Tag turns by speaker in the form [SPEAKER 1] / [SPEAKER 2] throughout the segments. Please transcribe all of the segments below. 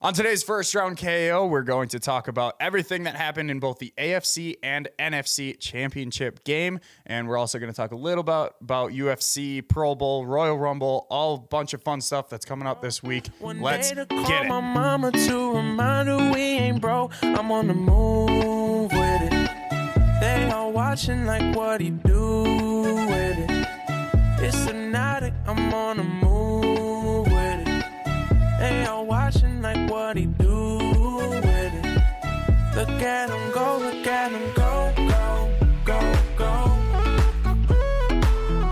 [SPEAKER 1] On today's first round KO, we're going to talk about everything that happened in both the AFC and NFC championship game. And we're also going to talk a little about, about UFC, Pro Bowl, Royal Rumble, all bunch of fun stuff that's coming out this week. Let's
[SPEAKER 2] day to
[SPEAKER 1] get
[SPEAKER 2] call my
[SPEAKER 1] it.
[SPEAKER 2] mama to remind her we ain't broke. I'm on the move with it. They all watching like what he do with it. It's hypnotic. I'm on the move with it. They all watching like what he do with it. Look at him go, look at him go, go, go, go.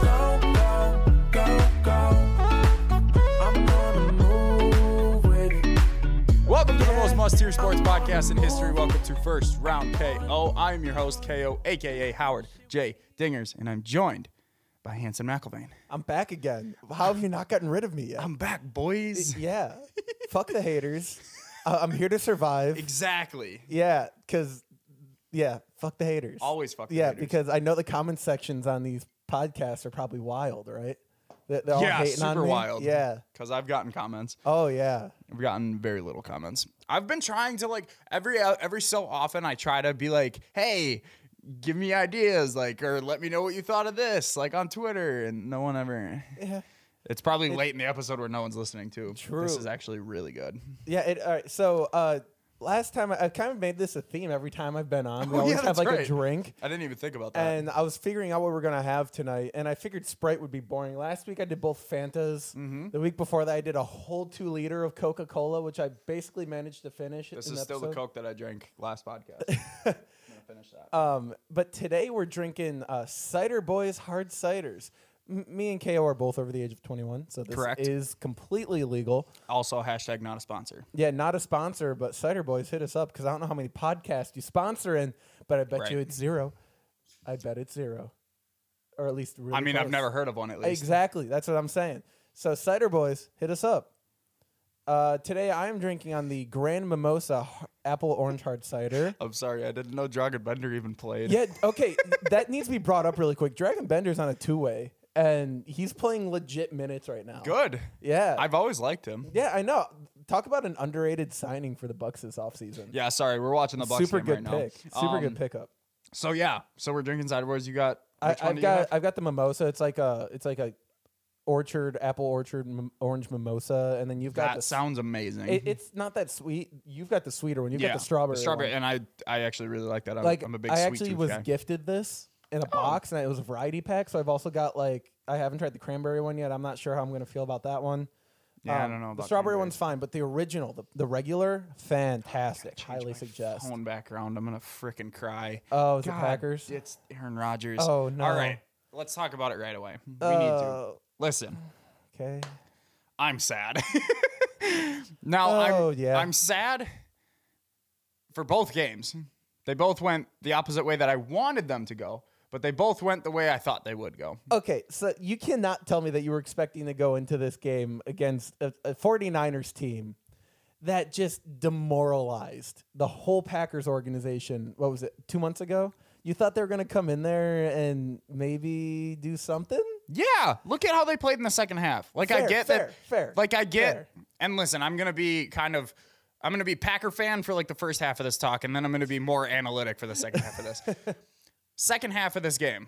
[SPEAKER 2] Go, go, go, go. I'm on the move with it.
[SPEAKER 1] Welcome to the most must hear sports podcast in history. Welcome to First Round KO. I am your host, KO, aka Howard J. Dingers, and I'm joined by Hanson McElvain.
[SPEAKER 3] I'm back again. How have you not gotten rid of me yet?
[SPEAKER 1] I'm back, boys.
[SPEAKER 3] yeah. Fuck the haters. Uh, I'm here to survive.
[SPEAKER 1] Exactly.
[SPEAKER 3] Yeah, because yeah, fuck the haters.
[SPEAKER 1] Always fuck the
[SPEAKER 3] yeah,
[SPEAKER 1] haters.
[SPEAKER 3] because I know the comment sections on these podcasts are probably wild, right? They- They're all
[SPEAKER 1] yeah,
[SPEAKER 3] hating on
[SPEAKER 1] super
[SPEAKER 3] me.
[SPEAKER 1] wild.
[SPEAKER 3] Yeah.
[SPEAKER 1] Because I've gotten comments.
[SPEAKER 3] Oh yeah.
[SPEAKER 1] I've gotten very little comments. I've been trying to like every uh, every so often I try to be like, "Hey, give me ideas like or let me know what you thought of this like on Twitter." And no one ever.
[SPEAKER 3] Yeah.
[SPEAKER 1] It's probably late in the episode where no one's listening to.
[SPEAKER 3] True.
[SPEAKER 1] This is actually really good.
[SPEAKER 3] Yeah. It, all right. So uh, last time I, I kind of made this a theme. Every time I've been on, we
[SPEAKER 1] Oh,
[SPEAKER 3] always
[SPEAKER 1] yeah,
[SPEAKER 3] have
[SPEAKER 1] that's
[SPEAKER 3] like
[SPEAKER 1] right.
[SPEAKER 3] a drink.
[SPEAKER 1] I didn't even think about that.
[SPEAKER 3] and I was figuring out what we're gonna have tonight, and I figured Sprite would be boring. Last week I did both Fantas.
[SPEAKER 1] Mm-hmm.
[SPEAKER 3] The week before that I did a whole two liter of Coca Cola, which I basically managed to finish.
[SPEAKER 1] this
[SPEAKER 3] in
[SPEAKER 1] is
[SPEAKER 3] the
[SPEAKER 1] still the
[SPEAKER 3] episode.
[SPEAKER 1] Coke that I drank last podcast. I'm gonna finish that.
[SPEAKER 3] Um, but today we're drinking uh, Cider Boys hard ciders. M- me and Ko are both over the age of twenty one, so this
[SPEAKER 1] Correct.
[SPEAKER 3] is completely legal.
[SPEAKER 1] also, hashtag not a sponsor.
[SPEAKER 3] Yeah, not a sponsor, but Cider Boys hit us up because I don't know how many podcasts you sponsor in, but I bet
[SPEAKER 1] Right.
[SPEAKER 3] you it's zero. I bet it's zero, or at least really
[SPEAKER 1] I mean, I've
[SPEAKER 3] close.
[SPEAKER 1] never heard of one at least.
[SPEAKER 3] Exactly. That's what I'm saying. So, Cider Boys, hit us up. Uh, today, I am drinking on the Grand Mimosa h- Apple Orange Hard Cider.
[SPEAKER 1] I'm Oh, sorry, I didn't know Dragon Bender even played.
[SPEAKER 3] Yeah, okay. that needs to be brought up really quick. Dragon Bender's on a two way, and he's playing legit minutes right now.
[SPEAKER 1] Good.
[SPEAKER 3] Yeah.
[SPEAKER 1] I've always liked him.
[SPEAKER 3] yeah, I know. Talk about an underrated signing for the Bucks this offseason.
[SPEAKER 1] Yeah, sorry, we're watching the Bucks
[SPEAKER 3] Super
[SPEAKER 1] game
[SPEAKER 3] good
[SPEAKER 1] right
[SPEAKER 3] pick.
[SPEAKER 1] now.
[SPEAKER 3] Super
[SPEAKER 1] Um,
[SPEAKER 3] good pickup.
[SPEAKER 1] So yeah, so we're drinking sideways. You got
[SPEAKER 3] I,
[SPEAKER 1] which one
[SPEAKER 3] I've
[SPEAKER 1] do
[SPEAKER 3] got
[SPEAKER 1] you have?
[SPEAKER 3] I've got the mimosa. It's like a it's like a orchard apple orchard mim- orange mimosa, and then you've got
[SPEAKER 1] that
[SPEAKER 3] the
[SPEAKER 1] sounds amazing.
[SPEAKER 3] It, it's not that sweet. You've got the sweeter one. You've
[SPEAKER 1] Mm-hmm. yeah,
[SPEAKER 3] got the strawberry.
[SPEAKER 1] strawberry,
[SPEAKER 3] One.
[SPEAKER 1] and I I actually really like that. I'm,
[SPEAKER 3] Like
[SPEAKER 1] I'm a big
[SPEAKER 3] I
[SPEAKER 1] sweet
[SPEAKER 3] actually
[SPEAKER 1] tooth
[SPEAKER 3] was
[SPEAKER 1] guy. Oh.
[SPEAKER 3] gifted this in a box, and it was a variety pack. So I've also got like I haven't tried the cranberry one yet. I'm not sure how I'm gonna feel about that one. Um,
[SPEAKER 1] Yeah, I don't know
[SPEAKER 3] the
[SPEAKER 1] about Oh
[SPEAKER 3] strawberry
[SPEAKER 1] cranberry.
[SPEAKER 3] one's fine, but the original, the, the regular, fantastic. Highly suggest.
[SPEAKER 1] Phone background. I'm gonna freaking cry.
[SPEAKER 3] Oh, is it
[SPEAKER 1] God,
[SPEAKER 3] Packers?
[SPEAKER 1] It's Aaron Rodgers.
[SPEAKER 3] Oh, no.
[SPEAKER 1] All right, let's talk about it right away. We need to
[SPEAKER 3] Oh,
[SPEAKER 1] listen.
[SPEAKER 3] Okay.
[SPEAKER 1] I'm sad. now
[SPEAKER 3] Oh,
[SPEAKER 1] I'm
[SPEAKER 3] yeah.
[SPEAKER 1] I'm sad for both games. They both went the opposite way that I wanted them to go, but they both went the way I thought they would go.
[SPEAKER 3] Okay, so you cannot tell me that you were expecting to go into this game against a, a 49ers team that just demoralized the whole Packers organization. What was it, two months ago? You thought they were going to come in there and maybe do something?
[SPEAKER 1] Yeah, look at how they played in the second half. Like I
[SPEAKER 3] Fair,
[SPEAKER 1] get that.
[SPEAKER 3] fair, fair,
[SPEAKER 1] Like I get.
[SPEAKER 3] fair.
[SPEAKER 1] And listen, I'm gonna be kind of. I'm gonna be Packer fan for like the first half of this talk, and then I'm gonna be more analytic for the second half of this. Second half of this game,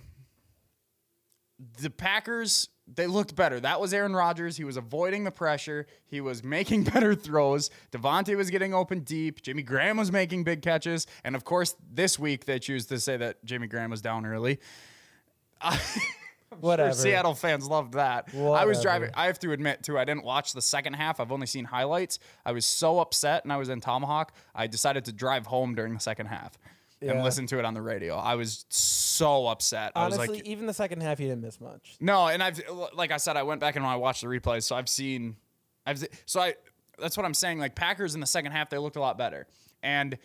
[SPEAKER 1] the Packers they looked better. That was Aaron Rodgers. He was avoiding the pressure. He was making better throws. Devontae was getting open deep. Jimmy Graham was making big catches. And of course, this week they choose to say that Jimmy Graham was down early. Sure,
[SPEAKER 3] Whatever.
[SPEAKER 1] Seattle fans loved that. I was
[SPEAKER 3] Whatever.
[SPEAKER 1] driving. I have to admit too, I didn't watch the second half. I've only seen highlights. I was so upset, and I was in Tomahawk. I decided to drive home during the second half and
[SPEAKER 3] Yeah.
[SPEAKER 1] listen to it on the radio. I was so upset. I
[SPEAKER 3] Honestly,
[SPEAKER 1] was like,
[SPEAKER 3] even the second half, you didn't miss much.
[SPEAKER 1] no. And I've like I said, I went back and I watched the replays, so I've seen. I've se- so I. That's what I'm saying. Like Packers in the second half, they looked a lot better, and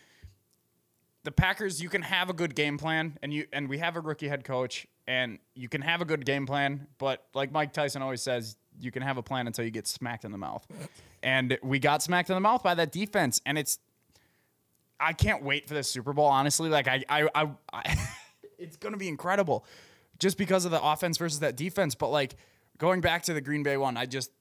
[SPEAKER 1] the Packers, you can have a good game plan, and you and we have a rookie head coach, and you can have a good game plan, but like Mike Tyson always says, you can have a plan until you get smacked in the mouth, and we got smacked in the mouth by that defense, and it's. I can't wait for the Super Bowl. Honestly, like I, I, I, I it's gonna be incredible, just because of the offense versus that defense. But like going back to the Green Bay one, I just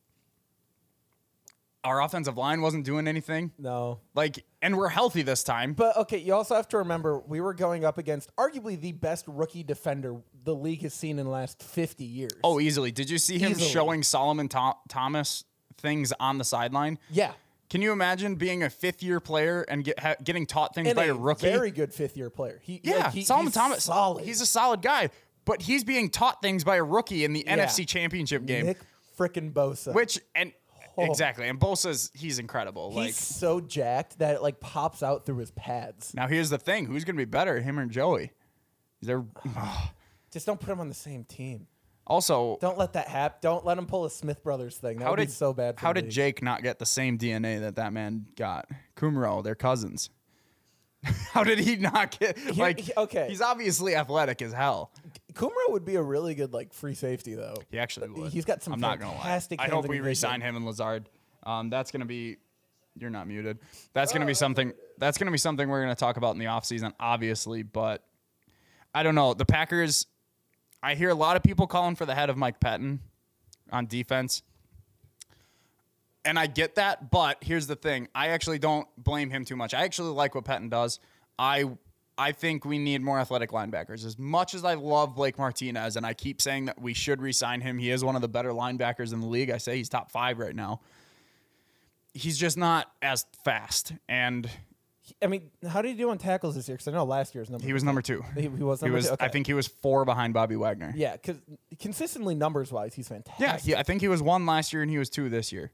[SPEAKER 1] our offensive line wasn't doing anything.
[SPEAKER 3] No.
[SPEAKER 1] Like, and we're healthy this time.
[SPEAKER 3] But okay, you also have to remember we were going up against arguably the best rookie defender the league has seen in the last 50 years.
[SPEAKER 1] oh, easily. Did you see him
[SPEAKER 3] Easily.
[SPEAKER 1] showing Solomon Tho- Thomas things on the sideline?
[SPEAKER 3] yeah.
[SPEAKER 1] Can you imagine being a fifth year player and get, ha- getting taught things
[SPEAKER 3] And
[SPEAKER 1] by
[SPEAKER 3] a
[SPEAKER 1] a rookie?
[SPEAKER 3] very good fifth year player. He,
[SPEAKER 1] yeah,
[SPEAKER 3] like, he-
[SPEAKER 1] Solomon
[SPEAKER 3] he's
[SPEAKER 1] Thomas. Oh,
[SPEAKER 3] Solid.
[SPEAKER 1] He's a solid guy, but he's being taught things by a rookie in the NFC Championship game.
[SPEAKER 3] Nick frickin' Bosa.
[SPEAKER 1] which and exactly, and Bosa's he's incredible.
[SPEAKER 3] he's
[SPEAKER 1] like
[SPEAKER 3] so jacked that it like pops out through his pads.
[SPEAKER 1] now, here's the thing: who's going to be better, him or Joey? They're
[SPEAKER 3] Just don't put him on the same team.
[SPEAKER 1] also.
[SPEAKER 3] Don't let that happen. Don't let him pull a Smith Brothers thing. That
[SPEAKER 1] How
[SPEAKER 3] would
[SPEAKER 1] did
[SPEAKER 3] be so bad. For
[SPEAKER 1] How
[SPEAKER 3] the
[SPEAKER 1] did
[SPEAKER 3] league.
[SPEAKER 1] Jake not get the same DNA that that man got? Kumro, they're cousins. how did he not get like?
[SPEAKER 3] he- okay.
[SPEAKER 1] he's obviously athletic as hell.
[SPEAKER 3] Kumro would be a really good like free safety though?
[SPEAKER 1] He actually would.
[SPEAKER 3] Uh, He's got some
[SPEAKER 1] I'm not gonna lie.
[SPEAKER 3] fantastic
[SPEAKER 1] I
[SPEAKER 3] hands
[SPEAKER 1] hope
[SPEAKER 3] and
[SPEAKER 1] we
[SPEAKER 3] vision.
[SPEAKER 1] resign him and Lazard. Um, that's gonna be. You're not muted. That's
[SPEAKER 3] Uh,
[SPEAKER 1] gonna be something. That's gonna be something we're gonna talk about in the offseason, obviously. But I don't know. The Packers. I hear a lot of people calling for the head of Mike Patton on defense. And I get that, but here's the thing. I actually don't blame him too much. I actually like what Patton does. I I think we need more athletic linebackers. As much as I love Blake Martinez and I keep saying that we should re-sign him, he is one of the better linebackers in the league. I say he's top 5 right now. He's just not as fast and
[SPEAKER 3] I mean, how did he do on tackles this year? Because I know last year's number.
[SPEAKER 1] he was number 2.
[SPEAKER 3] He, he was.
[SPEAKER 1] He
[SPEAKER 3] number
[SPEAKER 1] was
[SPEAKER 3] two? Okay.
[SPEAKER 1] I think he was 4 behind Bobby Wagner.
[SPEAKER 3] Yeah, because consistently numbers wise, he's fantastic.
[SPEAKER 1] Yeah, he, I think he was one last year and he was two this year,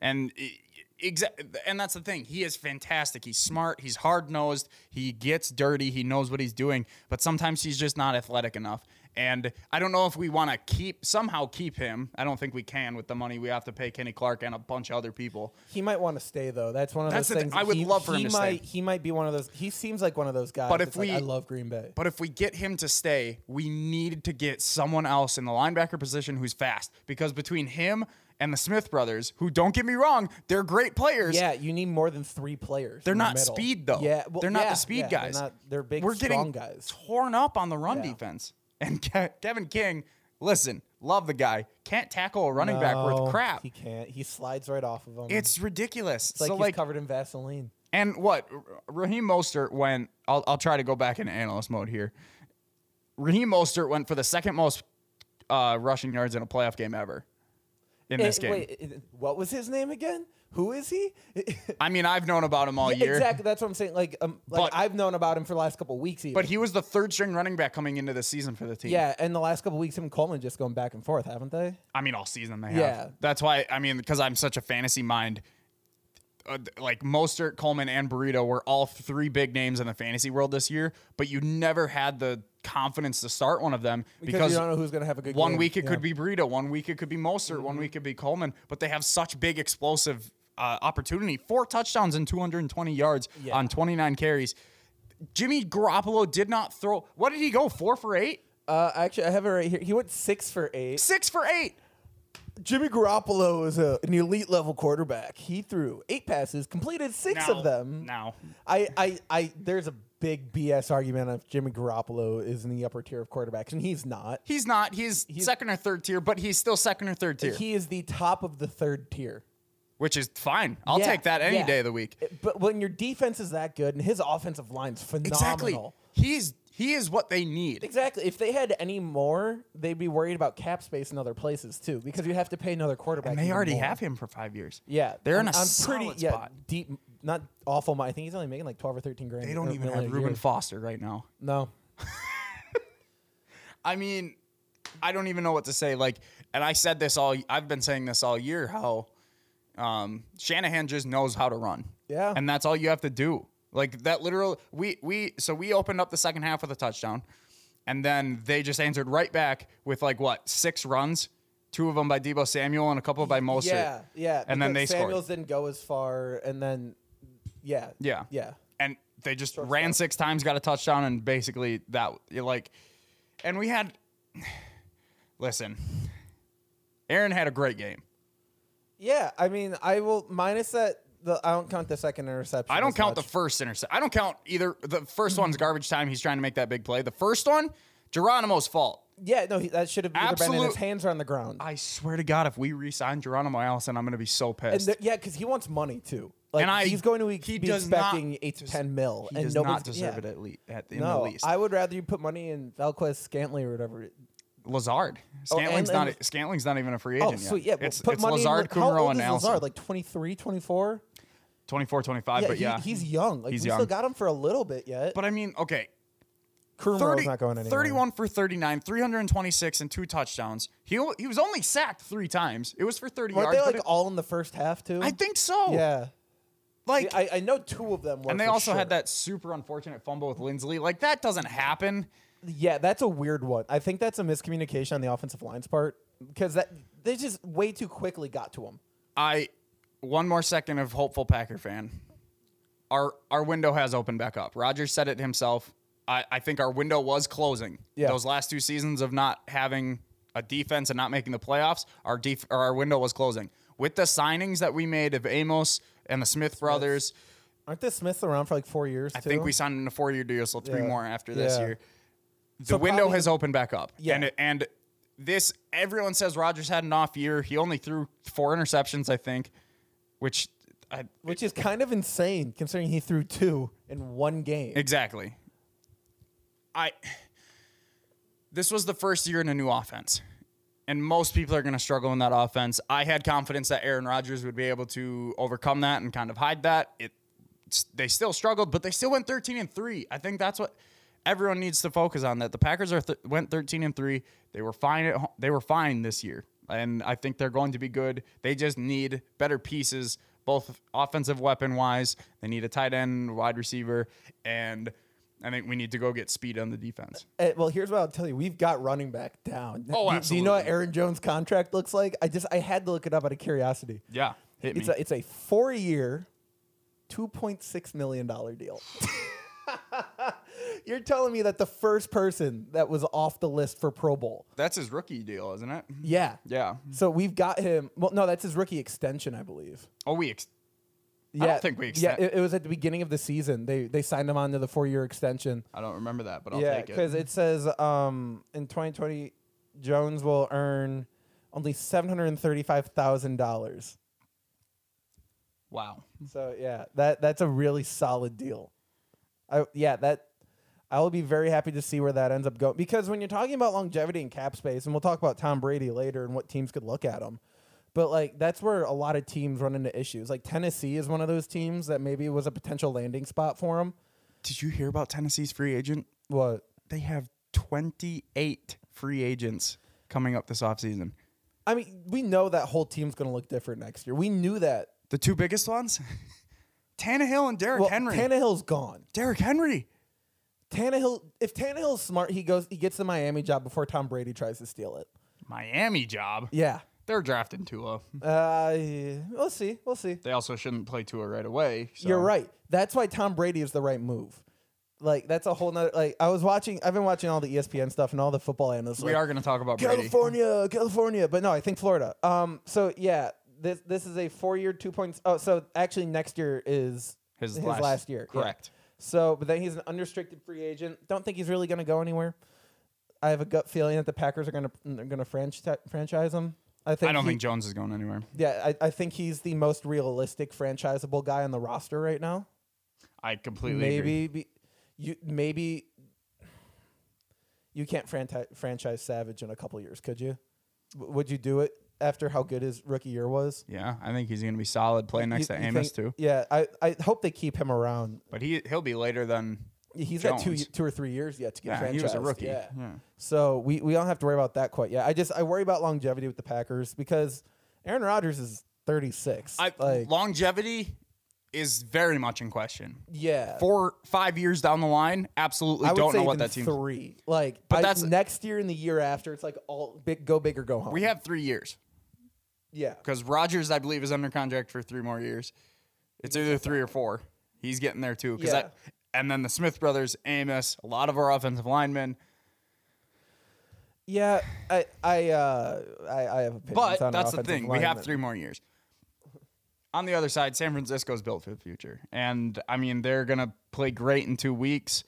[SPEAKER 1] and exact and that's the thing. He is fantastic. He's smart. He's hard nosed. He gets dirty. He knows what he's doing. But sometimes he's just not athletic enough. And I don't know if we want to keep somehow keep him. I don't think we can with the money we have to pay Kenny Clark and a bunch of other people.
[SPEAKER 3] He might want to stay though. That's one of
[SPEAKER 1] That's
[SPEAKER 3] those
[SPEAKER 1] the
[SPEAKER 3] things.
[SPEAKER 1] thing. I would
[SPEAKER 3] he,
[SPEAKER 1] love for him
[SPEAKER 3] he
[SPEAKER 1] to stay.
[SPEAKER 3] might, He might be one of those. He seems like one of those guys.
[SPEAKER 1] But if
[SPEAKER 3] that's like,
[SPEAKER 1] we-
[SPEAKER 3] I love Green Bay.
[SPEAKER 1] But if we get him to stay, we need to get someone else in the linebacker position who's fast because between him and the Smith brothers, who don't get me wrong, they're great players.
[SPEAKER 3] yeah, you need more than three players.
[SPEAKER 1] They're
[SPEAKER 3] in the
[SPEAKER 1] not
[SPEAKER 3] middle.
[SPEAKER 1] speed though.
[SPEAKER 3] Yeah, well,
[SPEAKER 1] they're not
[SPEAKER 3] yeah,
[SPEAKER 1] the speed
[SPEAKER 3] yeah,
[SPEAKER 1] guys.
[SPEAKER 3] They're, not, they're big,
[SPEAKER 1] We're getting
[SPEAKER 3] strong guys.
[SPEAKER 1] torn up on the run
[SPEAKER 3] Yeah.
[SPEAKER 1] defense. And Ke- Kevin King, listen, love the guy. Can't tackle a running back worth
[SPEAKER 3] No,
[SPEAKER 1] crap.
[SPEAKER 3] He can't. He slides right off of them.
[SPEAKER 1] It's ridiculous.
[SPEAKER 3] like
[SPEAKER 1] so
[SPEAKER 3] he's
[SPEAKER 1] like,
[SPEAKER 3] covered in Vaseline.
[SPEAKER 1] and what R- Raheem Mostert went. I'll I'll try to go back into analyst mode here. Raheem Mostert went for the second most uh, rushing yards in a playoff game ever. In this
[SPEAKER 3] Eh,
[SPEAKER 1] game,
[SPEAKER 3] Wait, eh, what was his name again? Who is he?
[SPEAKER 1] I mean, I've known about him all year.
[SPEAKER 3] Exactly. That's what I'm saying. Like, um, like
[SPEAKER 1] But-
[SPEAKER 3] I've known about him for the last couple of weeks. Even.
[SPEAKER 1] But he was the third string running back coming into the season for the team.
[SPEAKER 3] yeah, and the last couple of weeks, him and Coleman just going back and forth, haven't they?
[SPEAKER 1] I mean, all season they have.
[SPEAKER 3] Yeah.
[SPEAKER 1] That's why, I mean, because I'm such a fantasy mind. Uh, th- like Mostert, Coleman, and Burrito were all three big names in the fantasy world this year, but you never had the confidence to start one of them
[SPEAKER 3] Because
[SPEAKER 1] because,
[SPEAKER 3] you don't know who's going to have a good
[SPEAKER 1] one
[SPEAKER 3] game.
[SPEAKER 1] week it
[SPEAKER 3] Yeah. Mm-hmm.
[SPEAKER 1] could be Burrito, one week it could be Mostert, one week it could be Coleman, but they have such big explosive uh, opportunity. Four touchdowns and 220 yards
[SPEAKER 3] Yeah.
[SPEAKER 1] on 29 carries. Jimmy Garoppolo did not throw. What did he go? Four for eight?
[SPEAKER 3] Uh, actually, I have it right here. He went six for eight.
[SPEAKER 1] Six for eight.
[SPEAKER 3] Jimmy Garoppolo is a, an elite level quarterback. He threw eight passes, completed six
[SPEAKER 1] No,
[SPEAKER 3] of them.
[SPEAKER 1] No.
[SPEAKER 3] I, I, I, there's a big BS argument if Jimmy Garoppolo is in the upper tier of quarterbacks, and he's not.
[SPEAKER 1] He's not. He's, second or third tier, but he's still second or third tier,
[SPEAKER 3] He is the top of the third tier.
[SPEAKER 1] which is fine. I'll
[SPEAKER 3] Yeah,
[SPEAKER 1] take that any
[SPEAKER 3] yeah.
[SPEAKER 1] day of the week.
[SPEAKER 3] It- But when your defense is that good and his offensive line's phenomenal.
[SPEAKER 1] Exactly. He's he is what they need.
[SPEAKER 3] Exactly. If they had any more, they'd be worried about cap space in other places too, because you have to pay another quarterback.
[SPEAKER 1] And they
[SPEAKER 3] even
[SPEAKER 1] already
[SPEAKER 3] more.
[SPEAKER 1] have him for five years.
[SPEAKER 3] Yeah,
[SPEAKER 1] they're
[SPEAKER 3] I'm,
[SPEAKER 1] in a
[SPEAKER 3] I'm
[SPEAKER 1] solid
[SPEAKER 3] pretty
[SPEAKER 1] spot.
[SPEAKER 3] yeah deep, not awful. mon- I think he's only making like twelve or thirteen grand.
[SPEAKER 1] They don't
[SPEAKER 3] or
[SPEAKER 1] even
[SPEAKER 3] million
[SPEAKER 1] have
[SPEAKER 3] a
[SPEAKER 1] Reuben
[SPEAKER 3] year.
[SPEAKER 1] Foster right now.
[SPEAKER 3] No,
[SPEAKER 1] I mean, I don't even know what to say. Like, and I said this all. I've been saying this all year. How um, Shanahan just knows how to run.
[SPEAKER 3] Yeah.
[SPEAKER 1] and that's all you have to do. Like that literal. We we so we opened up the second half with a touchdown, and then they just answered right back with like what six runs, two of them by Debo Samuel and a couple by Mostert.
[SPEAKER 3] yeah, yeah.
[SPEAKER 1] And then
[SPEAKER 3] because
[SPEAKER 1] they scored.
[SPEAKER 3] Samuels didn't go as far, and then yeah,
[SPEAKER 1] Yeah.
[SPEAKER 3] yeah.
[SPEAKER 1] and they just ran six times, got a touchdown, and basically that you're like, and we had. Listen, Aaron had a great game.
[SPEAKER 3] Yeah, I mean, I will minus that. The I don't count the second interception.
[SPEAKER 1] I don't
[SPEAKER 3] as
[SPEAKER 1] count
[SPEAKER 3] much. Mm-hmm.
[SPEAKER 1] the first intercept. I don't count either. The first one's garbage time. He's trying to make that big play. The first one, Geronimo's fault.
[SPEAKER 3] yeah, no, he, that should have either been in his
[SPEAKER 1] Absolute-
[SPEAKER 3] hands or on the ground.
[SPEAKER 1] I swear to God, if we re-sign Geronimo Allison, I'm going to be so
[SPEAKER 3] and
[SPEAKER 1] pissed.
[SPEAKER 3] th- yeah, because he wants money too. Like
[SPEAKER 1] And I-
[SPEAKER 3] he's going to
[SPEAKER 1] he
[SPEAKER 3] be
[SPEAKER 1] does not
[SPEAKER 3] expecting eight to
[SPEAKER 1] des-
[SPEAKER 3] ten mil,
[SPEAKER 1] he
[SPEAKER 3] and
[SPEAKER 1] does
[SPEAKER 3] nobody's
[SPEAKER 1] not deserve
[SPEAKER 3] yeah.
[SPEAKER 1] it at least at, in
[SPEAKER 3] No,
[SPEAKER 1] the least.
[SPEAKER 3] I would rather you put money in Valquez Scantley or whatever.
[SPEAKER 1] Lazard. Scantling's
[SPEAKER 3] Oh, and-
[SPEAKER 1] not. a- Scantling's not even a free agent
[SPEAKER 3] Oh,
[SPEAKER 1] yet.
[SPEAKER 3] sweet, yeah. well,
[SPEAKER 1] it's,
[SPEAKER 3] put
[SPEAKER 1] it's
[SPEAKER 3] money
[SPEAKER 1] Lazard,
[SPEAKER 3] in, how
[SPEAKER 1] Kumaro,
[SPEAKER 3] old
[SPEAKER 1] and
[SPEAKER 3] is Lazard?
[SPEAKER 1] Allison.
[SPEAKER 3] Like 23, 24?
[SPEAKER 1] 24, 25,
[SPEAKER 3] Yeah,
[SPEAKER 1] but
[SPEAKER 3] he-
[SPEAKER 1] yeah,
[SPEAKER 3] he's young. Like
[SPEAKER 1] He's
[SPEAKER 3] we
[SPEAKER 1] young.
[SPEAKER 3] still got him for a little bit yet.
[SPEAKER 1] But I mean, okay,
[SPEAKER 3] Kumarov's
[SPEAKER 1] 30,
[SPEAKER 3] not going anywhere.
[SPEAKER 1] 31 for 39, 326 and two touchdowns. He o- he was only sacked 3 times. It was for 30
[SPEAKER 3] Weren't
[SPEAKER 1] yards.
[SPEAKER 3] they
[SPEAKER 1] but
[SPEAKER 3] like
[SPEAKER 1] it-
[SPEAKER 3] all in the first half too?
[SPEAKER 1] I think so.
[SPEAKER 3] Yeah.
[SPEAKER 1] Like
[SPEAKER 3] I, I know two of them were.
[SPEAKER 1] and they
[SPEAKER 3] for
[SPEAKER 1] also
[SPEAKER 3] sure.
[SPEAKER 1] had that super unfortunate fumble with Lindsley. Like that doesn't happen.
[SPEAKER 3] Yeah, that's a weird one. I think that's a miscommunication on the offensive line's part because that they just way too quickly got to him.
[SPEAKER 1] I one more second of hopeful Packer fan. Our our window has opened back up. Rogers said it himself. I, I think our window was closing.
[SPEAKER 3] Yeah.
[SPEAKER 1] Those last two seasons of not having a defense and not making the playoffs, our def- or our window was closing. With the signings that we made of Amos and the Smith brothers,
[SPEAKER 3] Aren't the Smiths around for like four years?
[SPEAKER 1] I think we signed in a four year deal, so three
[SPEAKER 3] Yeah.
[SPEAKER 1] more after this
[SPEAKER 3] Yeah.
[SPEAKER 1] year. The
[SPEAKER 3] So
[SPEAKER 1] window
[SPEAKER 3] probably
[SPEAKER 1] has opened back up.
[SPEAKER 3] Yeah.
[SPEAKER 1] And, and this, everyone says Rogers had an off year. He only threw four interceptions, I think, which I,
[SPEAKER 3] which is kind of insane considering he threw two in one game.
[SPEAKER 1] exactly. I, this was the first year in a new offense. And most people are going to struggle in that offense. I had confidence that Aaron Rodgers would be able to overcome that and kind of hide that. It, they still struggled, but they still went 13 and 3. I think that's what everyone needs to focus on that the Packers are th- went 13 and 3. They were fine at ho- they were fine this year. And I think they're going to be good. They just need better pieces both offensive weapon wise. They need a tight end, wide receiver, and I think we need to go get speed on the defense.
[SPEAKER 3] Eh, well, here's what I'll tell you: we've got running back down.
[SPEAKER 1] Oh,
[SPEAKER 3] do, do you know what
[SPEAKER 1] absolutely.
[SPEAKER 3] Aaron Jones' contract looks like? I just I had to look it up out of curiosity.
[SPEAKER 1] Yeah. Hit me.
[SPEAKER 3] It's a, it's a four year, two point six million dollar deal. You're telling me that the first person that was off the list for Pro Bowl.
[SPEAKER 1] That's his rookie deal, isn't it?
[SPEAKER 3] Yeah.
[SPEAKER 1] Yeah.
[SPEAKER 3] So we've got him. Well, no, that's his rookie extension, I believe.
[SPEAKER 1] Oh, we ex-
[SPEAKER 3] Yeah,
[SPEAKER 1] don't think we extend-
[SPEAKER 3] Yeah, it, it was at the beginning of the season. They they signed him on to the four year extension.
[SPEAKER 1] I don't remember that, but I'll
[SPEAKER 3] yeah,
[SPEAKER 1] take it.
[SPEAKER 3] because it says um, in 2020, Jones will earn only seven hundred thirty-five thousand dollars.
[SPEAKER 1] Wow.
[SPEAKER 3] So yeah, that that's a really solid deal. I yeah that I will be very happy to see where that ends up going because when you're talking about longevity and cap space, and we'll talk about Tom Brady later and what teams could look at him. But like that's where a lot of teams run into issues. Like Tennessee is one of those teams that maybe was a potential landing spot for him.
[SPEAKER 1] Did you hear about Tennessee's free agent?
[SPEAKER 3] What?
[SPEAKER 1] They have 28 free agents coming up this offseason.
[SPEAKER 3] I mean, we know that whole team's going to look different next year. We knew that.
[SPEAKER 1] The two biggest ones? Tannehill and Derrick
[SPEAKER 3] Well,
[SPEAKER 1] Henry.
[SPEAKER 3] Tannehill's gone.
[SPEAKER 1] Derrick Henry.
[SPEAKER 3] Tannehill, if Tannehill's smart, he goes, he gets the Miami job before Tom Brady tries to steal it.
[SPEAKER 1] Miami job.
[SPEAKER 3] Yeah.
[SPEAKER 1] They're drafting Tua.
[SPEAKER 3] Uh, yeah. we'll see. We'll see.
[SPEAKER 1] They also shouldn't play Tua right away. so-
[SPEAKER 3] You're right. That's why Tom Brady is the right move. Like that's a whole nother. Like I was watching. I've been watching all the E ESPN stuff and all the football analysts.
[SPEAKER 1] We
[SPEAKER 3] like,
[SPEAKER 1] are going to talk about Brady.
[SPEAKER 3] California, California, but no, I think Florida. Um, so yeah, this this is a four year two point. Oh, so actually next year is
[SPEAKER 1] His
[SPEAKER 3] last,
[SPEAKER 1] last-
[SPEAKER 3] year, yeah.
[SPEAKER 1] correct.
[SPEAKER 3] So, but then he's an unrestricted free agent. Don't think he's really going to go anywhere. I have a gut feeling that the Packers are going to going to franchise franchise him. I think
[SPEAKER 1] I don't
[SPEAKER 3] he-
[SPEAKER 1] think Jones is going anywhere.
[SPEAKER 3] Yeah, I, I think he's the most realistic franchisable guy on the roster right now.
[SPEAKER 1] I completely agree.
[SPEAKER 3] Maybe be, you maybe you can't franti- franchise Savage in a couple years, could you? W- would you do it after how good his rookie year was?
[SPEAKER 1] Yeah, I think he's going to be solid playing next
[SPEAKER 3] You-
[SPEAKER 1] to
[SPEAKER 3] you
[SPEAKER 1] Amos
[SPEAKER 3] think-
[SPEAKER 1] too.
[SPEAKER 3] Yeah, I, I hope they keep him around.
[SPEAKER 1] But he he'll be later than
[SPEAKER 3] He's got two
[SPEAKER 1] Jones.
[SPEAKER 3] two or three years yet to get
[SPEAKER 1] Yeah,
[SPEAKER 3] franchised.
[SPEAKER 1] he was a rookie.
[SPEAKER 3] Yeah.
[SPEAKER 1] Yeah.
[SPEAKER 3] So we, we don't have to worry about that quite yet. I just I worry about longevity with the Packers because Aaron Rodgers is 36.
[SPEAKER 1] I,
[SPEAKER 3] like
[SPEAKER 1] longevity is very much in question.
[SPEAKER 3] yeah.
[SPEAKER 1] Four, five years down the line, absolutely
[SPEAKER 3] I would
[SPEAKER 1] don't
[SPEAKER 3] say
[SPEAKER 1] know what
[SPEAKER 3] even
[SPEAKER 1] that team.
[SPEAKER 3] three. Like,
[SPEAKER 1] But
[SPEAKER 3] I-
[SPEAKER 1] that's-
[SPEAKER 3] next year and the year after. It's like all big, go big or go home.
[SPEAKER 1] We have three years
[SPEAKER 3] yeah.
[SPEAKER 1] because Rogers, I believe, is under contract for three more years. It's either three or four. He's getting there too. 'cause
[SPEAKER 3] Yeah.
[SPEAKER 1] that- and then the Smith brothers, Amos, a lot of our offensive linemen.
[SPEAKER 3] Yeah, I I uh I, I have opinions
[SPEAKER 1] But
[SPEAKER 3] on
[SPEAKER 1] that's the
[SPEAKER 3] offensive
[SPEAKER 1] thing. We
[SPEAKER 3] linemen.
[SPEAKER 1] have three more years. On the other side, San Francisco's built for the future. And I mean, they're going to play great in two weeks.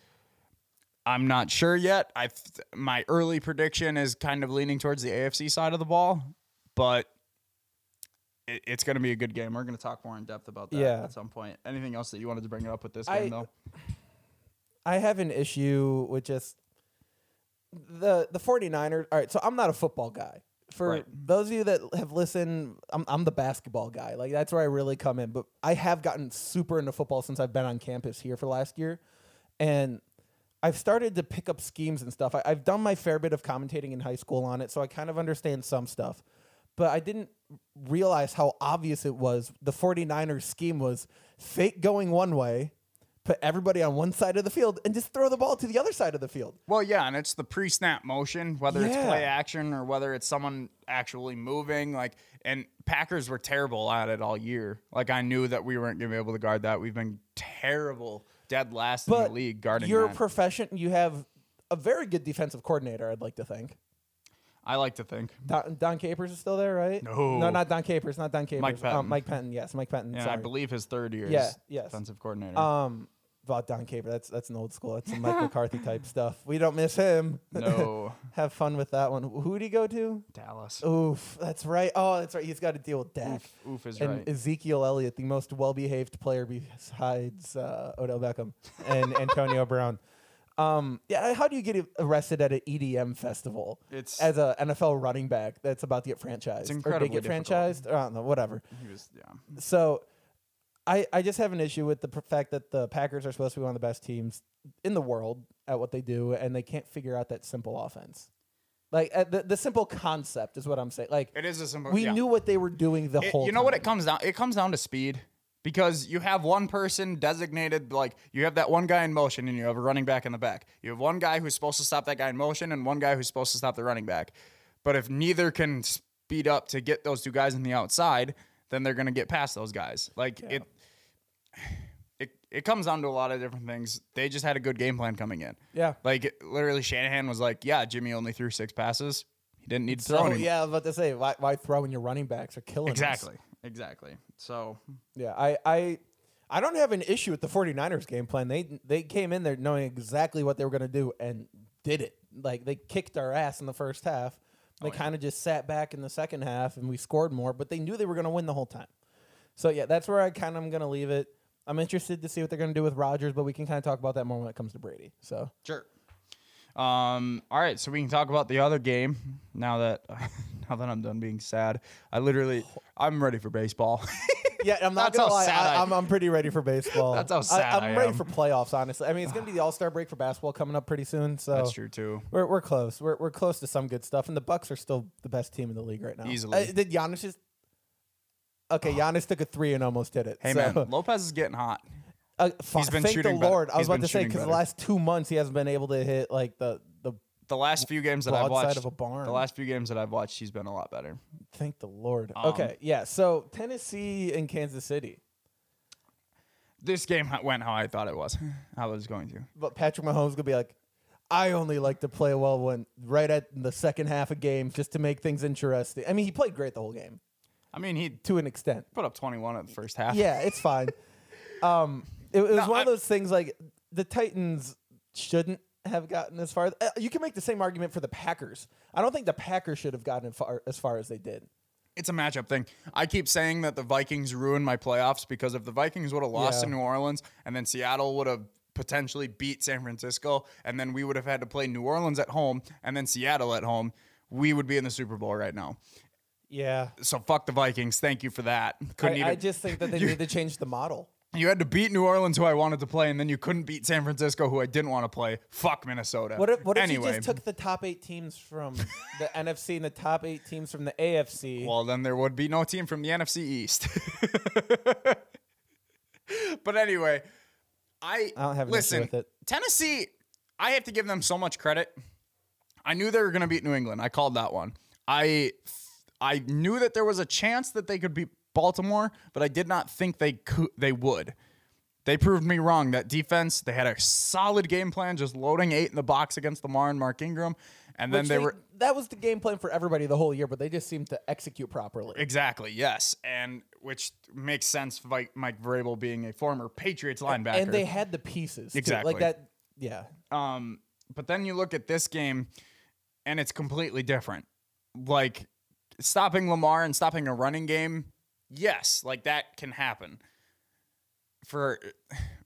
[SPEAKER 1] I'm not sure yet. I my early prediction is kind of leaning towards the AFC side of the ball, but it, it's going to be a good game. We're going to talk more in depth about that
[SPEAKER 3] Yeah.
[SPEAKER 1] at some point. Anything else that you wanted to bring up with this
[SPEAKER 3] I-
[SPEAKER 1] game though?
[SPEAKER 3] I have an issue with just the the 49ers. All right, so I'm not a football guy. For
[SPEAKER 1] Right.
[SPEAKER 3] those of you that have listened, I'm I'm the basketball guy. Like that's where I really come in, but I have gotten super into football since I've been on campus here for last year. And I've started to pick up schemes and stuff. I, I've done my fair bit of commentating in high school on it, so I kind of understand some stuff. But I didn't realize how obvious it was. The 49ers scheme was fake going one way, put everybody on one side of the field, and just throw the ball to the other side of the field.
[SPEAKER 1] Well, yeah, and it's the pre-snap motion, whether it's
[SPEAKER 3] Yeah.
[SPEAKER 1] play action or whether it's someone actually moving. Like, and Packers were terrible at it all year. Like, I knew that we weren't going to be able to guard that. We've been terrible, dead last in the league guarding
[SPEAKER 3] You're
[SPEAKER 1] that.
[SPEAKER 3] a profession. You have a very good defensive coordinator. I'd like to think.
[SPEAKER 1] I like to think.
[SPEAKER 3] Don, Don Capers is still there, right?
[SPEAKER 1] No.
[SPEAKER 3] no, not Don Capers. Not Don Capers.
[SPEAKER 1] Patton.
[SPEAKER 3] Um, Mike Penton. Yes, Mike Penton.
[SPEAKER 1] And
[SPEAKER 3] sorry.
[SPEAKER 1] I believe his third year
[SPEAKER 3] Yeah,
[SPEAKER 1] is
[SPEAKER 3] yes.
[SPEAKER 1] defensive coordinator.
[SPEAKER 3] um, about Don Capers. That's that's an old school. That's some Mike McCarthy type stuff. We don't miss him.
[SPEAKER 1] no,
[SPEAKER 3] have fun with that one. Who would he go to?
[SPEAKER 1] Dallas.
[SPEAKER 3] Oof, that's right. Oh, that's right. He's got to deal with Dak.
[SPEAKER 1] Oof, oof is
[SPEAKER 3] and
[SPEAKER 1] right.
[SPEAKER 3] Ezekiel Elliott, the most well-behaved player besides uh, Odell Beckham and Antonio Brown. Um, yeah, how do you get arrested at an EDM festival
[SPEAKER 1] It's-
[SPEAKER 3] as an NFL running back that's about to get franchised?
[SPEAKER 1] incredibly
[SPEAKER 3] or they get
[SPEAKER 1] difficult.
[SPEAKER 3] franchised? Or I don't know, whatever.
[SPEAKER 1] he was, yeah.
[SPEAKER 3] So I, I just have an issue with the pr- fact that the Packers are supposed to be one of the best teams in the world at what they do, and they can't figure out that simple offense. Like uh, the, the simple concept is what I'm saying. Like
[SPEAKER 1] It is a simple.
[SPEAKER 3] we
[SPEAKER 1] yeah.
[SPEAKER 3] knew what they were doing the
[SPEAKER 1] It-
[SPEAKER 3] whole.
[SPEAKER 1] you know what it
[SPEAKER 3] time.
[SPEAKER 1] comes down it comes down to speed because you have one person designated like you have that one guy in motion and you have a running back in the back you have one guy who's supposed to stop that guy in motion and one guy who's supposed to stop the running back but if neither can speed up to get those two guys on the outside then they're going to get past those guys like it it it comes down to a lot of different things they just had a good game plan coming in
[SPEAKER 3] Yeah.
[SPEAKER 1] like literally Shanahan was like yeah Jimmy only threw six passes he didn't need to throw
[SPEAKER 3] So,
[SPEAKER 1] anymore
[SPEAKER 3] yeah, I was about to say why, why throw when your running backs are killing us?
[SPEAKER 1] exactly exactly so
[SPEAKER 3] Yeah, I, I I don't have an issue with the 49ers game plan. They they came in there knowing exactly what they were going to do and did it. Like they kicked our ass in the first half. They
[SPEAKER 1] Oh,
[SPEAKER 3] kind of just sat back in the second half and we scored more, but they knew they were going to win the whole time. So yeah, that's where I kind of am going to leave it. I'm interested to see what they're going to do with Rodgers, but we can kind of talk about that more when it comes to Brady. So
[SPEAKER 1] Sure. Um, all right, so we can talk about the other game now that now that I'm done being sad. I literally I'm ready for baseball.
[SPEAKER 3] yeah, I'm not
[SPEAKER 1] That's
[SPEAKER 3] gonna
[SPEAKER 1] how
[SPEAKER 3] lie.
[SPEAKER 1] sad
[SPEAKER 3] I,
[SPEAKER 1] I-
[SPEAKER 3] am I'm pretty ready for baseball.
[SPEAKER 1] That's how sad
[SPEAKER 3] I, am
[SPEAKER 1] I
[SPEAKER 3] ready
[SPEAKER 1] am.
[SPEAKER 3] for playoffs. Honestly, I mean it's gonna be the All Star break for basketball coming up pretty soon. So
[SPEAKER 1] That's true too.
[SPEAKER 3] We're, we're close. We're, we're close to some good stuff, and the Bucks are still the best team in the league right now.
[SPEAKER 1] Easily.
[SPEAKER 3] Uh, did Giannis just? Okay, Giannis took a three and almost did it.
[SPEAKER 1] Hey
[SPEAKER 3] so,
[SPEAKER 1] man, Lopez is getting hot.
[SPEAKER 3] uh, fa-
[SPEAKER 1] he's been
[SPEAKER 3] thank
[SPEAKER 1] shooting
[SPEAKER 3] the
[SPEAKER 1] better.
[SPEAKER 3] Lord. I was
[SPEAKER 1] He's
[SPEAKER 3] about
[SPEAKER 1] been
[SPEAKER 3] to say
[SPEAKER 1] shooting
[SPEAKER 3] because the
[SPEAKER 1] better.
[SPEAKER 3] last two months he hasn't been able to hit like the the.
[SPEAKER 1] The last few games that I've
[SPEAKER 3] Broadside
[SPEAKER 1] watched
[SPEAKER 3] of a barn.
[SPEAKER 1] The last few games that I've watched, he's been a lot better.
[SPEAKER 3] Thank the Lord.
[SPEAKER 1] Um,
[SPEAKER 3] okay, yeah. So Tennessee and Kansas City,
[SPEAKER 1] This game ha- went how I thought it was. I was going to.
[SPEAKER 3] but Patrick Mahomes gonna be like, I only like to play well when right at the second half of games just to make things interesting. I mean, he played great the whole game
[SPEAKER 1] I mean, he
[SPEAKER 3] to an extent.
[SPEAKER 1] put up 21 at the first half.
[SPEAKER 3] yeah, it's fine. Um, it, it was
[SPEAKER 1] No,
[SPEAKER 3] one
[SPEAKER 1] I-
[SPEAKER 3] of those things like the Titans shouldn't have gotten as far. Uh, you can make the same argument for the Packers. I don't think the Packers should have gotten far, as far as they did.
[SPEAKER 1] it's a matchup thing. I keep saying that the Vikings ruined my playoffs because if the Vikings would have lost
[SPEAKER 3] Yeah.
[SPEAKER 1] to New Orleans and then Seattle would have potentially beat San Francisco and then we would have had to play New Orleans at home and then Seattle at home, we would be in the Super Bowl right now.
[SPEAKER 3] Yeah,
[SPEAKER 1] So fuck the Vikings. Thank you for that. Couldn't
[SPEAKER 3] I,
[SPEAKER 1] even,
[SPEAKER 3] I just think that they need to change the model.
[SPEAKER 1] you had to beat New Orleans who I wanted to play and then you couldn't beat San Francisco who I didn't want to play. Fuck Minnesota.
[SPEAKER 3] What if what if
[SPEAKER 1] anyway,
[SPEAKER 3] you just took the top eight teams from the NFC and the top eight teams from the AFC?
[SPEAKER 1] Well, then there would be no team from the NFC East. but anyway, I,
[SPEAKER 3] I don't have an issue
[SPEAKER 1] listen.
[SPEAKER 3] with it.
[SPEAKER 1] Tennessee, I have to give them so much credit. I knew they were going to beat New England. I called that one. I I knew that there was a chance that they could beat Baltimore, but I did not think they could they would. They proved me wrong. That defense, they had a solid game plan, just loading eight in the box against Lamar and Mark Ingram, and then
[SPEAKER 3] Which
[SPEAKER 1] they were
[SPEAKER 3] that was the game plan for everybody the whole year, but they just seemed to execute properly.
[SPEAKER 1] Exactly. Yes, and which makes sense. Mike, Mike Vrabel being a former Patriots linebacker.
[SPEAKER 3] and they had the pieces too.
[SPEAKER 1] Exactly.
[SPEAKER 3] like that. Yeah,
[SPEAKER 1] um, But then you look at this game and it's completely different. Like stopping Lamar and stopping a running game, yes, like that can happen. For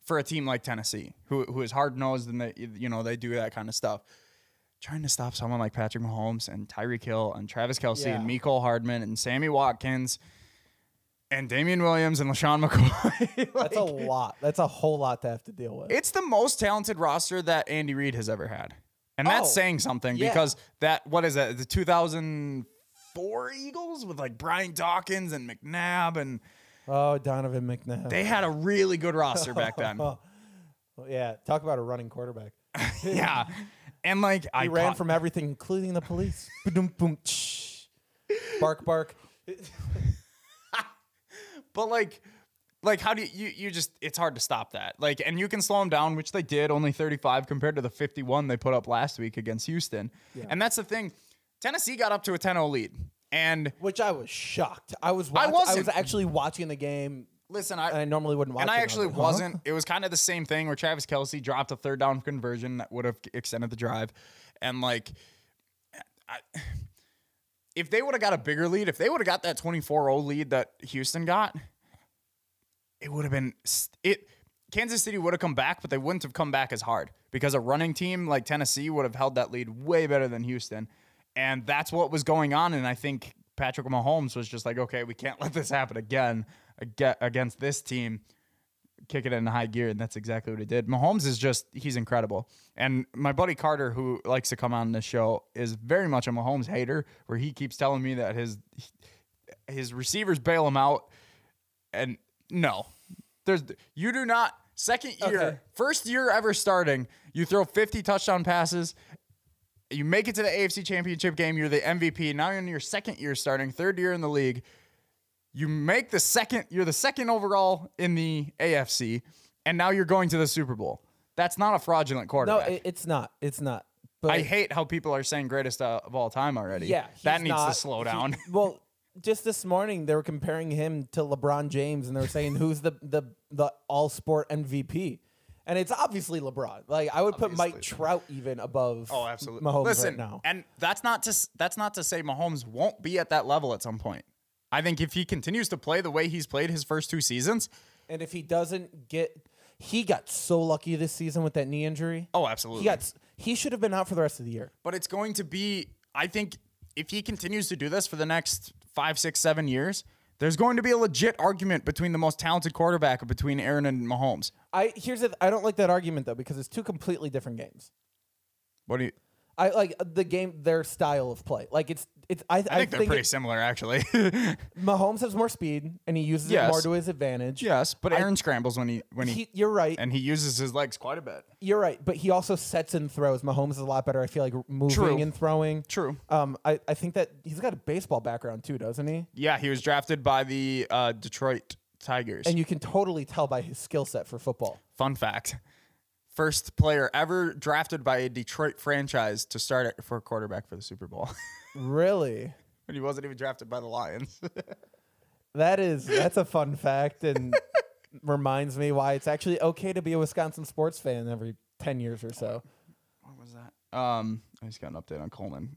[SPEAKER 1] for a team like Tennessee, who who is hard nosed and they you know, they do that kind of stuff. Trying to stop someone like Patrick Mahomes and Tyreek Hill and Travis Kelsey and
[SPEAKER 3] Yeah.
[SPEAKER 1] Miko Hardman and Sammy Watkins and Damian Williams and LaShawn McCoy.
[SPEAKER 3] That's a lot. That's a whole lot to have to deal with.
[SPEAKER 1] It's the most talented roster that Andy Reid has ever had. And that's
[SPEAKER 3] Oh,
[SPEAKER 1] saying something
[SPEAKER 3] yeah.
[SPEAKER 1] because that what is that? The 2004 Eagles with like Brian Dawkins and McNabb and
[SPEAKER 3] oh, Donovan McNabb.
[SPEAKER 1] they had a really good roster back then.
[SPEAKER 3] Oh, Yeah, talk about a running quarterback.
[SPEAKER 1] yeah. And like I
[SPEAKER 3] He ran
[SPEAKER 1] caught-
[SPEAKER 3] from everything, including the police. Ba-dum, boom, tsh. bark, bark.
[SPEAKER 1] but like like how do you, you you just it's hard to stop that. Like and you can slow them down, which they did, only 35 compared to the 51 they put up last week against Houston. And that's the thing. Tennessee got up to a 10-0 lead. And
[SPEAKER 3] Which I was shocked. I was. Watch- I, was
[SPEAKER 1] wasn't.
[SPEAKER 3] actually watching the game,
[SPEAKER 1] listen,
[SPEAKER 3] and I normally wouldn't watch.
[SPEAKER 1] And
[SPEAKER 3] it.
[SPEAKER 1] I
[SPEAKER 3] was
[SPEAKER 1] actually
[SPEAKER 3] like, huh?
[SPEAKER 1] wasn't. It was kind of the same thing where Travis Kelsey dropped a third down conversion that would have extended the drive. And like, I, if they would have got a bigger lead, if they would have got that 24 0 lead that Houston got, it would have been. s- it. Kansas City would have come back, but they wouldn't have come back as hard because a running team like Tennessee would have held that lead way better than Houston. And that's what was going on. And I think Patrick Mahomes was just like, okay, we can't let this happen again aga- against this team kick it in high gear, and that's exactly what he did. Mahomes is just he's incredible. And my buddy Carter, who likes to come on this show, is very much a Mahomes hater, where he keeps telling me that his his receivers bail him out. And no. There's you do not second year,
[SPEAKER 3] Okay.
[SPEAKER 1] first year ever starting, you throw 50 touchdown passes. You make it to the AFC Championship game. You're the MVP. Now you're in your second year starting, third year in the league you make the second you're the second overall in the AFC and now you're going to the Super Bowl. That's not a fraudulent
[SPEAKER 3] No,
[SPEAKER 1] quarterback.
[SPEAKER 3] it, it's not. It's not. But
[SPEAKER 1] I hate how people are saying greatest uh, of all time already.
[SPEAKER 3] yeah,
[SPEAKER 1] that
[SPEAKER 3] he's
[SPEAKER 1] needs
[SPEAKER 3] not-
[SPEAKER 1] to slow
[SPEAKER 3] he-
[SPEAKER 1] down.
[SPEAKER 3] well, just this morning they were comparing him to LeBron James, and they were saying who's the the the all sport MVP. And it's obviously LeBron. Like I would put Mike Trout even above.
[SPEAKER 1] Oh,
[SPEAKER 3] Mahomes
[SPEAKER 1] Listen,
[SPEAKER 3] right now.
[SPEAKER 1] and that's not to s- that's not to say Mahomes won't be at that level at some point. I think if he continues to play the way he's played his first two seasons,
[SPEAKER 3] And if he doesn't get, he got so lucky this season with that knee injury.
[SPEAKER 1] oh, absolutely.
[SPEAKER 3] he got. s- He should have been out for the rest of the year.
[SPEAKER 1] but it's going to be i think if he continues to do this for the next five six seven years there's going to be a legit argument between the most talented quarterback between aaron and mahomes
[SPEAKER 3] I here's the, I don't like that argument though because it's two completely different games.
[SPEAKER 1] what do you
[SPEAKER 3] I like uh, the game, their style of play. Like it's it's. I, I
[SPEAKER 1] i think they're pretty
[SPEAKER 3] it-
[SPEAKER 1] similar actually
[SPEAKER 3] Mahomes has more speed and he uses it
[SPEAKER 1] Yes.
[SPEAKER 3] more to his advantage.
[SPEAKER 1] yes but aaron scrambles when he when he,
[SPEAKER 3] He, you're right.
[SPEAKER 1] and he uses his legs quite a bit
[SPEAKER 3] You're right. But he also sets and throws. Mahomes is a lot better. I feel like moving
[SPEAKER 1] True.
[SPEAKER 3] and throwing.
[SPEAKER 1] True.
[SPEAKER 3] Um, I, I think that he's got a baseball background too, doesn't he?
[SPEAKER 1] yeah he was drafted by the uh, detroit tigers
[SPEAKER 3] And you can totally tell by his skill set for football.
[SPEAKER 1] fun fact first player ever drafted by a detroit franchise to start at, for quarterback for the super bowl
[SPEAKER 3] Really.
[SPEAKER 1] and he wasn't even drafted by the lions
[SPEAKER 3] That is that's a fun fact and reminds me why it's actually okay to be a Wisconsin sports fan every ten years or so.
[SPEAKER 1] What was that? Um, I just got an update on Coleman.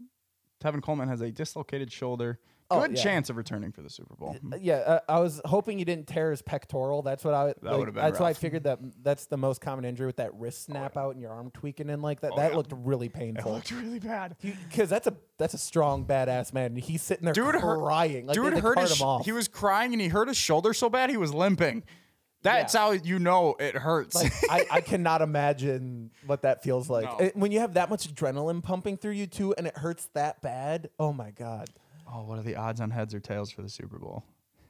[SPEAKER 1] Tevin Coleman has a dislocated shoulder.
[SPEAKER 3] Oh,
[SPEAKER 1] Good
[SPEAKER 3] yeah.
[SPEAKER 1] chance of returning for the Super Bowl.
[SPEAKER 3] Yeah, uh, I was hoping you didn't tear his pectoral. That's what I that
[SPEAKER 1] would've been
[SPEAKER 3] That's why I
[SPEAKER 1] rough. Oh,
[SPEAKER 3] figured that that's the most common injury with that wrist snap out and your arm tweaking in like that. that
[SPEAKER 1] yeah.
[SPEAKER 3] looked really painful.
[SPEAKER 1] really bad.
[SPEAKER 3] Because that's a that's a strong badass man. and He's sitting there
[SPEAKER 1] Dude hurt-
[SPEAKER 3] crying. like
[SPEAKER 1] Dude
[SPEAKER 3] they had to
[SPEAKER 1] hurt
[SPEAKER 3] cart
[SPEAKER 1] his.
[SPEAKER 3] him off.
[SPEAKER 1] He was crying and he hurt his shoulder so bad he was limping. That's
[SPEAKER 3] Yeah.
[SPEAKER 1] how you know it hurts.
[SPEAKER 3] like I, I cannot imagine what that feels like
[SPEAKER 1] No.
[SPEAKER 3] It- when you have that much adrenaline pumping through you too, and it hurts that bad. Oh my god.
[SPEAKER 1] oh, what are the odds on heads or tails for the Super Bowl?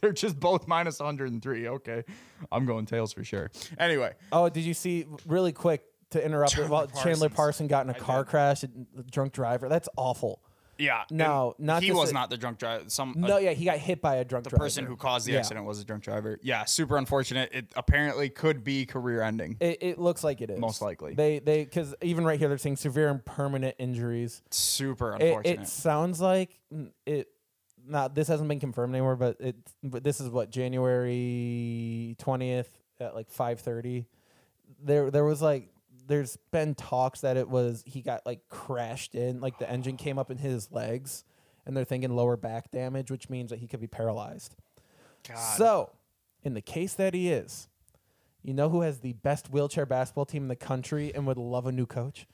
[SPEAKER 1] They're just both minus 103. Okay, I'm going tails for sure. Anyway,
[SPEAKER 3] Oh, did you see really quick to interrupt?
[SPEAKER 1] Chandler
[SPEAKER 3] well, Chandler
[SPEAKER 1] Parsons.
[SPEAKER 3] Parson got in a car crash, and the drunk driver. That's awful.
[SPEAKER 1] yeah.
[SPEAKER 3] No,
[SPEAKER 1] and
[SPEAKER 3] not
[SPEAKER 1] he
[SPEAKER 3] just
[SPEAKER 1] was
[SPEAKER 3] a-
[SPEAKER 1] not the drunk driver. Some a
[SPEAKER 3] No, yeah, he got hit by a drunk driver.
[SPEAKER 1] person who caused the
[SPEAKER 3] Yeah.
[SPEAKER 1] accident was a drunk driver. Yeah, super unfortunate. It apparently could be career ending.
[SPEAKER 3] It, it looks like it is
[SPEAKER 1] Most likely.
[SPEAKER 3] They they because even right here they're saying severe and permanent injuries.
[SPEAKER 1] super
[SPEAKER 3] It,
[SPEAKER 1] unfortunate.
[SPEAKER 3] it sounds like mm, it. Not this hasn't been confirmed anywhere, but it. But this is what January twentieth at like five thirty. There there was like there's been talks that it was he got like crashed in, like the engine came up in his legs, and they're thinking lower back damage, which means that he could be paralyzed.
[SPEAKER 1] God.
[SPEAKER 3] So, in the case that he is, you know who has the best wheelchair basketball team in the country and would love a new coach?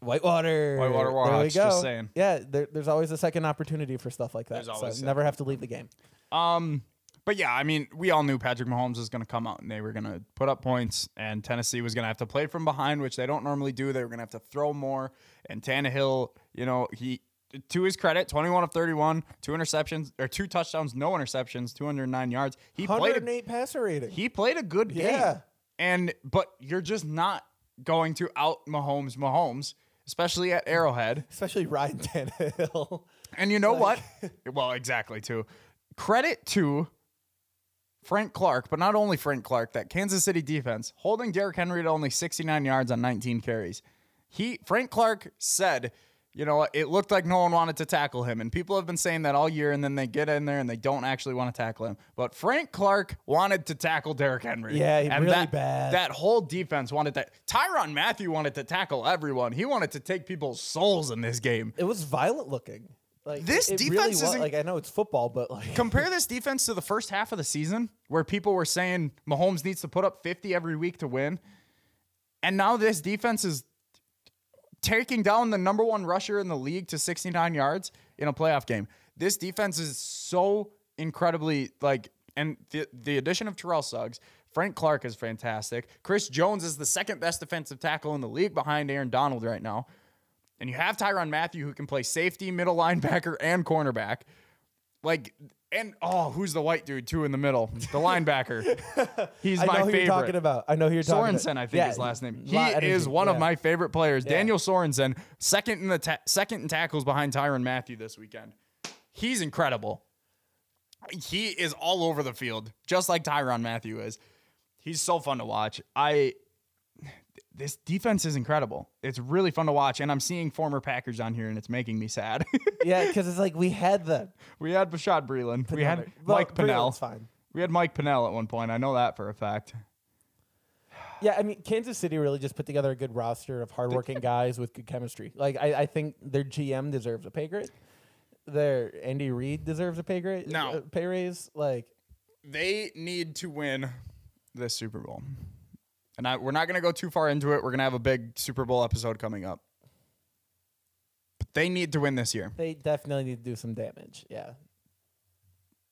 [SPEAKER 3] Whitewater.
[SPEAKER 1] Whitewater Warhawks,
[SPEAKER 3] There we go.
[SPEAKER 1] just saying.
[SPEAKER 3] Yeah, there, there's always a second opportunity for stuff like that.
[SPEAKER 1] There's always
[SPEAKER 3] so
[SPEAKER 1] a-
[SPEAKER 3] never have to leave the game.
[SPEAKER 1] Um, but yeah, I mean, we all knew Patrick Mahomes was going to come out and they were going to put up points, and Tennessee was going to have to play from behind, which they don't normally do. They were going to have to throw more. And Tannehill, you know, he to his credit, 21 of 31, two interceptions or two touchdowns, no interceptions, 209 yards. He played a
[SPEAKER 3] 108 passer rating.
[SPEAKER 1] he played a good game.
[SPEAKER 3] Yeah.
[SPEAKER 1] And but you're just not going to out Mahomes Mahomes, especially at Arrowhead.
[SPEAKER 3] Especially Ryan Tannehill.
[SPEAKER 1] And you know what? well, exactly too. Credit to Frank Clark, but not only Frank Clark, that Kansas City defense holding Derrick Henry to only 69 yards on 19 carries. He Frank Clark said, you know, what, it looked like no one wanted to tackle him, and people have been saying that all year, and then they get in there and they don't actually want to tackle him. But Frank Clark wanted to tackle Derrick Henry.
[SPEAKER 3] Yeah, he
[SPEAKER 1] and
[SPEAKER 3] really
[SPEAKER 1] that,
[SPEAKER 3] bad.
[SPEAKER 1] That whole defense wanted to. Tyron Matthew wanted to tackle everyone. He wanted to take people's souls in this game.
[SPEAKER 3] It was violent looking. Like
[SPEAKER 1] This
[SPEAKER 3] it really
[SPEAKER 1] defense is
[SPEAKER 3] wa-
[SPEAKER 1] in-
[SPEAKER 3] like I know it's football, but like
[SPEAKER 1] Compare this defense to the first half of the season where people were saying Mahomes needs to put up 50 every week to win. And now this defense is taking down the number one rusher in the league to 69 yards in a playoff game. This defense is so incredibly like, and the, the addition of Terrell Suggs, Frank Clark is fantastic. Chris Jones is the second best defensive tackle in the league behind Aaron Donald right now. And you have Tyron Matthew who can play safety, middle linebacker, and cornerback. Like, and oh, who's the white dude too in the middle? The linebacker. He's
[SPEAKER 3] I know
[SPEAKER 1] my
[SPEAKER 3] who
[SPEAKER 1] favorite.
[SPEAKER 3] you're talking about. I know who you're talking about.
[SPEAKER 1] Sorensen, I think
[SPEAKER 3] Yeah,
[SPEAKER 1] his last name. He
[SPEAKER 3] lot energy,
[SPEAKER 1] is one of
[SPEAKER 3] yeah.
[SPEAKER 1] my favorite players. Daniel Sorensen, second in the ta- second in tackles behind Tyron Matthew this weekend. He's incredible. He is all over the field, just like Tyron Matthew is. He's so fun to watch. I this defense is incredible. It's really fun to watch, and I'm seeing former Packers on here, and it's making me sad.
[SPEAKER 3] Yeah, because it's like we had them.
[SPEAKER 1] we had Bashad Breeland. we had
[SPEAKER 3] Well,
[SPEAKER 1] Mike
[SPEAKER 3] Breland's
[SPEAKER 1] Pinnell.
[SPEAKER 3] fine.
[SPEAKER 1] We had Mike Pinnell at one point. I know that for a fact.
[SPEAKER 3] Yeah, I mean, Kansas City really just put together a good roster of hardworking guys with good chemistry. Like, I, I think their GM deserves a pay grade. Their Andy Reid deserves a pay grade.
[SPEAKER 1] No.
[SPEAKER 3] uh, pay raise. Like,
[SPEAKER 1] they need to win this Super Bowl. And I, we're not going to go too far into it. We're going to have a big Super Bowl episode coming up. But they need to win this year.
[SPEAKER 3] they definitely need to do some damage. Yeah,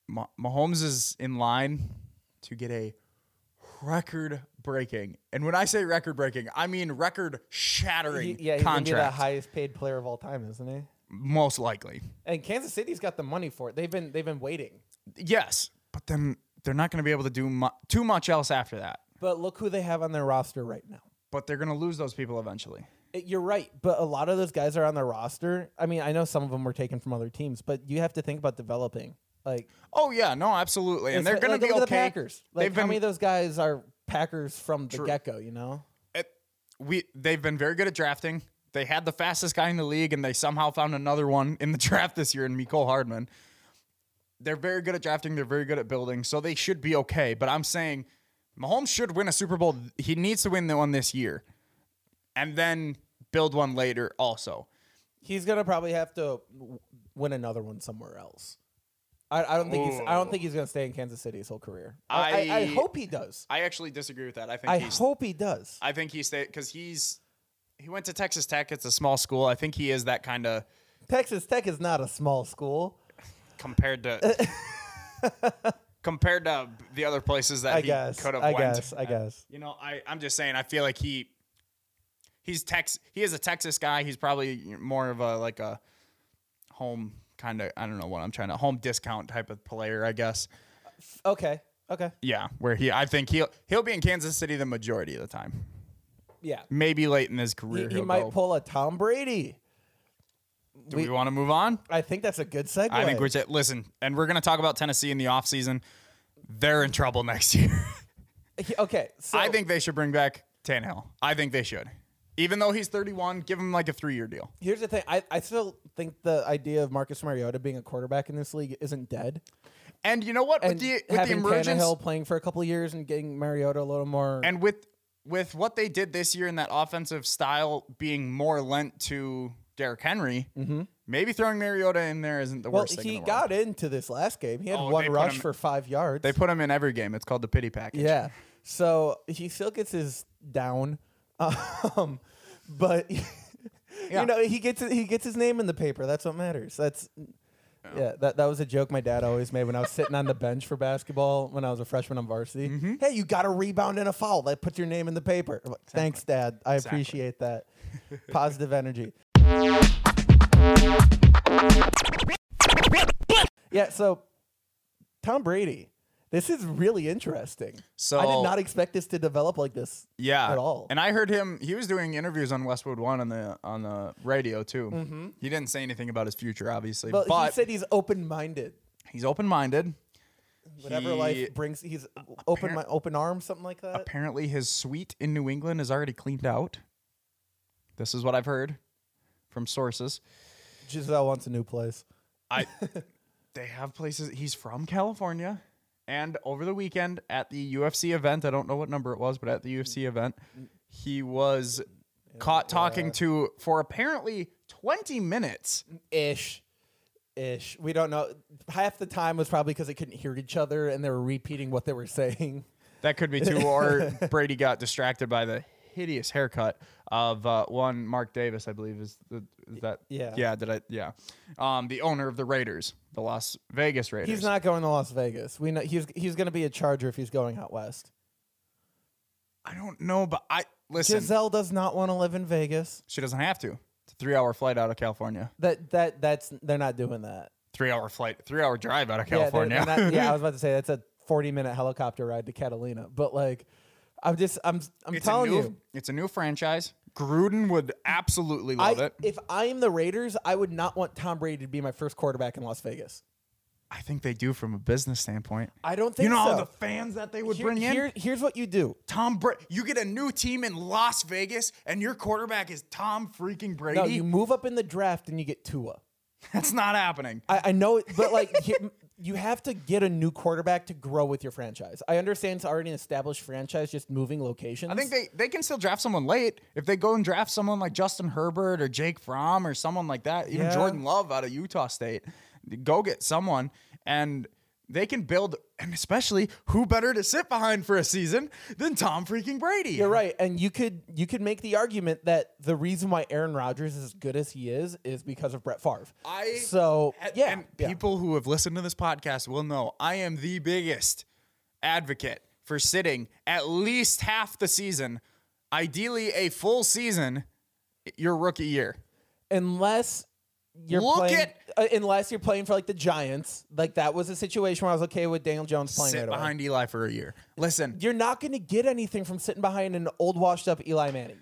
[SPEAKER 1] Ma- Mahomes is in line to get a record breaking. And when I say record breaking, I mean record
[SPEAKER 3] He-
[SPEAKER 1] shattering
[SPEAKER 3] yeah, he's gonna be the
[SPEAKER 1] contract.
[SPEAKER 3] highest paid player of all time, isn't he?
[SPEAKER 1] most likely.
[SPEAKER 3] And Kansas City's got the money for it. They've been they've been waiting.
[SPEAKER 1] Yes. But then they're not going to be able to do mu- too much else after that.
[SPEAKER 3] But look who they have on their roster right now.
[SPEAKER 1] But they're going to lose those people eventually.
[SPEAKER 3] Uh, You're right, but a lot of those guys are on the roster. I mean, I know some of them were taken from other teams, but you have to think about developing. Like,
[SPEAKER 1] Oh, yeah. No, absolutely. And
[SPEAKER 3] It's
[SPEAKER 1] they're
[SPEAKER 3] like-
[SPEAKER 1] going
[SPEAKER 3] like,
[SPEAKER 1] to be
[SPEAKER 3] look
[SPEAKER 1] okay.
[SPEAKER 3] at the Packers. Like
[SPEAKER 1] They've
[SPEAKER 3] how
[SPEAKER 1] been-
[SPEAKER 3] many of those guys are Packers from the get go? You know,
[SPEAKER 1] it, we they've been very good at drafting. They had the fastest guy in the league, and they somehow found another one in the draft this year in Miko Hardman. They're very good at drafting. They're very good at building, so they should be okay. But I'm saying Mahomes should win a Super Bowl. He needs to win the one this year, and then build one later. Also,
[SPEAKER 3] he's gonna probably have to w- win another one somewhere else. I, I don't think he's. I don't think he's gonna stay in Kansas City his whole career. I, I, I
[SPEAKER 1] I-
[SPEAKER 3] hope he does.
[SPEAKER 1] I actually disagree with that. I think
[SPEAKER 3] I
[SPEAKER 1] he's,
[SPEAKER 3] hope he does.
[SPEAKER 1] I think he stayed because he's he went to Texas Tech. It's a small school. I think he is that kind of
[SPEAKER 3] Texas Tech is not a small school.
[SPEAKER 1] compared to compared to the other places that
[SPEAKER 3] I
[SPEAKER 1] he
[SPEAKER 3] guess.
[SPEAKER 1] could have
[SPEAKER 3] I
[SPEAKER 1] went.
[SPEAKER 3] guess. I guess.
[SPEAKER 1] You know, I I'm just saying. I feel like he he's Tex. He is a Texas guy. He's probably more of a like a home kind of. I don't know what I'm trying to home discount type of player. I guess.
[SPEAKER 3] Okay. Okay.
[SPEAKER 1] Yeah, where he I think he'll he'll be in Kansas City the majority of the time.
[SPEAKER 3] Yeah.
[SPEAKER 1] Maybe late in his
[SPEAKER 3] He,
[SPEAKER 1] career
[SPEAKER 3] he
[SPEAKER 1] he'll
[SPEAKER 3] might
[SPEAKER 1] go.
[SPEAKER 3] pull a Tom Brady.
[SPEAKER 1] Do we, want to move on?
[SPEAKER 3] I think that's a good segue.
[SPEAKER 1] I think we should listen, and we're gonna talk about Tennessee in the offseason. They're in trouble next year.
[SPEAKER 3] He- Okay. So
[SPEAKER 1] I think they should bring back Tannehill. I think they should. Even though he's 31, give him like a three year deal.
[SPEAKER 3] here's the thing. I, I still think the idea of Marcus Mariota being a quarterback in this league isn't dead.
[SPEAKER 1] And you know what?
[SPEAKER 3] and
[SPEAKER 1] with the with the
[SPEAKER 3] having
[SPEAKER 1] emergence
[SPEAKER 3] Tannehill playing for a couple of years and getting Mariota a little more.
[SPEAKER 1] and with with what they did this year in that offensive style being more lent to Derrick Henry, maybe throwing Mariota in there isn't the
[SPEAKER 3] Mm-hmm. Well,
[SPEAKER 1] worst thing.
[SPEAKER 3] he
[SPEAKER 1] in the world.
[SPEAKER 3] got into this last game. He had
[SPEAKER 1] Oh,
[SPEAKER 3] one
[SPEAKER 1] they put
[SPEAKER 3] rush
[SPEAKER 1] him-
[SPEAKER 3] for five yards.
[SPEAKER 1] They put him in every game. It's called the pity package.
[SPEAKER 3] Yeah. So he still gets his down, um, but
[SPEAKER 1] Yeah.
[SPEAKER 3] you know he gets he gets his name in the paper. That's what matters. That's yeah. That that was a joke my dad always made when I was sitting on the bench for basketball when I was a freshman on varsity.
[SPEAKER 1] Mm-hmm.
[SPEAKER 3] Hey, you got a rebound and a foul. That puts your name in the paper. I'm like, Thanks, Dad. I appreciate that. Positive energy. Yeah. So Tom Brady. This is really interesting.
[SPEAKER 1] So-
[SPEAKER 3] I did not expect this to develop like this.
[SPEAKER 1] Yeah,
[SPEAKER 3] at all.
[SPEAKER 1] And I heard him. He was doing interviews on Westwood One on the on the radio too. He didn't say anything about his future, obviously,
[SPEAKER 3] but,
[SPEAKER 1] but
[SPEAKER 3] Mm-hmm. he said he's open minded.
[SPEAKER 1] he's open minded.
[SPEAKER 3] Whatever life brings, he's open my open arms, something like that.
[SPEAKER 1] Apparently, his suite in New England is already cleaned out. This is what I've heard from sources.
[SPEAKER 3] Giselle wants a new place.
[SPEAKER 1] I they have places. He's from California, and over the weekend at the UFC event, I don't know what number it was, but at the UFC event, he was caught talking to for apparently twenty minutes.
[SPEAKER 3] Ish, ish. We don't know. Half the time was probably because they couldn't hear each other and they were repeating what they were saying.
[SPEAKER 1] That could be too, or Brady got distracted by the hideous haircut of uh, one Mark Davis, I believe is the is that
[SPEAKER 3] Yeah.
[SPEAKER 1] yeah did I yeah, um, the owner of the Raiders, the Las Vegas Raiders.
[SPEAKER 3] He's not going to Las Vegas. We know he's he's going to be a Charger if he's going out west.
[SPEAKER 1] I don't know, but I listen.
[SPEAKER 3] Giselle does not want to live in Vegas.
[SPEAKER 1] She doesn't have to. It's a three-hour flight out of California.
[SPEAKER 3] That that that's they're not doing that.
[SPEAKER 1] Three-hour flight, three-hour drive out of
[SPEAKER 3] Yeah, they're-
[SPEAKER 1] California.
[SPEAKER 3] they're not- yeah, I was about to say that's a 40 minute helicopter ride to Catalina, but like, I'm just, I'm, I'm
[SPEAKER 1] it's a
[SPEAKER 3] telling
[SPEAKER 1] new,
[SPEAKER 3] you,
[SPEAKER 1] it's a new franchise. Gruden would absolutely love
[SPEAKER 3] I,
[SPEAKER 1] it.
[SPEAKER 3] if I am the Raiders, I would not want Tom Brady to be my first quarterback in Las Vegas.
[SPEAKER 1] I think they do from a business standpoint.
[SPEAKER 3] I don't think
[SPEAKER 1] you know all
[SPEAKER 3] so.
[SPEAKER 1] the fans that they would
[SPEAKER 3] Here-
[SPEAKER 1] bring in.
[SPEAKER 3] here- here's what you do.
[SPEAKER 1] Tom Brady. You get a new team in Las Vegas, and your quarterback is Tom freaking Brady.
[SPEAKER 3] No, you move up in the draft and you get Tua.
[SPEAKER 1] That's not happening.
[SPEAKER 3] I, I know, it, but like, here, you have to get a new quarterback to grow with your franchise. I understand it's already an established franchise, just moving locations.
[SPEAKER 1] I think they, they can still draft someone late if they go and draft someone like Justin Herbert or Jake Fromm or someone like that, even
[SPEAKER 3] Yeah.
[SPEAKER 1] Jordan Love out of Utah State. Go get someone and they can build, and especially who better to sit behind for a season than Tom freaking Brady?
[SPEAKER 3] You're right, and you could you could make the argument that the reason why Aaron Rodgers is as good as he is is because of Brett Favre.
[SPEAKER 1] I
[SPEAKER 3] so
[SPEAKER 1] And-
[SPEAKER 3] yeah,
[SPEAKER 1] and
[SPEAKER 3] yeah.
[SPEAKER 1] people who have listened to this podcast will know I am the biggest advocate for sitting at least half the season, ideally a full season, your rookie year.
[SPEAKER 3] unless you're
[SPEAKER 1] Look
[SPEAKER 3] playing,
[SPEAKER 1] at-
[SPEAKER 3] uh, unless you're playing for like the Giants, like that was a situation where I was okay with Daniel Jones playing
[SPEAKER 1] Sit
[SPEAKER 3] right away.
[SPEAKER 1] behind Eli for a year. Listen,
[SPEAKER 3] You're not going to get anything from sitting behind an old washed up Eli Manning.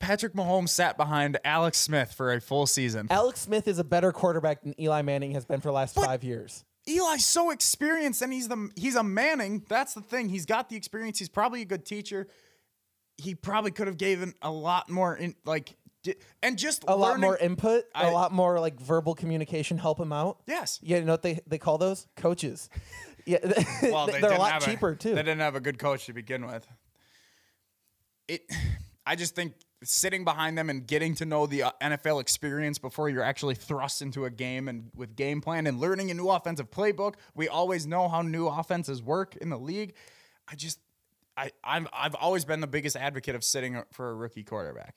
[SPEAKER 1] Patrick Mahomes sat behind Alex Smith for a full season.
[SPEAKER 3] Alex Smith is a better quarterback than Eli Manning has been for the last five years.
[SPEAKER 1] Eli's so experienced, and he's the he's a Manning. That's the thing. He's got the experience. He's probably a good teacher. He probably could have given a lot more in like, di- and just
[SPEAKER 3] A lot more input, a
[SPEAKER 1] I-
[SPEAKER 3] lot more like verbal communication, help him out.
[SPEAKER 1] Yes.
[SPEAKER 3] Yeah, you know what they, they call those coaches. Yeah,
[SPEAKER 1] well, they
[SPEAKER 3] they are a
[SPEAKER 1] didn't
[SPEAKER 3] lot
[SPEAKER 1] have
[SPEAKER 3] cheaper too.
[SPEAKER 1] They didn't have a good coach to begin with. It, I just think sitting behind them and getting to know the uh, NFL experience before you're actually thrust into a game and with game plan and learning a new offensive playbook. We always know how new offenses work in the league. I just, I, I'm, I've always been the biggest advocate of sitting for a rookie quarterback.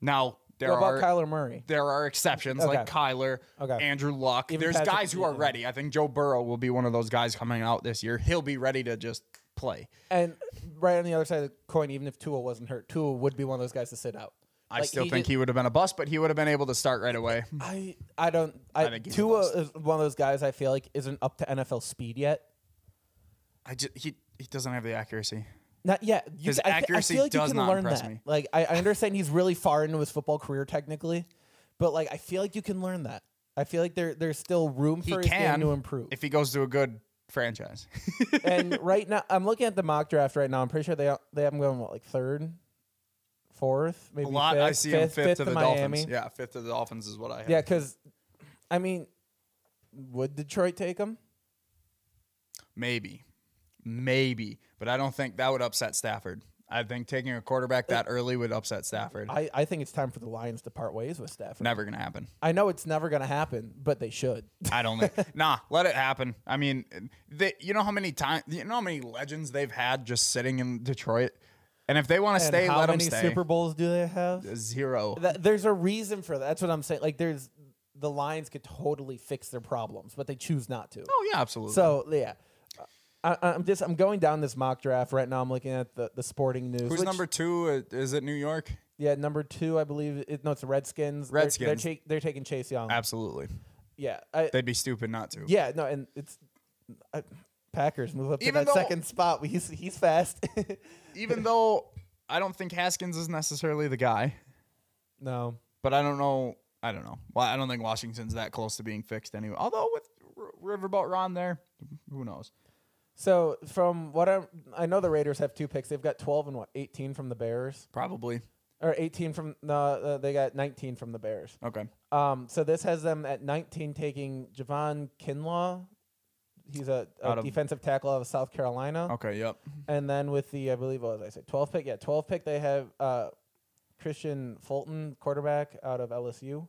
[SPEAKER 1] Now there
[SPEAKER 3] what about
[SPEAKER 1] are
[SPEAKER 3] Kyler Murray?
[SPEAKER 1] there are exceptions like
[SPEAKER 3] Okay.
[SPEAKER 1] Kyler,
[SPEAKER 3] Okay.
[SPEAKER 1] Andrew Luck.
[SPEAKER 3] Even
[SPEAKER 1] There's
[SPEAKER 3] Patrick-
[SPEAKER 1] guys who are
[SPEAKER 3] yeah.
[SPEAKER 1] ready. I think Joe Burrow will be one of those guys coming out this year. He'll be ready to just play.
[SPEAKER 3] And right on the other side of the coin, even if Tua wasn't hurt, Tua would be one of those guys to sit out.
[SPEAKER 1] I still think he would have been a bust, but he would have been able to start right away.
[SPEAKER 3] I I don't. I,
[SPEAKER 1] think he's a
[SPEAKER 3] Tua
[SPEAKER 1] bust.
[SPEAKER 3] is one of those guys I feel like isn't up to NFL speed yet.
[SPEAKER 1] I just he he doesn't have the accuracy.
[SPEAKER 3] Not yet. You,
[SPEAKER 1] His
[SPEAKER 3] ca- I, thi-
[SPEAKER 1] accuracy
[SPEAKER 3] I feel like
[SPEAKER 1] does
[SPEAKER 3] you can
[SPEAKER 1] not
[SPEAKER 3] learn
[SPEAKER 1] impress
[SPEAKER 3] that.
[SPEAKER 1] me.
[SPEAKER 3] Like I, I understand he's really far into his football career technically, but like I feel like you can learn that. I feel like there there's still room
[SPEAKER 1] He
[SPEAKER 3] for his
[SPEAKER 1] can
[SPEAKER 3] game to improve.
[SPEAKER 1] if he goes to a good franchise.
[SPEAKER 3] and right now, I'm looking at the mock draft right now. I'm pretty sure they they have him going what like third, fourth, maybe
[SPEAKER 1] a lot
[SPEAKER 3] fifth,
[SPEAKER 1] I see him
[SPEAKER 3] fifth,
[SPEAKER 1] fifth, to the
[SPEAKER 3] Miami.
[SPEAKER 1] Dolphins. Yeah, fifth to the Dolphins is what I have.
[SPEAKER 3] Yeah, because I mean, would Detroit take him?
[SPEAKER 1] Maybe. Maybe. But I don't think that would upset Stafford. I think taking a quarterback that early would upset Stafford.
[SPEAKER 3] Uh, I, I think it's time for the Lions to part ways with Stafford.
[SPEAKER 1] Never gonna happen.
[SPEAKER 3] I know it's never going to happen, but they should.
[SPEAKER 1] I don't think. Nah, let it happen. I mean, they, you know how many times, you know how many legends they've had just sitting in Detroit, and if they want to
[SPEAKER 3] And
[SPEAKER 1] stay,
[SPEAKER 3] how
[SPEAKER 1] let them
[SPEAKER 3] many
[SPEAKER 1] stay.
[SPEAKER 3] Super Bowls do they have?
[SPEAKER 1] Zero.
[SPEAKER 3] That, there's a reason for that. That's what I'm saying. Like there's the Lions could totally fix their problems, but they choose not to.
[SPEAKER 1] oh yeah, absolutely.
[SPEAKER 3] So yeah, I, I'm just I'm going down this mock draft right now. I'm looking at the, the Sporting News.
[SPEAKER 1] who's
[SPEAKER 3] which-
[SPEAKER 1] number two? Uh, Is it New York?
[SPEAKER 3] Yeah, number two, I believe. It, no, it's the Redskins. They're- They're,
[SPEAKER 1] Redskins.
[SPEAKER 3] cha- they're taking Chase Young.
[SPEAKER 1] Absolutely.
[SPEAKER 3] yeah, I,
[SPEAKER 1] They'd be stupid not to.
[SPEAKER 3] yeah. No, and it's I, Packers move up to
[SPEAKER 1] Even
[SPEAKER 3] that
[SPEAKER 1] though-
[SPEAKER 3] second spot. He's he's fast.
[SPEAKER 1] Even though I don't think Haskins is necessarily the guy,
[SPEAKER 3] no,
[SPEAKER 1] but I don't know. I don't know. Well, I don't think Washington's that close to being fixed anyway. Although with R- Riverboat Ron there, who knows?
[SPEAKER 3] so from what I'm, I know the Raiders have two picks. They've got 12 and what 18 from the Bears,
[SPEAKER 1] Probably.
[SPEAKER 3] or 18 from the uh, they got 19 from the Bears.
[SPEAKER 1] Okay.
[SPEAKER 3] Um, so this has them at 19 taking Javon Kinlaw. He's a,
[SPEAKER 1] Out
[SPEAKER 3] a
[SPEAKER 1] of-
[SPEAKER 3] defensive tackle out of South Carolina.
[SPEAKER 1] Okay. Yep.
[SPEAKER 3] And then with the, I believe, what was I say, 12 pick? Yeah, 12 pick, they have uh, Christian Fulton, quarterback out of LSU.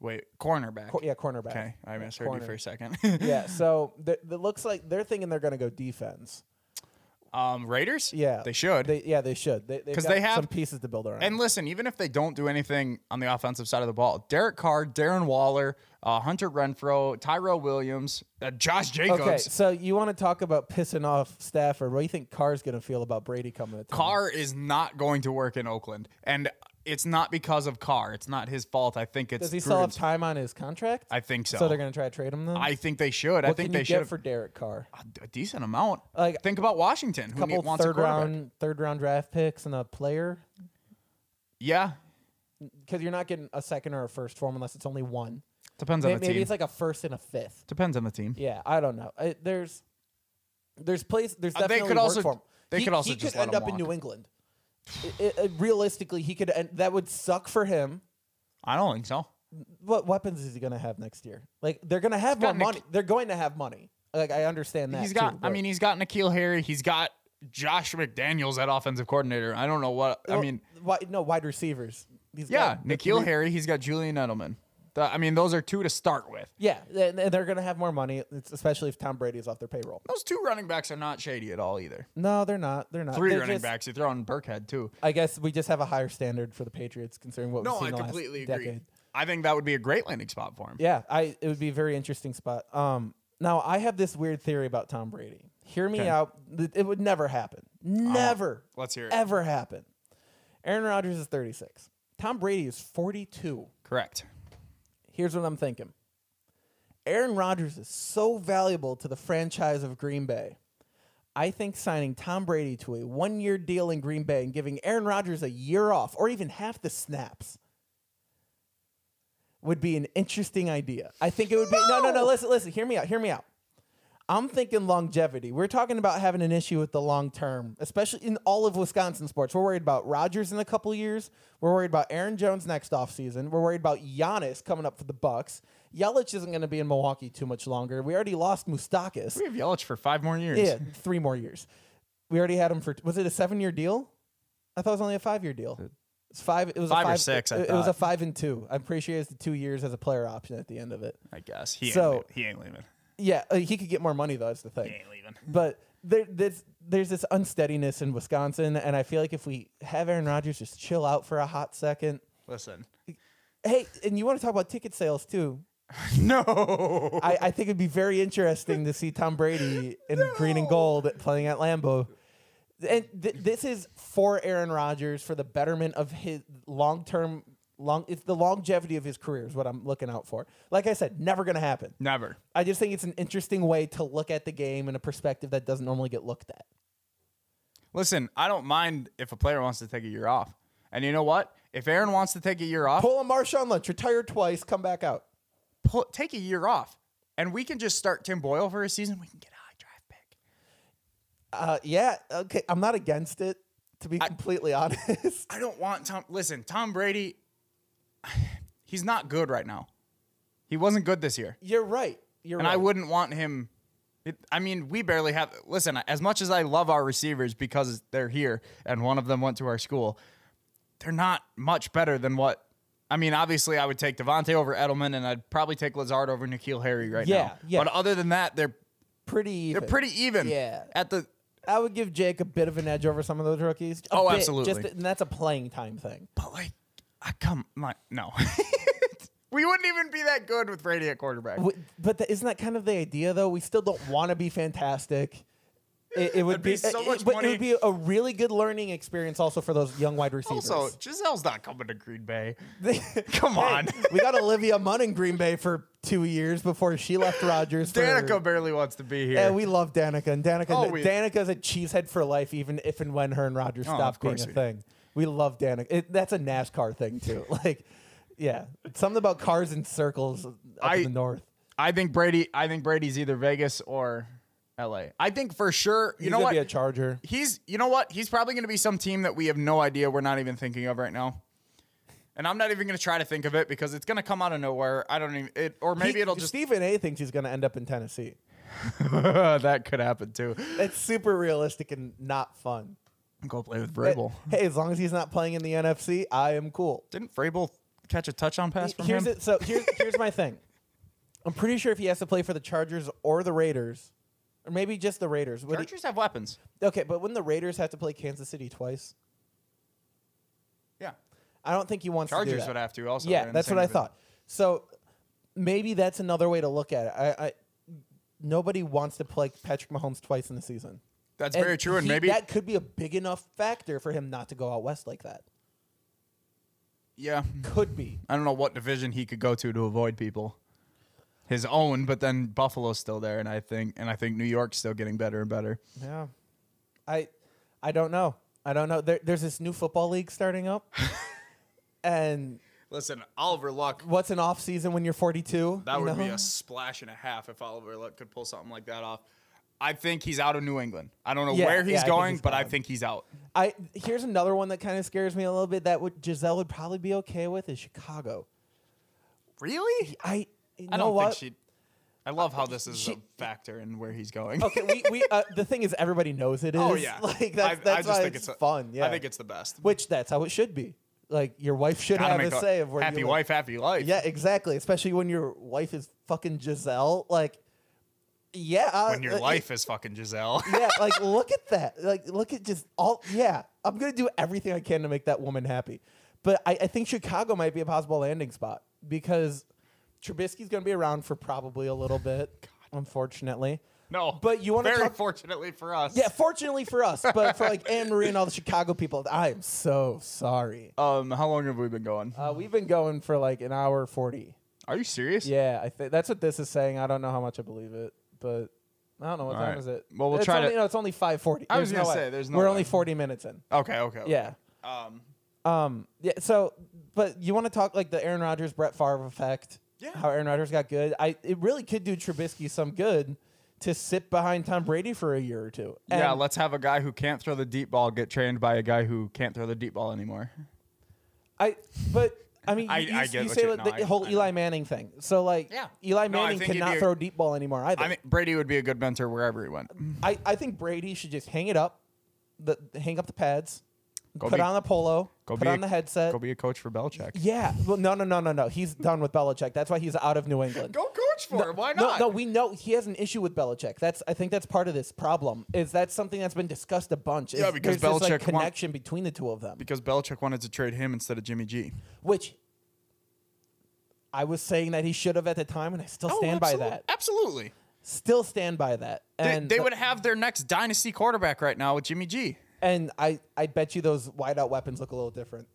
[SPEAKER 1] Wait. Cornerback.
[SPEAKER 3] Co- yeah, cornerback.
[SPEAKER 1] Okay, I
[SPEAKER 3] Yeah,
[SPEAKER 1] misheard you
[SPEAKER 3] corner.
[SPEAKER 1] for a second.
[SPEAKER 3] yeah, so th- it looks like they're thinking they're going to go defense.
[SPEAKER 1] um, Raiders.
[SPEAKER 3] Yeah.
[SPEAKER 1] they should.
[SPEAKER 3] They, yeah, they should. They, they've
[SPEAKER 1] 'Cause
[SPEAKER 3] got
[SPEAKER 1] they have-
[SPEAKER 3] some pieces to build around.
[SPEAKER 1] and listen, even if they don't do anything on the offensive side of the ball, Derek Carr, Darren Waller, uh, Hunter Renfro, Tyrell Williams, uh, Josh Jacobs.
[SPEAKER 3] okay, so you want to talk about pissing off Stafford. What do you think Carr's going to feel about Brady coming to town?
[SPEAKER 1] Carr is not going to work in Oakland, and it's not because of Carr. It's not his fault. I think it's.
[SPEAKER 3] Does he still have
[SPEAKER 1] Gruden's-
[SPEAKER 3] time on his contract?
[SPEAKER 1] I think so.
[SPEAKER 3] So they're going to try to trade him then?
[SPEAKER 1] I think they should. I
[SPEAKER 3] what
[SPEAKER 1] think
[SPEAKER 3] can
[SPEAKER 1] they
[SPEAKER 3] you
[SPEAKER 1] should
[SPEAKER 3] get
[SPEAKER 1] have
[SPEAKER 3] for Derek Carr? A
[SPEAKER 1] a decent amount.
[SPEAKER 3] Like,
[SPEAKER 1] think about Washington, who need,
[SPEAKER 3] couple
[SPEAKER 1] wants a
[SPEAKER 3] third
[SPEAKER 1] quarterback.
[SPEAKER 3] round third round draft picks and a player
[SPEAKER 1] Yeah,
[SPEAKER 3] because you're not getting a second or a first form unless it's only one.
[SPEAKER 1] depends
[SPEAKER 3] May-
[SPEAKER 1] on the
[SPEAKER 3] Maybe,
[SPEAKER 1] team.
[SPEAKER 3] it's like a first and a fifth.
[SPEAKER 1] depends on the team.
[SPEAKER 3] Yeah, I don't know. I, there's there's place there's
[SPEAKER 1] Uh, they
[SPEAKER 3] definitely
[SPEAKER 1] could
[SPEAKER 3] work
[SPEAKER 1] also-
[SPEAKER 3] for him.
[SPEAKER 1] they
[SPEAKER 3] he,
[SPEAKER 1] could also
[SPEAKER 3] he
[SPEAKER 1] just
[SPEAKER 3] could
[SPEAKER 1] let
[SPEAKER 3] end
[SPEAKER 1] him
[SPEAKER 3] up in
[SPEAKER 1] walk.
[SPEAKER 3] New England. I- I- realistically, he could end, that would suck for him.
[SPEAKER 1] I don't think so.
[SPEAKER 3] What weapons is he going to have next year? Like they're going to have more
[SPEAKER 1] got Nick-
[SPEAKER 3] money. They're going to have money. Like I understand that.
[SPEAKER 1] He's got.
[SPEAKER 3] too,
[SPEAKER 1] I
[SPEAKER 3] but-
[SPEAKER 1] mean, he's got Nikhil Harry. He's got Josh McDaniels at offensive coordinator. I don't know what. I
[SPEAKER 3] Well,
[SPEAKER 1] mean,
[SPEAKER 3] wi- no wide receivers. He's
[SPEAKER 1] yeah,
[SPEAKER 3] got-
[SPEAKER 1] Nikhil
[SPEAKER 3] re-
[SPEAKER 1] Harry. He's got Julian Edelman. Th- I mean, those are two to start with.
[SPEAKER 3] Yeah, and and they're going to have more money, it's- especially if Tom Brady's off their payroll.
[SPEAKER 1] Those two running backs are not shady at all either.
[SPEAKER 3] No, they're not. They're not.
[SPEAKER 1] 3
[SPEAKER 3] They're
[SPEAKER 1] running
[SPEAKER 3] just-
[SPEAKER 1] backs. You throw in Burkhead too.
[SPEAKER 3] I guess we just have a higher standard for the Patriots considering what
[SPEAKER 1] No,
[SPEAKER 3] we've seen
[SPEAKER 1] I
[SPEAKER 3] the last
[SPEAKER 1] completely agree.
[SPEAKER 3] decade.
[SPEAKER 1] I think that would be a great landing spot for him.
[SPEAKER 3] Yeah, I it would be a very interesting spot. Um, now I have this weird theory about Tom Brady. Hear me out. Th- It would never happen. Never.
[SPEAKER 1] let's hear it.
[SPEAKER 3] Ever happen. Aaron Rodgers is 36. Tom Brady is 42.
[SPEAKER 1] Correct.
[SPEAKER 3] here's what I'm thinking. Aaron Rodgers is so valuable to the franchise of Green Bay. I think signing Tom Brady to a one year deal in Green Bay and giving Aaron Rodgers a year off or even half the snaps would be an interesting idea. I think it would be. No, no, no. Listen, listen. Hear me out. Hear me out. I'm thinking longevity. We're talking about having an issue with the long term, especially in all of Wisconsin sports. We're worried about Rodgers in a couple of years. We're worried about Aaron Jones next offseason. We're worried about Giannis coming up for the Bucks. Yelich isn't going to be in Milwaukee too much longer. We already lost Mustakis.
[SPEAKER 1] We have Yelich for five more years.
[SPEAKER 3] Yeah, three more years. We already had him for was it a seven year deal? I thought it was only a five year deal. It's five. It was
[SPEAKER 1] Five
[SPEAKER 3] a
[SPEAKER 1] or
[SPEAKER 3] five
[SPEAKER 1] six, I
[SPEAKER 3] It, it was a
[SPEAKER 1] thought.
[SPEAKER 3] five and two. I'm pretty sure he has the two years as a player option at the end of it.
[SPEAKER 1] I guess he. ain't
[SPEAKER 3] So-
[SPEAKER 1] leaving. he ain't leaving.
[SPEAKER 3] Yeah, uh, he could get more money though. That's the thing.
[SPEAKER 1] He ain't leaving.
[SPEAKER 3] But there, there's there's this unsteadiness in Wisconsin, and I feel like if we have Aaron Rodgers just chill out for a hot second.
[SPEAKER 1] Listen.
[SPEAKER 3] Hey, and you want to talk about ticket sales too?
[SPEAKER 1] No.
[SPEAKER 3] I, I think it'd be very interesting to see Tom Brady in green and gold playing at Lambeau. And th- this is for Aaron Rodgers for the betterment of his long term long it's the longevity of his career is what I'm looking out for. Like I said, never gonna happen.
[SPEAKER 1] Never.
[SPEAKER 3] I just think it's an interesting way to look at the game in a perspective that doesn't normally get looked at.
[SPEAKER 1] Listen, I don't mind if a player wants to take a year off. And you know what? If Aaron wants to take a year off,
[SPEAKER 3] Pull a Marshawn Lynch, retire twice, come back out.
[SPEAKER 1] pull, take a year off, and we can just start Tim Boyle for a season. We can get a high draft pick.
[SPEAKER 3] Uh, yeah, okay. I'm not against it, to be completely honest.
[SPEAKER 1] I don't want Tom. Listen, Tom Brady, he's not good right now. He wasn't good this year,
[SPEAKER 3] You're right. You're
[SPEAKER 1] and
[SPEAKER 3] right.
[SPEAKER 1] I wouldn't want him It, I mean, we barely have. Listen, as much as I love our receivers because they're here and one of them went to our school, they're not much better than what. I mean, obviously, I would take Devontae over Edelman, and I'd probably take Lazard over Nikhil Harry right
[SPEAKER 3] Yeah,
[SPEAKER 1] now.
[SPEAKER 3] yeah.
[SPEAKER 1] But other than that, they're
[SPEAKER 3] Pretty even.
[SPEAKER 1] they're pretty even.
[SPEAKER 3] Yeah.
[SPEAKER 1] At the
[SPEAKER 3] I would give Jake a bit of an edge over some of those rookies. A
[SPEAKER 1] Oh,
[SPEAKER 3] bit,
[SPEAKER 1] absolutely.
[SPEAKER 3] Just, and that's a playing time thing.
[SPEAKER 1] but like, I come like no, we wouldn't even be that good with Brady at quarterback.
[SPEAKER 3] W- But is isn't that kind of the idea, though? We still don't want to be fantastic. It, it
[SPEAKER 1] That'd
[SPEAKER 3] would
[SPEAKER 1] be so
[SPEAKER 3] it-
[SPEAKER 1] much
[SPEAKER 3] it, but it
[SPEAKER 1] money.
[SPEAKER 3] would be a really good learning experience also for those young wide receivers.
[SPEAKER 1] also, Giselle's not coming to Green Bay. Come on.
[SPEAKER 3] we got Olivia Munn in Green Bay for two years before she left Rogers. for-
[SPEAKER 1] Danica barely wants to be here.
[SPEAKER 3] Yeah, we love Danica, and Danica,
[SPEAKER 1] Oh, we- Oh,
[SPEAKER 3] Danica's a cheesehead for life, even if and when her and Roger stop
[SPEAKER 1] of
[SPEAKER 3] being
[SPEAKER 1] course
[SPEAKER 3] a
[SPEAKER 1] we do.
[SPEAKER 3] thing. We love Danica. It, that's a NASCAR thing too. like, yeah, something about cars in circles up
[SPEAKER 1] I-
[SPEAKER 3] in the north.
[SPEAKER 1] I think Brady. I think Brady's either Vegas or L.A. I think for sure. You
[SPEAKER 3] He's
[SPEAKER 1] know
[SPEAKER 3] gonna
[SPEAKER 1] what?
[SPEAKER 3] Be a Charger.
[SPEAKER 1] he's. You know what? He's probably going to be some team that we have no idea. We're not even thinking of right now. And I'm not even going to try to think of it because it's going to come out of nowhere. I don't even. It or maybe
[SPEAKER 3] He-
[SPEAKER 1] it'll just.
[SPEAKER 3] Stephen A. thinks he's going to end up in Tennessee.
[SPEAKER 1] that could happen too.
[SPEAKER 3] It's super realistic and not fun.
[SPEAKER 1] Go play with Vrabel.
[SPEAKER 3] Hey, as long as he's not playing in the NFC, I am cool.
[SPEAKER 1] Didn't Vrabel catch a touchdown pass from
[SPEAKER 3] here's
[SPEAKER 1] him?
[SPEAKER 3] it. So here's here's my thing. I'm pretty sure if he has to play for the Chargers or the Raiders, or maybe just the Raiders. would he-
[SPEAKER 1] Chargers have weapons.
[SPEAKER 3] okay, but wouldn't the Raiders have to play Kansas City twice?
[SPEAKER 1] Yeah.
[SPEAKER 3] I don't think he wants to do
[SPEAKER 1] Chargers
[SPEAKER 3] that.
[SPEAKER 1] would have to also. They're
[SPEAKER 3] Yeah,
[SPEAKER 1] in the
[SPEAKER 3] that's
[SPEAKER 1] same
[SPEAKER 3] what I
[SPEAKER 1] division.
[SPEAKER 3] thought. So maybe that's another way to look at it. I, I nobody wants to play Patrick Mahomes twice in the season.
[SPEAKER 1] That's
[SPEAKER 3] And
[SPEAKER 1] very true, and
[SPEAKER 3] he-
[SPEAKER 1] maybe
[SPEAKER 3] that could be a big enough factor for him not to go out west like that.
[SPEAKER 1] yeah.
[SPEAKER 3] Could be.
[SPEAKER 1] I don't know what division he could go to to avoid people. His own, but then Buffalo's still there, and I think, and I think New York's still getting better and better.
[SPEAKER 3] Yeah. I I don't know. I don't know. There, there's this new football league starting up. and
[SPEAKER 1] Listen, Oliver Luck,
[SPEAKER 3] what's an off season when you're 42?
[SPEAKER 1] that
[SPEAKER 3] you
[SPEAKER 1] would be
[SPEAKER 3] know?
[SPEAKER 1] a splash and a half if Oliver Luck could pull something like that off. I think he's out of New England. I don't know
[SPEAKER 3] Yeah,
[SPEAKER 1] where
[SPEAKER 3] yeah, I
[SPEAKER 1] he's
[SPEAKER 3] think
[SPEAKER 1] going,
[SPEAKER 3] he's
[SPEAKER 1] but I
[SPEAKER 3] gone.
[SPEAKER 1] think he's out.
[SPEAKER 3] I here's another one that kind of scares me a little bit. That would Giselle would probably be okay with is Chicago.
[SPEAKER 1] Really?
[SPEAKER 3] I you
[SPEAKER 1] I
[SPEAKER 3] know
[SPEAKER 1] don't
[SPEAKER 3] what? Uh,
[SPEAKER 1] think she. I love how this is a
[SPEAKER 3] She-
[SPEAKER 1] factor in where he's going.
[SPEAKER 3] okay, we, we uh, the thing is everybody knows it is.
[SPEAKER 1] oh yeah,
[SPEAKER 3] like that's,
[SPEAKER 1] I,
[SPEAKER 3] that's
[SPEAKER 1] I just
[SPEAKER 3] why
[SPEAKER 1] think
[SPEAKER 3] it's,
[SPEAKER 1] it's a-
[SPEAKER 3] fun. Yeah,
[SPEAKER 1] I think it's the best.
[SPEAKER 3] which that's how it should be. Like your wife should
[SPEAKER 1] Gotta
[SPEAKER 3] have
[SPEAKER 1] make
[SPEAKER 3] a say of where
[SPEAKER 1] happy
[SPEAKER 3] you live.
[SPEAKER 1] wife, happy life.
[SPEAKER 3] Yeah, exactly. Especially when your wife is fucking Giselle. Like, yeah. I-
[SPEAKER 1] When your
[SPEAKER 3] uh,
[SPEAKER 1] life is fucking Giselle.
[SPEAKER 3] Yeah, like look at that. Like look at just all. Yeah, I'm gonna do everything I can to make that woman happy. But I, I think Chicago might be a possible landing spot because Trubisky's gonna be around for probably a little bit, unfortunately.
[SPEAKER 1] No,
[SPEAKER 3] But you wanna
[SPEAKER 1] very
[SPEAKER 3] talk-
[SPEAKER 1] fortunately for us.
[SPEAKER 3] Yeah, fortunately for us, but for like Anne Marie and all the Chicago people, I am so sorry.
[SPEAKER 1] Um, how long have we been going?
[SPEAKER 3] Uh, we've been going for like an hour forty.
[SPEAKER 1] Are you serious?
[SPEAKER 3] Yeah, I think that's what this is saying. I don't know how much I believe it, but I don't know what
[SPEAKER 1] All
[SPEAKER 3] time
[SPEAKER 1] right.
[SPEAKER 3] is it.
[SPEAKER 1] Well, we'll
[SPEAKER 3] it's
[SPEAKER 1] try to-
[SPEAKER 3] only, No, it's only five forty.
[SPEAKER 1] I was gonna say, there's no
[SPEAKER 3] We're
[SPEAKER 1] way.
[SPEAKER 3] only forty minutes in.
[SPEAKER 1] Okay. Okay. okay.
[SPEAKER 3] Yeah.
[SPEAKER 1] Um.
[SPEAKER 3] Um. Yeah. So, but you want to talk like the Aaron Rodgers Brett Favre effect?
[SPEAKER 1] Yeah.
[SPEAKER 3] How Aaron Rodgers got good. I it really could do Trubisky some good to sit behind Tom Brady for a year or two.
[SPEAKER 1] yeah.
[SPEAKER 3] And
[SPEAKER 1] Let's have a guy who can't throw the deep ball get trained by a guy who can't throw the deep ball anymore.
[SPEAKER 3] I. But. I mean, you,
[SPEAKER 1] I-
[SPEAKER 3] you,
[SPEAKER 1] I
[SPEAKER 3] s-
[SPEAKER 1] get
[SPEAKER 3] you
[SPEAKER 1] what
[SPEAKER 3] say
[SPEAKER 1] you-
[SPEAKER 3] like
[SPEAKER 1] no,
[SPEAKER 3] the
[SPEAKER 1] I-
[SPEAKER 3] whole
[SPEAKER 1] I know.
[SPEAKER 3] Eli Manning thing. So like,
[SPEAKER 1] Yeah.
[SPEAKER 3] Eli
[SPEAKER 1] No, I
[SPEAKER 3] Manning
[SPEAKER 1] think he'd
[SPEAKER 3] cannot
[SPEAKER 1] be a-
[SPEAKER 3] throw deep ball anymore either.
[SPEAKER 1] I think Brady would be a good mentor wherever he went.
[SPEAKER 3] I, I think Brady should just hang it up, the hang up the pads,
[SPEAKER 1] Go
[SPEAKER 3] put
[SPEAKER 1] be-
[SPEAKER 3] on the polo,
[SPEAKER 1] Go
[SPEAKER 3] put
[SPEAKER 1] be
[SPEAKER 3] on
[SPEAKER 1] a,
[SPEAKER 3] the headset.
[SPEAKER 1] Go be a coach for Belichick.
[SPEAKER 3] yeah, well, no, no, no, no, no. He's done with Belichick. That's why he's out of New England.
[SPEAKER 1] Go coach for him. Why
[SPEAKER 3] No, no, we know he has an issue with Belichick. That's I think that's part of this problem. Is that's something that's been discussed a bunch? Is
[SPEAKER 1] Yeah, because
[SPEAKER 3] there's this, like,
[SPEAKER 1] Belichick want-
[SPEAKER 3] connection between the two of them,
[SPEAKER 1] because Belichick wanted to trade him instead of Jimmy G.
[SPEAKER 3] which I was saying that he should have at the time, and I
[SPEAKER 1] Oh,
[SPEAKER 3] still stand by that.
[SPEAKER 1] Absolutely.
[SPEAKER 3] Still stand by that.
[SPEAKER 1] They,
[SPEAKER 3] And
[SPEAKER 1] they would have their next dynasty quarterback right now with Jimmy G.
[SPEAKER 3] and I I bet you those wideout weapons look a little different.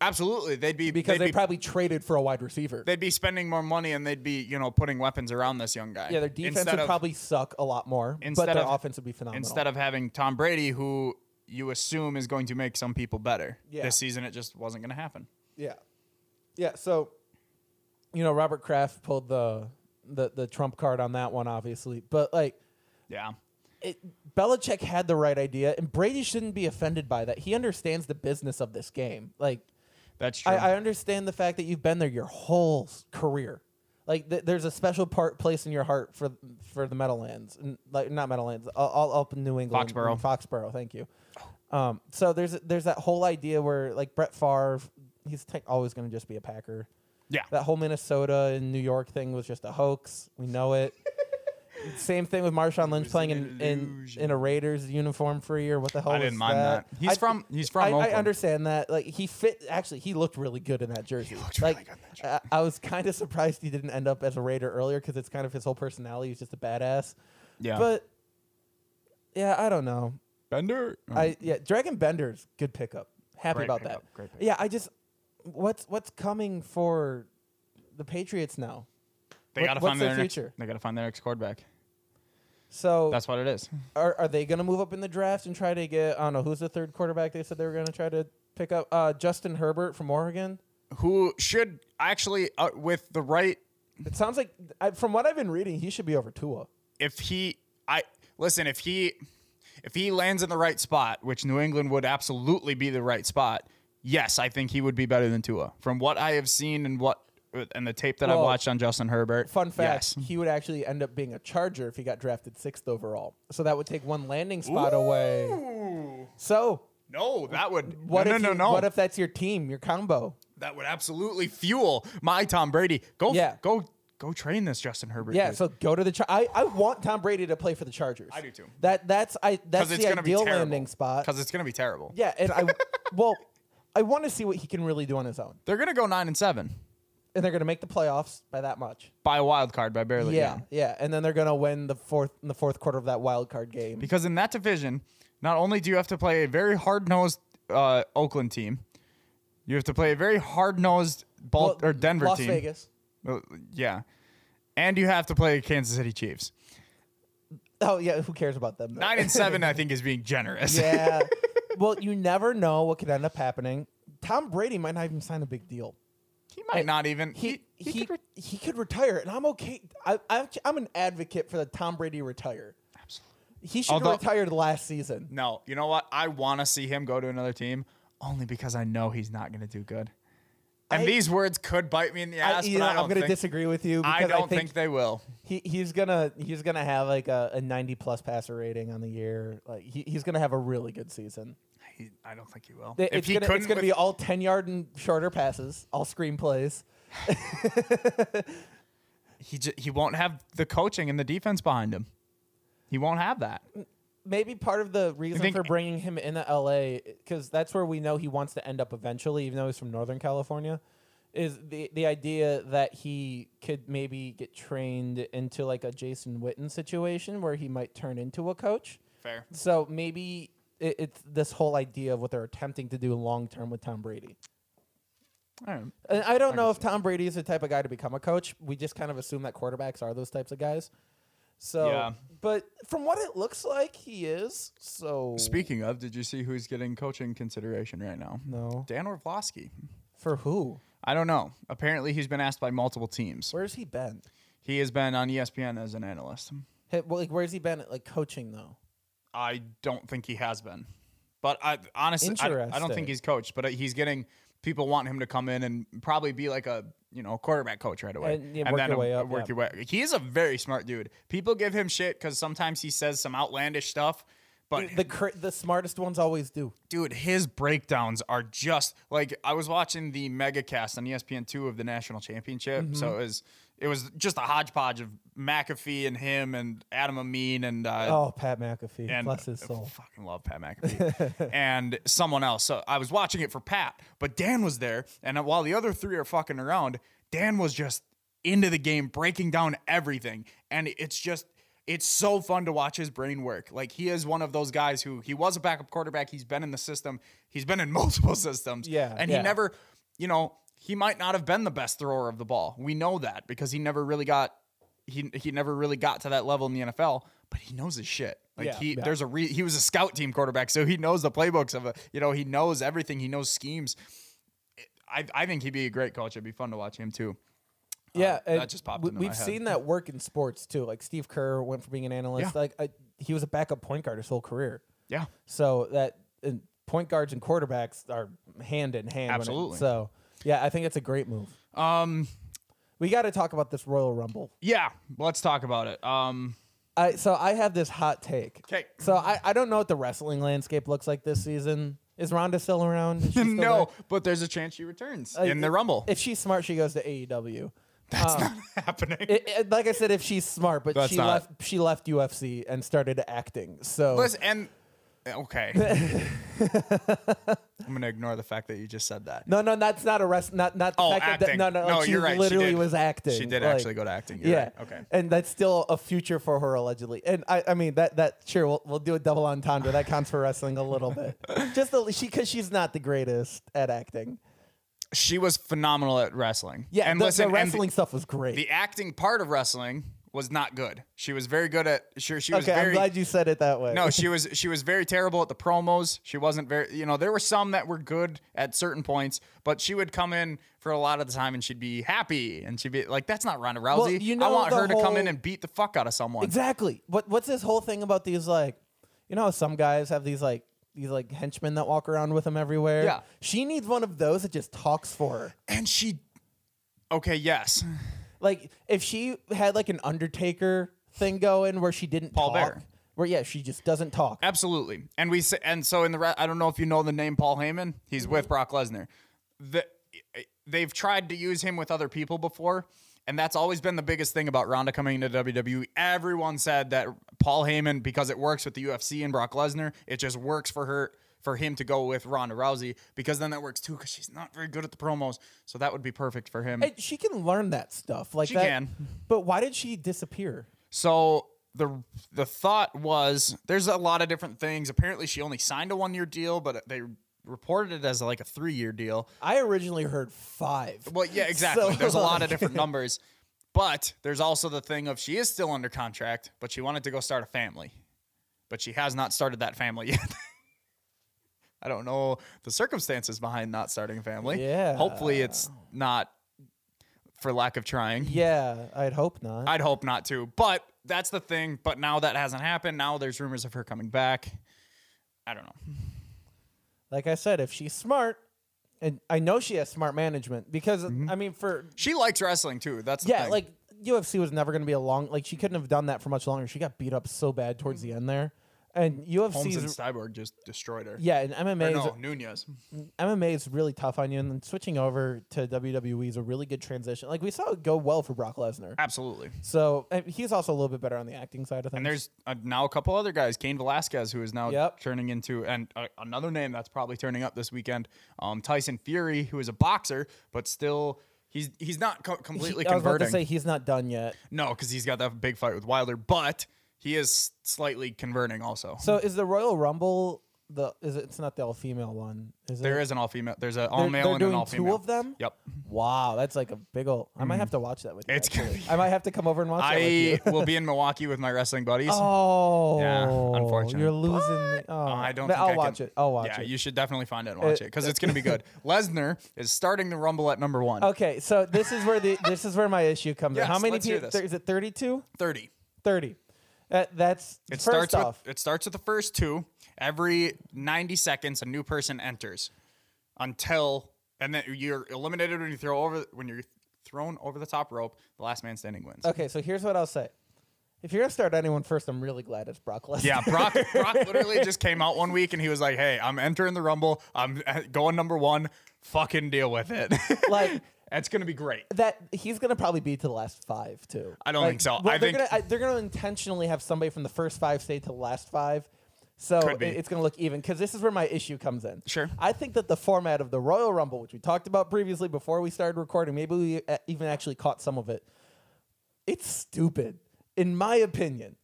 [SPEAKER 1] Absolutely. They'd be
[SPEAKER 3] because
[SPEAKER 1] they'd
[SPEAKER 3] they
[SPEAKER 1] be,
[SPEAKER 3] probably traded for a wide receiver.
[SPEAKER 1] they'd be spending more money and they'd be you know putting weapons around this young guy.
[SPEAKER 3] yeah, their defense
[SPEAKER 1] Instead
[SPEAKER 3] would
[SPEAKER 1] of-
[SPEAKER 3] probably suck a lot more, but
[SPEAKER 1] instead
[SPEAKER 3] their
[SPEAKER 1] of-
[SPEAKER 3] offense would be phenomenal.
[SPEAKER 1] instead of having Tom Brady, who you assume is going to make some people better.
[SPEAKER 3] Yeah.
[SPEAKER 1] This season, it just wasn't going to happen.
[SPEAKER 3] yeah, yeah. So, you know, Robert Kraft pulled the the the trump card on that one, obviously. But like,
[SPEAKER 1] Yeah.
[SPEAKER 3] it, Belichick had the right idea, and Brady shouldn't be offended by that. He understands the business of this game. Like,
[SPEAKER 1] That's true.
[SPEAKER 3] I, I understand the fact that you've been there your whole s- career. Like th- there's a special part place in your heart for for the Meadowlands, N- like not Meadowlands, all, all up in New England, in
[SPEAKER 1] Foxborough. Oh.
[SPEAKER 3] Foxborough. Thank you. Um, so there's there's that whole idea where like Brett Favre, he's tech- always going to just be a Packer.
[SPEAKER 1] Yeah.
[SPEAKER 3] That whole Minnesota and New York thing was just a hoax. We know it. Same thing with Marshawn Lynch playing in, in, in a Raiders uniform for a year. What the hell?
[SPEAKER 1] I
[SPEAKER 3] was
[SPEAKER 1] didn't mind that. He's
[SPEAKER 3] I-
[SPEAKER 1] from- he's from
[SPEAKER 3] I, I
[SPEAKER 1] Oakland.
[SPEAKER 3] understand that. Like he fit. Actually, he looked really good in that jersey.
[SPEAKER 1] looked really
[SPEAKER 3] like
[SPEAKER 1] good in that
[SPEAKER 3] I, I was kind of surprised he didn't end up as a Raider earlier because it's kind of his whole personality. He's just a badass.
[SPEAKER 1] Yeah.
[SPEAKER 3] But yeah, I don't know.
[SPEAKER 1] Bender.
[SPEAKER 3] I yeah, Dragon Bender's good pickup. Happy
[SPEAKER 1] Great
[SPEAKER 3] about
[SPEAKER 1] pickup,
[SPEAKER 3] that.
[SPEAKER 1] great pickup.
[SPEAKER 3] Yeah, I just what's what's coming for the Patriots now.
[SPEAKER 1] they
[SPEAKER 3] what-
[SPEAKER 1] gotta
[SPEAKER 3] what's
[SPEAKER 1] find
[SPEAKER 3] their
[SPEAKER 1] their next,
[SPEAKER 3] future?
[SPEAKER 1] They gotta find their next quarterback.
[SPEAKER 3] So
[SPEAKER 1] That's what it is.
[SPEAKER 3] are are they going to move up in the draft and try to get I don't know who's the third quarterback they said they were going to try to pick up uh, Justin Herbert from Oregon.
[SPEAKER 1] Who should actually uh, with the right
[SPEAKER 3] It sounds like I, from what I've been reading, he should be over Tua.
[SPEAKER 1] if he I listen, if he if he lands in the right spot, which New England would absolutely be the right spot, yes, I think he would be better than Tua. From what I have seen and what and the tape that I've
[SPEAKER 3] Well,
[SPEAKER 1] watched on Justin Herbert.
[SPEAKER 3] Fun fact:
[SPEAKER 1] Yes.
[SPEAKER 3] he would actually end up being a Charger if he got drafted sixth overall. So that would take one landing spot away. So
[SPEAKER 1] No, that would
[SPEAKER 3] what
[SPEAKER 1] no,
[SPEAKER 3] if
[SPEAKER 1] no,
[SPEAKER 3] you-
[SPEAKER 1] no, no.
[SPEAKER 3] what if that's your team, your combo?
[SPEAKER 1] that would absolutely fuel my Tom Brady. Go
[SPEAKER 3] Yeah.
[SPEAKER 1] go go train this Justin Herbert.
[SPEAKER 3] Yeah,
[SPEAKER 1] dude.
[SPEAKER 3] so go to the. Char- I I want Tom Brady to play for the Chargers.
[SPEAKER 1] I do too.
[SPEAKER 3] That that's I that's
[SPEAKER 1] 'Cause it's
[SPEAKER 3] the
[SPEAKER 1] gonna
[SPEAKER 3] ideal
[SPEAKER 1] be terrible.
[SPEAKER 3] landing spot.
[SPEAKER 1] Because it's gonna be terrible.
[SPEAKER 3] Yeah, and I well, I want to see what he can really do on his own,
[SPEAKER 1] They're gonna go nine and seven
[SPEAKER 3] and they're gonna make the playoffs by that much.
[SPEAKER 1] by a wild card by barely.
[SPEAKER 3] Yeah,
[SPEAKER 1] Yeah.
[SPEAKER 3] yeah, and then they're gonna win the fourth in the fourth quarter of that wild card game.
[SPEAKER 1] Because in that division, not only do you have to play a very hard nosed uh, Oakland team, you have to play a very hard nosed Bal-
[SPEAKER 3] Well,
[SPEAKER 1] or Denver
[SPEAKER 3] Las
[SPEAKER 1] team.
[SPEAKER 3] Vegas.
[SPEAKER 1] Uh, Yeah. And you have to play Kansas City Chiefs.
[SPEAKER 3] Oh yeah, who cares about them? though?
[SPEAKER 1] Nine and seven, I think, is being generous.
[SPEAKER 3] yeah. Well, you never know what could end up happening. Tom Brady might not even sign a big deal.
[SPEAKER 1] he might not even.
[SPEAKER 3] he
[SPEAKER 1] He,
[SPEAKER 3] he, he,
[SPEAKER 1] could
[SPEAKER 3] could,
[SPEAKER 1] re-
[SPEAKER 3] retire, and I'm okay. I, I I'm an advocate for the Tom Brady retire. Absolutely, he should have
[SPEAKER 1] Although-
[SPEAKER 3] retired last season.
[SPEAKER 1] no, you know what? I want to see him go to another team only because I know he's not going to do good. And
[SPEAKER 3] I-
[SPEAKER 1] these words could bite me in the ass,
[SPEAKER 3] you
[SPEAKER 1] but
[SPEAKER 3] know,
[SPEAKER 1] I
[SPEAKER 3] I'm
[SPEAKER 1] don't
[SPEAKER 3] going to
[SPEAKER 1] think-
[SPEAKER 3] disagree with you because
[SPEAKER 1] I don't think,
[SPEAKER 3] think,
[SPEAKER 1] they will.
[SPEAKER 3] he, he's gonna he's gonna have like a, a 90 plus passer rating on the year. Like he, he's gonna have a really good season.
[SPEAKER 1] He, I don't think he will.
[SPEAKER 3] It-
[SPEAKER 1] if
[SPEAKER 3] it's
[SPEAKER 1] he
[SPEAKER 3] gonna,
[SPEAKER 1] couldn't,
[SPEAKER 3] it's gonna
[SPEAKER 1] with-
[SPEAKER 3] be all 10 yard and shorter passes, all screenplays.
[SPEAKER 1] he ju- he won't have the coaching and the defense behind him. He won't have that.
[SPEAKER 3] maybe part of the reason
[SPEAKER 1] think-
[SPEAKER 3] for bringing him into LA because that's where we know he wants to end up eventually, even though he's from Northern California, is the the idea that he could maybe get trained into like a Jason Witten situation where he might turn into a coach.
[SPEAKER 1] Fair.
[SPEAKER 3] So maybe it, it's this whole idea of what they're attempting to do long term with Tom Brady.
[SPEAKER 1] All right.
[SPEAKER 3] And I don't know if Tom Brady is the type of guy to become a coach. We just kind of assume that quarterbacks are those types of guys. So,
[SPEAKER 1] Yeah.
[SPEAKER 3] but from what it looks like, he is. So
[SPEAKER 1] Speaking of, did you see who's getting coaching consideration right now?
[SPEAKER 3] No.
[SPEAKER 1] Dan Orlovsky.
[SPEAKER 3] For who?
[SPEAKER 1] I don't know. Apparently, he's been asked by multiple teams.
[SPEAKER 3] Where's he been?
[SPEAKER 1] He has been on E ESPN as an analyst.
[SPEAKER 3] Hey, well, like, where's he been at, like coaching though?
[SPEAKER 1] I don't think he has been, but I honestly, I, I don't
[SPEAKER 3] Interesting.
[SPEAKER 1] think he's coached. But he's getting people want him to come in and probably be like a you know quarterback coach right away,
[SPEAKER 3] And, yeah, work your way up,
[SPEAKER 1] Work
[SPEAKER 3] yeah.
[SPEAKER 1] your way. He is a very smart dude. People give him shit because sometimes he says some outlandish stuff. But
[SPEAKER 3] The cr- the smartest ones always do.
[SPEAKER 1] dude, his breakdowns are just like I was watching the megacast on E ESPN two of the national championship.
[SPEAKER 3] Mm-hmm.
[SPEAKER 1] So it was it was just a hodgepodge of McAfee and him and Adam Amin and uh,
[SPEAKER 3] Oh, Pat McAfee,
[SPEAKER 1] and uh,
[SPEAKER 3] bless his soul.
[SPEAKER 1] I fucking love Pat McAfee and someone else. So I was watching it for Pat, but Dan was there, and while the other three are fucking around, Dan was just into the game, breaking down everything, and it's just. It's so fun to watch his brain work. Like he is one of those guys who he was a backup quarterback. He's been in the system. He's been in multiple systems.
[SPEAKER 3] Yeah,
[SPEAKER 1] and
[SPEAKER 3] yeah.
[SPEAKER 1] he never, you know, he might not have been the best thrower of the ball. We know that because he never really got he he never really got to that level in the NFL, but he knows his shit. Like
[SPEAKER 3] Yeah,
[SPEAKER 1] he
[SPEAKER 3] yeah.
[SPEAKER 1] there's a re, he was a scout team quarterback, so he knows the playbooks of a you know he knows everything. He knows schemes. I I think he'd be a great coach. It'd be fun to watch him too.
[SPEAKER 3] Yeah,
[SPEAKER 1] that
[SPEAKER 3] and
[SPEAKER 1] just popped
[SPEAKER 3] We,
[SPEAKER 1] into my
[SPEAKER 3] we've
[SPEAKER 1] head.
[SPEAKER 3] seen that work in sports too. Like Steve Kerr went from being an analyst,
[SPEAKER 1] Yeah.
[SPEAKER 3] like I, he was a backup point guard his whole career.
[SPEAKER 1] Yeah,
[SPEAKER 3] So that and point guards and quarterbacks are hand in hand. when it-
[SPEAKER 1] Absolutely.
[SPEAKER 3] so yeah, I think it's a great move. Um, We got to talk about this Royal Rumble.
[SPEAKER 1] Yeah, let's talk about it. Um,
[SPEAKER 3] I, so I have this hot take.
[SPEAKER 1] 'Kay.
[SPEAKER 3] So I, I don't know what the wrestling landscape looks like this season. Is Ronda still around? Is she still
[SPEAKER 1] no, but there's a chance she returns
[SPEAKER 3] there?
[SPEAKER 1] in the
[SPEAKER 3] If-
[SPEAKER 1] Rumble.
[SPEAKER 3] If she's smart, she goes to AEW.
[SPEAKER 1] That's not happening.
[SPEAKER 3] It- it- like I said, if she's smart, but
[SPEAKER 1] That's
[SPEAKER 3] she
[SPEAKER 1] not-
[SPEAKER 3] left she left UFC and started acting. So
[SPEAKER 1] Listen, and okay. I'm gonna ignore the fact that you just said that.
[SPEAKER 3] no, no, that's not a rest. Not not the
[SPEAKER 1] Oh,
[SPEAKER 3] fact
[SPEAKER 1] acting.
[SPEAKER 3] That, no, no, like, she
[SPEAKER 1] you're right. She
[SPEAKER 3] literally
[SPEAKER 1] did.
[SPEAKER 3] was acting.
[SPEAKER 1] She did
[SPEAKER 3] Like,
[SPEAKER 1] actually go to acting. You're
[SPEAKER 3] yeah.
[SPEAKER 1] right. Okay.
[SPEAKER 3] And that's still a future for her allegedly. And I, I mean that that sure we'll, we'll do a double entendre. That counts for wrestling a little bit. Just a, she because she's not the greatest at acting.
[SPEAKER 1] She was phenomenal at wrestling.
[SPEAKER 3] Yeah,
[SPEAKER 1] And
[SPEAKER 3] the,
[SPEAKER 1] listen,
[SPEAKER 3] the
[SPEAKER 1] and
[SPEAKER 3] wrestling stuff was great.
[SPEAKER 1] the acting part of wrestling was not good. She was very good at sure she was
[SPEAKER 3] okay,
[SPEAKER 1] very
[SPEAKER 3] I'm glad you said it that way.
[SPEAKER 1] No, she was she was very terrible at the promos. She wasn't very you know, there were some that were good at certain points, but she would come in for a lot of the time and she'd be happy and she'd be like, That's not Ronda Rousey.
[SPEAKER 3] you
[SPEAKER 1] I
[SPEAKER 3] know
[SPEAKER 1] want
[SPEAKER 3] the
[SPEAKER 1] her to come in
[SPEAKER 3] whole-
[SPEAKER 1] and beat the fuck out of someone.
[SPEAKER 3] exactly. What what's this whole thing about these like, you know, how some guys have these like these like henchmen that walk around with them everywhere.
[SPEAKER 1] Yeah.
[SPEAKER 3] she needs one of those that just talks for her.
[SPEAKER 1] And she Okay, yes.
[SPEAKER 3] Like if she had like an Undertaker thing going where she didn't
[SPEAKER 1] Paul
[SPEAKER 3] talk,
[SPEAKER 1] Bearer.
[SPEAKER 3] where yeah she just doesn't talk.
[SPEAKER 1] Absolutely. And we say, and so in the re- I don't know if you know the name Paul Heyman. He's with Brock Lesnar. The, they've tried to use him with other people before, and that's always been the biggest thing about Ronda coming into WWE. Everyone said that Paul Heyman because it works with the UFC and Brock Lesnar, it just works for her for him to go with Ronda Rousey because then that works too cuz she's not very good at the promos. So that would be perfect for him.
[SPEAKER 3] And she can learn that stuff. Like
[SPEAKER 1] She
[SPEAKER 3] that.
[SPEAKER 1] can.
[SPEAKER 3] But why did she disappear?
[SPEAKER 1] So the the thought was there's a lot of different things. Apparently, she only signed a one year deal, but they reported it as like a three year deal.
[SPEAKER 3] I originally heard five.
[SPEAKER 1] Well, yeah, exactly.
[SPEAKER 3] So,
[SPEAKER 1] there's a lot of
[SPEAKER 3] like-
[SPEAKER 1] different numbers, but there's also the thing of she is still under contract, but she wanted to go start a family, but she has not started that family yet. I don't know the circumstances behind not starting a family.
[SPEAKER 3] Yeah.
[SPEAKER 1] Hopefully, it's not for lack of trying.
[SPEAKER 3] Yeah, I'd hope not.
[SPEAKER 1] I'd hope not to. But that's the thing. But now that hasn't happened. Now there's rumors of her coming back. I don't know.
[SPEAKER 3] like I said, if she's smart, and I know she has smart management because I mean, for
[SPEAKER 1] She likes wrestling too. That's the
[SPEAKER 3] yeah,
[SPEAKER 1] Mm-hmm. thing.
[SPEAKER 3] like UFC was never going to be a long. Like she couldn't have done that for much longer. She got beat up so bad towards the end there, and
[SPEAKER 1] Mm-hmm. Holmes and
[SPEAKER 3] UFC's
[SPEAKER 1] Cyborg just destroyed her.
[SPEAKER 3] yeah, and MMA
[SPEAKER 1] Or
[SPEAKER 3] is
[SPEAKER 1] no, Nunez.
[SPEAKER 3] MMA is really tough on you, and then switching over to WWE is a really good transition. Like we saw it go well for Brock Lesnar,
[SPEAKER 1] Absolutely.
[SPEAKER 3] so and he's also a little bit better on the acting side of things.
[SPEAKER 1] And there's uh, now a couple other guys. Kane Velasquez, who is now
[SPEAKER 3] Yep.
[SPEAKER 1] turning into, and uh, another name that's probably turning up this weekend, um, Tyson Fury, who is a boxer, but still. He's, he's not co- completely
[SPEAKER 3] He- I was about
[SPEAKER 1] converting.
[SPEAKER 3] to say he's not done yet.
[SPEAKER 1] no, because he's got that big fight with Wilder, but he is slightly converting also.
[SPEAKER 3] So is the Royal Rumble the? Is it, it's not the all female one? Is
[SPEAKER 1] There
[SPEAKER 3] it?
[SPEAKER 1] is an all female. There's an
[SPEAKER 3] They're-
[SPEAKER 1] all male
[SPEAKER 3] they're
[SPEAKER 1] and
[SPEAKER 3] doing
[SPEAKER 1] an all female.
[SPEAKER 3] two of them.
[SPEAKER 1] Yep. Mm.
[SPEAKER 3] Wow, that's like a big old. I might have to watch that with you.
[SPEAKER 1] It's gonna
[SPEAKER 3] actually.
[SPEAKER 1] be-
[SPEAKER 3] I might have to come over and watch that with you.
[SPEAKER 1] I will be in Milwaukee with my wrestling buddies.
[SPEAKER 3] Oh,
[SPEAKER 1] Yeah, unfortunate.
[SPEAKER 3] You're losing. me. Oh,
[SPEAKER 1] I don't.
[SPEAKER 3] But
[SPEAKER 1] Think
[SPEAKER 3] I'll
[SPEAKER 1] I can-
[SPEAKER 3] watch it. I'll watch
[SPEAKER 1] yeah,
[SPEAKER 3] it.
[SPEAKER 1] you should definitely find it and watch it
[SPEAKER 3] It-
[SPEAKER 1] because it's gonna be good. Lesnar is starting the Rumble at number one.
[SPEAKER 3] okay, so this is where the this is where my issue comes. in. How
[SPEAKER 1] Yes,
[SPEAKER 3] many
[SPEAKER 1] let's hear
[SPEAKER 3] people?
[SPEAKER 1] this.
[SPEAKER 3] Is it 32?
[SPEAKER 1] Thirty.
[SPEAKER 3] 30. That, that's
[SPEAKER 1] It
[SPEAKER 3] first
[SPEAKER 1] starts
[SPEAKER 3] off.
[SPEAKER 1] with it starts with the first two. Every ninety seconds, a new person enters until and then you're eliminated when you throw over when you're thrown over the top rope. The last man standing wins.
[SPEAKER 3] okay, so here's what I'll say. If you're gonna start anyone first, I'm really glad it's Brock Lesnar.
[SPEAKER 1] Yeah, Brock, Brock literally just came out one week and he was like, "Hey, I'm entering the Rumble. I'm uh, going number one. Fucking deal with it."
[SPEAKER 3] Like-
[SPEAKER 1] it's gonna be great.
[SPEAKER 3] that he's gonna probably be to the last five too.
[SPEAKER 1] I don't think so.
[SPEAKER 3] well,
[SPEAKER 1] I
[SPEAKER 3] they're
[SPEAKER 1] think-
[SPEAKER 3] gonna, I, they're gonna intentionally have somebody from the first five stay to the last five, so
[SPEAKER 1] Could be.
[SPEAKER 3] it- it's gonna look even. Because this is where my issue comes in.
[SPEAKER 1] Sure.
[SPEAKER 3] I think that the format of the Royal Rumble, which we talked about previously before we started recording, maybe we uh, even actually caught some of it. It's stupid, in my opinion.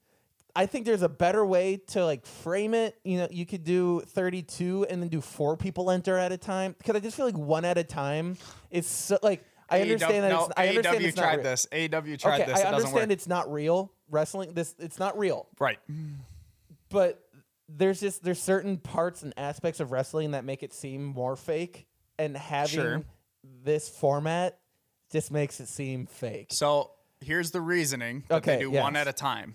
[SPEAKER 3] I think there's a better way to like frame it. You know, you could do 32 and then do four people enter at a time because I just feel like one at a time is so, like I
[SPEAKER 1] E
[SPEAKER 3] understand that.
[SPEAKER 1] AEW,
[SPEAKER 3] it's, I understand
[SPEAKER 1] AEW
[SPEAKER 3] it's not
[SPEAKER 1] tried
[SPEAKER 3] real.
[SPEAKER 1] this. AEW tried
[SPEAKER 3] Okay,
[SPEAKER 1] this.
[SPEAKER 3] I
[SPEAKER 1] it doesn't work.
[SPEAKER 3] understand it's not real wrestling. This it's not real,
[SPEAKER 1] right.
[SPEAKER 3] but there's just there's certain parts and aspects of wrestling that make it seem more fake, and having
[SPEAKER 1] Sure.
[SPEAKER 3] this format just makes it seem fake.
[SPEAKER 1] So here's the reasoning that they
[SPEAKER 3] Okay,
[SPEAKER 1] do
[SPEAKER 3] yes.
[SPEAKER 1] one at a time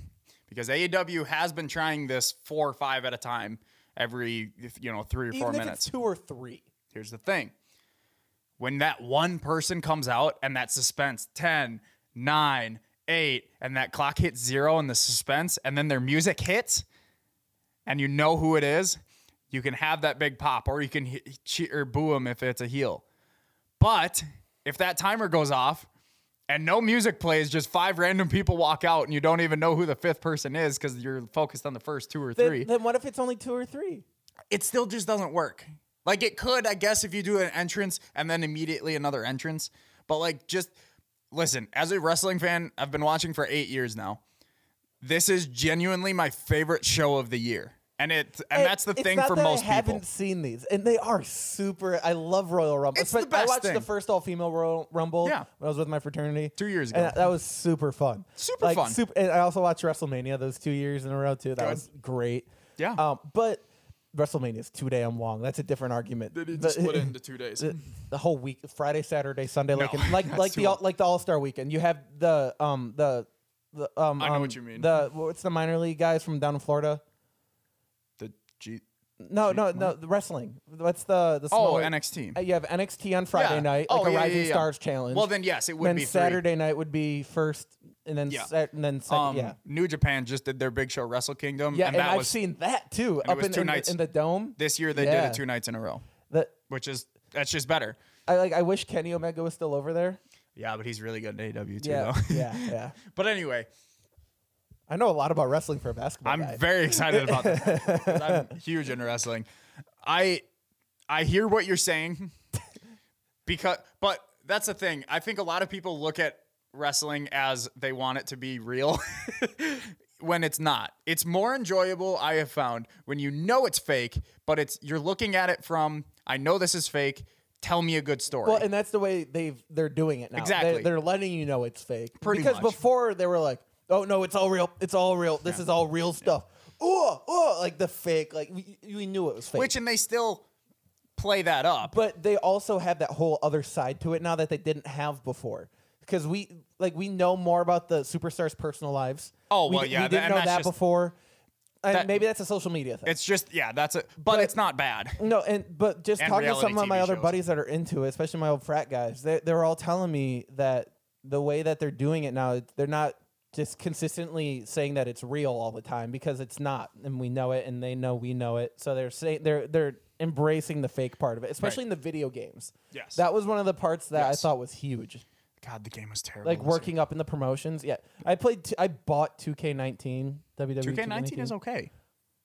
[SPEAKER 1] because AEW has been trying this four or five at a time every you know three or four
[SPEAKER 3] Even if
[SPEAKER 1] minutes.
[SPEAKER 3] it's two or three,
[SPEAKER 1] Here's the thing. when that one person comes out and that suspense 10, 9, 8, and that clock hits zero and the suspense, and then their music hits, and you know who it is, you can have that big pop or you can he- cheer or boo him if it's a heel. But if that timer goes off and no music plays, just five random people walk out and you don't even know who the fifth person is because you're focused on the first two or three
[SPEAKER 3] Then, then what if it's only two or three?
[SPEAKER 1] it still just doesn't work. Like it could, I guess, if you do an entrance and then immediately another entrance. But like, just listen. As a wrestling fan, I've been watching for eight years now. This is genuinely my favorite show of the year, and it and that's the
[SPEAKER 3] it's
[SPEAKER 1] thing
[SPEAKER 3] not
[SPEAKER 1] for
[SPEAKER 3] that
[SPEAKER 1] most
[SPEAKER 3] I haven't
[SPEAKER 1] people.
[SPEAKER 3] seen these, and they are super. I love Royal Rumble.
[SPEAKER 1] It's the
[SPEAKER 3] But I
[SPEAKER 1] best
[SPEAKER 3] watched the
[SPEAKER 1] thing.
[SPEAKER 3] first all-female Royal Rumble
[SPEAKER 1] Yeah.
[SPEAKER 3] when I was with my fraternity
[SPEAKER 1] Two years
[SPEAKER 3] and
[SPEAKER 1] ago.
[SPEAKER 3] that was super fun.
[SPEAKER 1] Super
[SPEAKER 3] Like,
[SPEAKER 1] fun.
[SPEAKER 3] Super, and I also watched WrestleMania those two years in a row too. That
[SPEAKER 1] Good.
[SPEAKER 3] was great.
[SPEAKER 1] Yeah.
[SPEAKER 3] um, but WrestleMania is two damn long. That's a different argument.
[SPEAKER 4] They need
[SPEAKER 3] The-
[SPEAKER 4] to split it into two days.
[SPEAKER 3] the, the whole week, Friday, Saturday, Sunday, like in, like
[SPEAKER 1] that's
[SPEAKER 3] like
[SPEAKER 1] too
[SPEAKER 3] the all,
[SPEAKER 1] long.
[SPEAKER 3] like the All Star Weekend. You have the um the the um
[SPEAKER 4] I know
[SPEAKER 3] um,
[SPEAKER 4] what you mean.
[SPEAKER 3] The what's the minor league guys from down in Florida?
[SPEAKER 1] The G-
[SPEAKER 3] No, no, no. The wrestling. What's the the
[SPEAKER 1] Oh,
[SPEAKER 3] smaller-
[SPEAKER 1] NXT.
[SPEAKER 3] Uh, You have NXT on Friday
[SPEAKER 1] Yeah.
[SPEAKER 3] night,
[SPEAKER 1] Oh,
[SPEAKER 3] like a
[SPEAKER 1] yeah, yeah,
[SPEAKER 3] Rising
[SPEAKER 1] yeah.
[SPEAKER 3] Stars challenge.
[SPEAKER 1] Well, then yes, it would
[SPEAKER 3] then
[SPEAKER 1] be
[SPEAKER 3] Saturday night would be first, and then
[SPEAKER 1] Yeah.
[SPEAKER 3] sat- and then second.
[SPEAKER 1] Three. Um,
[SPEAKER 3] yeah,
[SPEAKER 1] New Japan just did their big show, Wrestle Kingdom,
[SPEAKER 3] yeah.
[SPEAKER 1] and
[SPEAKER 3] And,
[SPEAKER 1] that
[SPEAKER 3] I've
[SPEAKER 1] was
[SPEAKER 3] seen that too up
[SPEAKER 1] was
[SPEAKER 3] in,
[SPEAKER 1] two
[SPEAKER 3] in the-
[SPEAKER 1] nights.
[SPEAKER 3] in the dome.
[SPEAKER 1] this year. They
[SPEAKER 3] Yeah.
[SPEAKER 1] did it two nights in a row,
[SPEAKER 3] That
[SPEAKER 1] which is that's just better.
[SPEAKER 3] I like. I wish Kenny Omega was still over there.
[SPEAKER 1] Yeah, but he's really good at AW too,
[SPEAKER 3] Yeah,
[SPEAKER 1] though.
[SPEAKER 3] yeah, yeah.
[SPEAKER 1] but anyway,
[SPEAKER 3] I know a lot about wrestling for a basketball
[SPEAKER 1] I'm
[SPEAKER 3] guy.
[SPEAKER 1] very excited about that. 'cause I'm huge in wrestling. I I hear what you're saying because but that's the thing. I think a lot of people look at wrestling as they want it to be real when it's not. It's more enjoyable, I have found, when you know it's fake, but it's you're looking at it from I know this is fake. Tell me a good story.
[SPEAKER 3] Well, and that's the way they've they're doing it now.
[SPEAKER 1] Exactly.
[SPEAKER 3] They, are letting you know it's fake.
[SPEAKER 1] Pretty
[SPEAKER 3] because
[SPEAKER 1] much.
[SPEAKER 3] before they were like, "Oh no, it's all real. It's all real. This is all real stuff." Oh, oh, like the fake. Like we, we knew it was fake.
[SPEAKER 1] Which and they still play that up.
[SPEAKER 3] but they also have that whole other side to it now that they didn't have before. Because we like we know more about the superstars' personal lives.
[SPEAKER 1] Oh,
[SPEAKER 3] We
[SPEAKER 1] well,
[SPEAKER 3] d-
[SPEAKER 1] yeah,
[SPEAKER 3] we
[SPEAKER 1] tha-
[SPEAKER 3] didn't
[SPEAKER 1] and
[SPEAKER 3] know
[SPEAKER 1] that's
[SPEAKER 3] that
[SPEAKER 1] just-
[SPEAKER 3] before. And
[SPEAKER 1] That-
[SPEAKER 3] maybe that's a social media thing.
[SPEAKER 1] it's just yeah, that's it. but it's not bad.
[SPEAKER 3] No, and but just
[SPEAKER 1] And
[SPEAKER 3] talking to
[SPEAKER 1] reality
[SPEAKER 3] some of my
[SPEAKER 1] TV
[SPEAKER 3] other
[SPEAKER 1] shows.
[SPEAKER 3] buddies that are into it, especially my old frat guys, they they were all telling me that the way that they're doing it now, they're not just consistently saying that it's real all the time because it's not, and we know it, and they know we know it. So they're saying they're they're embracing the fake part of it, especially in the video games.
[SPEAKER 1] Yes.
[SPEAKER 3] that was one of the parts that I
[SPEAKER 1] Yes.
[SPEAKER 3] thought was huge.
[SPEAKER 1] God, the game was terrible.
[SPEAKER 3] Like
[SPEAKER 1] this year.
[SPEAKER 3] working up in the promotions. Yeah, I played. T- I bought 2K19. WWE
[SPEAKER 1] 2K19 is okay.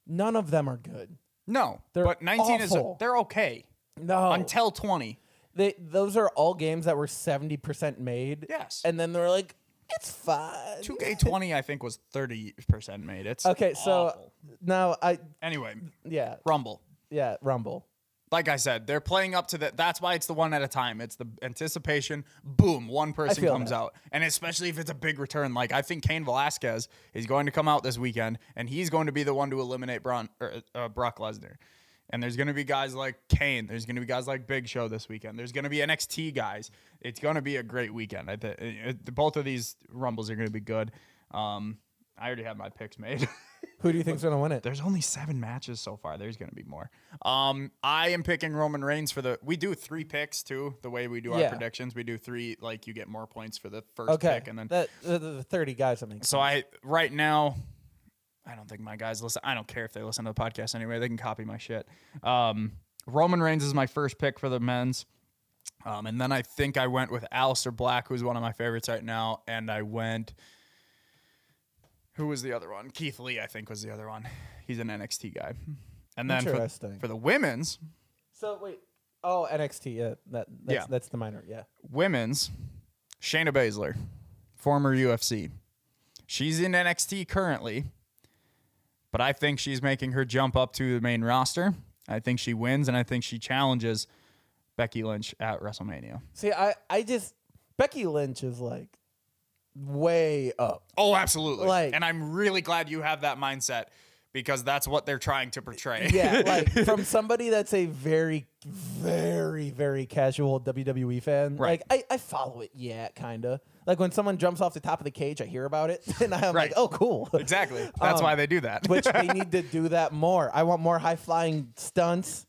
[SPEAKER 3] None of them are good.
[SPEAKER 1] No,
[SPEAKER 3] They're
[SPEAKER 1] but 19 is Oh.
[SPEAKER 3] awful.
[SPEAKER 1] they're okay
[SPEAKER 3] No,
[SPEAKER 1] until 20.
[SPEAKER 3] they those are all games that were 70% made.
[SPEAKER 1] Yes.
[SPEAKER 3] And then they're like, it's fine.
[SPEAKER 1] 2K20 I think was 30% made. It's
[SPEAKER 3] Okay, so
[SPEAKER 1] awful.
[SPEAKER 3] now I
[SPEAKER 1] anyway,
[SPEAKER 3] yeah,
[SPEAKER 1] Rumble.
[SPEAKER 3] yeah, Rumble.
[SPEAKER 1] Like I said, they're playing up to that. That's why it's the one at a time. It's the anticipation. Boom, one person
[SPEAKER 3] feel
[SPEAKER 1] comes
[SPEAKER 3] that.
[SPEAKER 1] out, and especially if it's a big return. Like I think Kane Velasquez is going to come out this weekend, and he's going to be the one to eliminate Braun, or, uh, Brock Lesnar. And there's going to be guys like Kane. There's going to be guys like Big Show this weekend. There's going to be NXT guys. It's going to be a great weekend. I think both of these rumbles are going to be good. Um, I already have my picks made.
[SPEAKER 3] Who do you think's going to win it?
[SPEAKER 1] There's only seven matches so far. There's going to be more. Um, I am picking Roman Reigns for the. We do three picks too. The way we do our
[SPEAKER 3] Yeah.
[SPEAKER 1] predictions, we do three. Like you get more points for the first
[SPEAKER 3] Okay.
[SPEAKER 1] pick, and then
[SPEAKER 3] That- the, the, the 30 guys I mean.
[SPEAKER 1] so I right now, I don't think my guys listen. I don't care if they listen to the podcast anyway. They can copy my shit. Um, Roman Reigns is my first pick for the men's, um, and then I think I went with Alistair Black, who's one of my favorites right now, and I went. Who was the other one? Keith Lee, I think, was the other one. He's an NXT guy. And then for,
[SPEAKER 3] Interesting.
[SPEAKER 1] for the women's,
[SPEAKER 3] So wait. Oh, NXT. Yeah, that that's,
[SPEAKER 1] Yeah.
[SPEAKER 3] that's the minor. Yeah.
[SPEAKER 1] women's, Shayna Baszler, former UFC. She's in NXT currently, but I think she's making her jump up to the main roster. I think she wins, and I think she challenges Becky Lynch at WrestleMania.
[SPEAKER 3] See, I I just Becky Lynch is like way up.
[SPEAKER 1] Oh, absolutely.
[SPEAKER 3] Like-
[SPEAKER 1] and I'm really glad you have that mindset because that's what they're trying to portray.
[SPEAKER 3] Yeah, like from somebody that's a very, very, very casual WWE fan.
[SPEAKER 1] Right.
[SPEAKER 3] Like I, I follow it, yeah, kinda. Like when someone jumps off the top of the cage, I hear about it, and I'm
[SPEAKER 1] Right.
[SPEAKER 3] like, oh, cool.
[SPEAKER 1] exactly. That's
[SPEAKER 3] Um,
[SPEAKER 1] why they do that.
[SPEAKER 3] Which they need to do that more. I want more high flying stunts.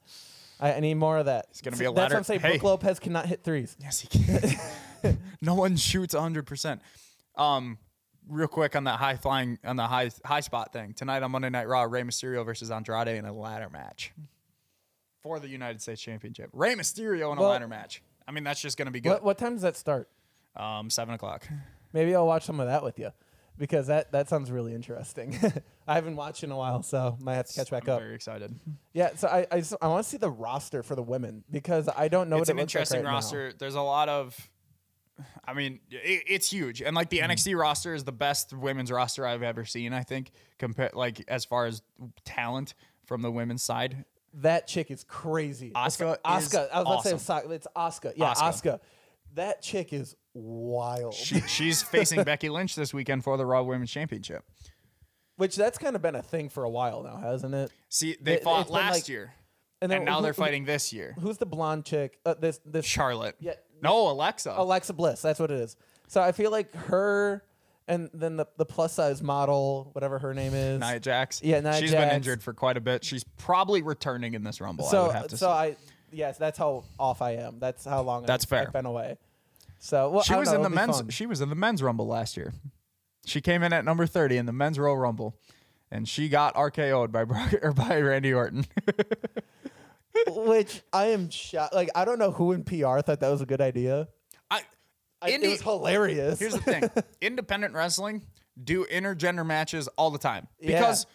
[SPEAKER 3] I, I need more of that. It's
[SPEAKER 1] gonna be a
[SPEAKER 3] That's
[SPEAKER 1] ladder-
[SPEAKER 3] what I'm saying.
[SPEAKER 1] Hey.
[SPEAKER 3] Brooke Lopez cannot hit threes.
[SPEAKER 1] Yes, he can. no one shoots 100%. Um, real quick on that high flying, on the high high spot thing. Tonight on Monday Night Raw, Rey Mysterio versus Andrade in a ladder match for the United States Championship. Rey Mysterio in a
[SPEAKER 3] Well-
[SPEAKER 1] ladder match. I mean, that's just going to be good.
[SPEAKER 3] What, what time does that start?
[SPEAKER 1] Um, seven o'clock.
[SPEAKER 3] Maybe I'll watch some of that with you because that, that sounds really interesting. I haven't watched in a while, so might have to catch back
[SPEAKER 1] I'm
[SPEAKER 3] up.
[SPEAKER 1] very excited.
[SPEAKER 3] Yeah, so I I, just- I want to see the roster for the women because I don't know
[SPEAKER 1] it's
[SPEAKER 3] what
[SPEAKER 1] an
[SPEAKER 3] it looks like
[SPEAKER 1] interesting
[SPEAKER 3] right now.
[SPEAKER 1] roster. There's a lot of, I mean, it, it's huge, and
[SPEAKER 3] Hmm.
[SPEAKER 1] like the NXT roster is the best women's roster I've ever seen. I think compared like as far as talent from the women's side.
[SPEAKER 3] That chick is crazy.
[SPEAKER 1] Asuka is
[SPEAKER 3] Oscar. I was about to
[SPEAKER 1] awesome.
[SPEAKER 3] say Oscar. It's Oscar. Yeah,
[SPEAKER 1] Asuka.
[SPEAKER 3] Oscar. That chick is wild.
[SPEAKER 1] She, she's facing Becky Lynch this weekend for the Raw Women's Championship.
[SPEAKER 3] Which that's kind of been a thing for a while now, hasn't it?
[SPEAKER 1] See, they
[SPEAKER 3] It- it's
[SPEAKER 1] fought
[SPEAKER 3] been
[SPEAKER 1] last
[SPEAKER 3] like-
[SPEAKER 1] year, and,
[SPEAKER 3] and then
[SPEAKER 1] now
[SPEAKER 3] who-
[SPEAKER 1] they're
[SPEAKER 3] who-
[SPEAKER 1] fighting this year.
[SPEAKER 3] Who's the blonde chick? Uh, this this
[SPEAKER 1] Charlotte.
[SPEAKER 3] Yeah.
[SPEAKER 1] No, Alexa.
[SPEAKER 3] Alexa Bliss. That's what it is. So I feel like her, and then the the plus size model, whatever her name is.
[SPEAKER 1] Nia Jax.
[SPEAKER 3] Yeah, Nia
[SPEAKER 1] She's
[SPEAKER 3] Jax.
[SPEAKER 1] been injured for quite a bit. She's probably returning in this Rumble. I
[SPEAKER 3] so
[SPEAKER 1] would have to
[SPEAKER 3] so
[SPEAKER 1] say.
[SPEAKER 3] I yes, that's how off I am. That's how long
[SPEAKER 1] That's
[SPEAKER 3] I've,
[SPEAKER 1] fair.
[SPEAKER 3] I've been away. So well,
[SPEAKER 1] She
[SPEAKER 3] I don't
[SPEAKER 1] was
[SPEAKER 3] know,
[SPEAKER 1] in the
[SPEAKER 3] it'll be
[SPEAKER 1] men's.
[SPEAKER 3] fun.
[SPEAKER 1] She was in the men's rumble last year. She came in at number thirty in the men's Royal Rumble, and she got RKO'd by Brock, or by Randy Orton.
[SPEAKER 3] which I am shocked. Like I don't know who in PR thought that was a good idea.
[SPEAKER 1] I,
[SPEAKER 3] I, it
[SPEAKER 1] Indi-
[SPEAKER 3] was hilarious.
[SPEAKER 1] here's the thing: independent wrestling do intergender matches all the time
[SPEAKER 3] Yeah.
[SPEAKER 1] because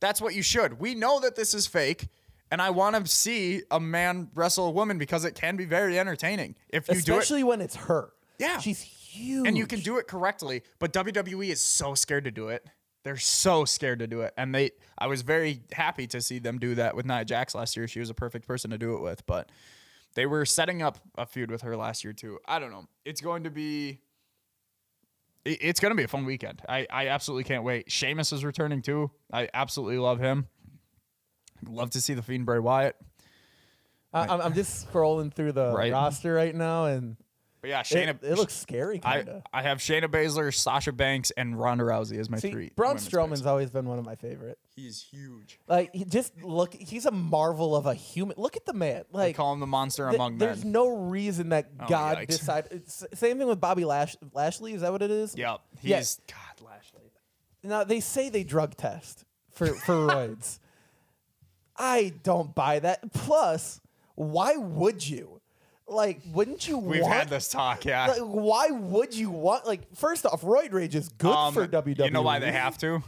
[SPEAKER 1] that's what you should. We know that this is fake. And I want to see a man wrestle a woman because it can be very entertaining if you do
[SPEAKER 3] especially when it's her.
[SPEAKER 1] Yeah.
[SPEAKER 3] she's huge,
[SPEAKER 1] it and you can do it correctly. But WWE is so scared to do it. They're so scared to do it, and they. I was very happy to see them do that with Nia Jax last year. She was a perfect person to do it with, but they were setting up a feud with her last year too. I don't know. It's going to be. it- It's going to be a fun weekend. I, I absolutely can't wait. Sheamus is returning too. I absolutely love him. Love to see the Fiend Bray Wyatt.
[SPEAKER 3] I, I'm, I'm just scrolling through the
[SPEAKER 1] Right.
[SPEAKER 3] roster right now, and
[SPEAKER 1] But yeah,
[SPEAKER 3] it,
[SPEAKER 1] Shayna.
[SPEAKER 3] it looks scary,
[SPEAKER 1] I,
[SPEAKER 3] kind of.
[SPEAKER 1] I have Shayna Baszler, Sasha Banks, and Ronda Rousey as my
[SPEAKER 3] See,
[SPEAKER 1] three.
[SPEAKER 3] Braun
[SPEAKER 1] women's
[SPEAKER 3] Strowman's
[SPEAKER 1] picks.
[SPEAKER 3] always been one of my favorite.
[SPEAKER 1] He's huge.
[SPEAKER 3] Like, he just look, he's a marvel of a human. Look at the man. Like,
[SPEAKER 1] call him the monster
[SPEAKER 3] th-
[SPEAKER 1] among
[SPEAKER 3] there's
[SPEAKER 1] men. Oh,
[SPEAKER 3] no reason that God
[SPEAKER 1] yikes.
[SPEAKER 3] decided. it's- Same thing with Bobby Lash, Lashley. Is that what it is?
[SPEAKER 1] yep. He's
[SPEAKER 3] Yeah.
[SPEAKER 1] God Lashley.
[SPEAKER 3] Now they say they drug test for for roids. I don't buy that. Plus, why would you? Like, wouldn't you
[SPEAKER 1] We've
[SPEAKER 3] want?
[SPEAKER 1] had this talk, yeah.
[SPEAKER 3] Like, why would you want? Like, first off, roid rage is good
[SPEAKER 1] Um,
[SPEAKER 3] for E? WWE.
[SPEAKER 1] You know why they have to?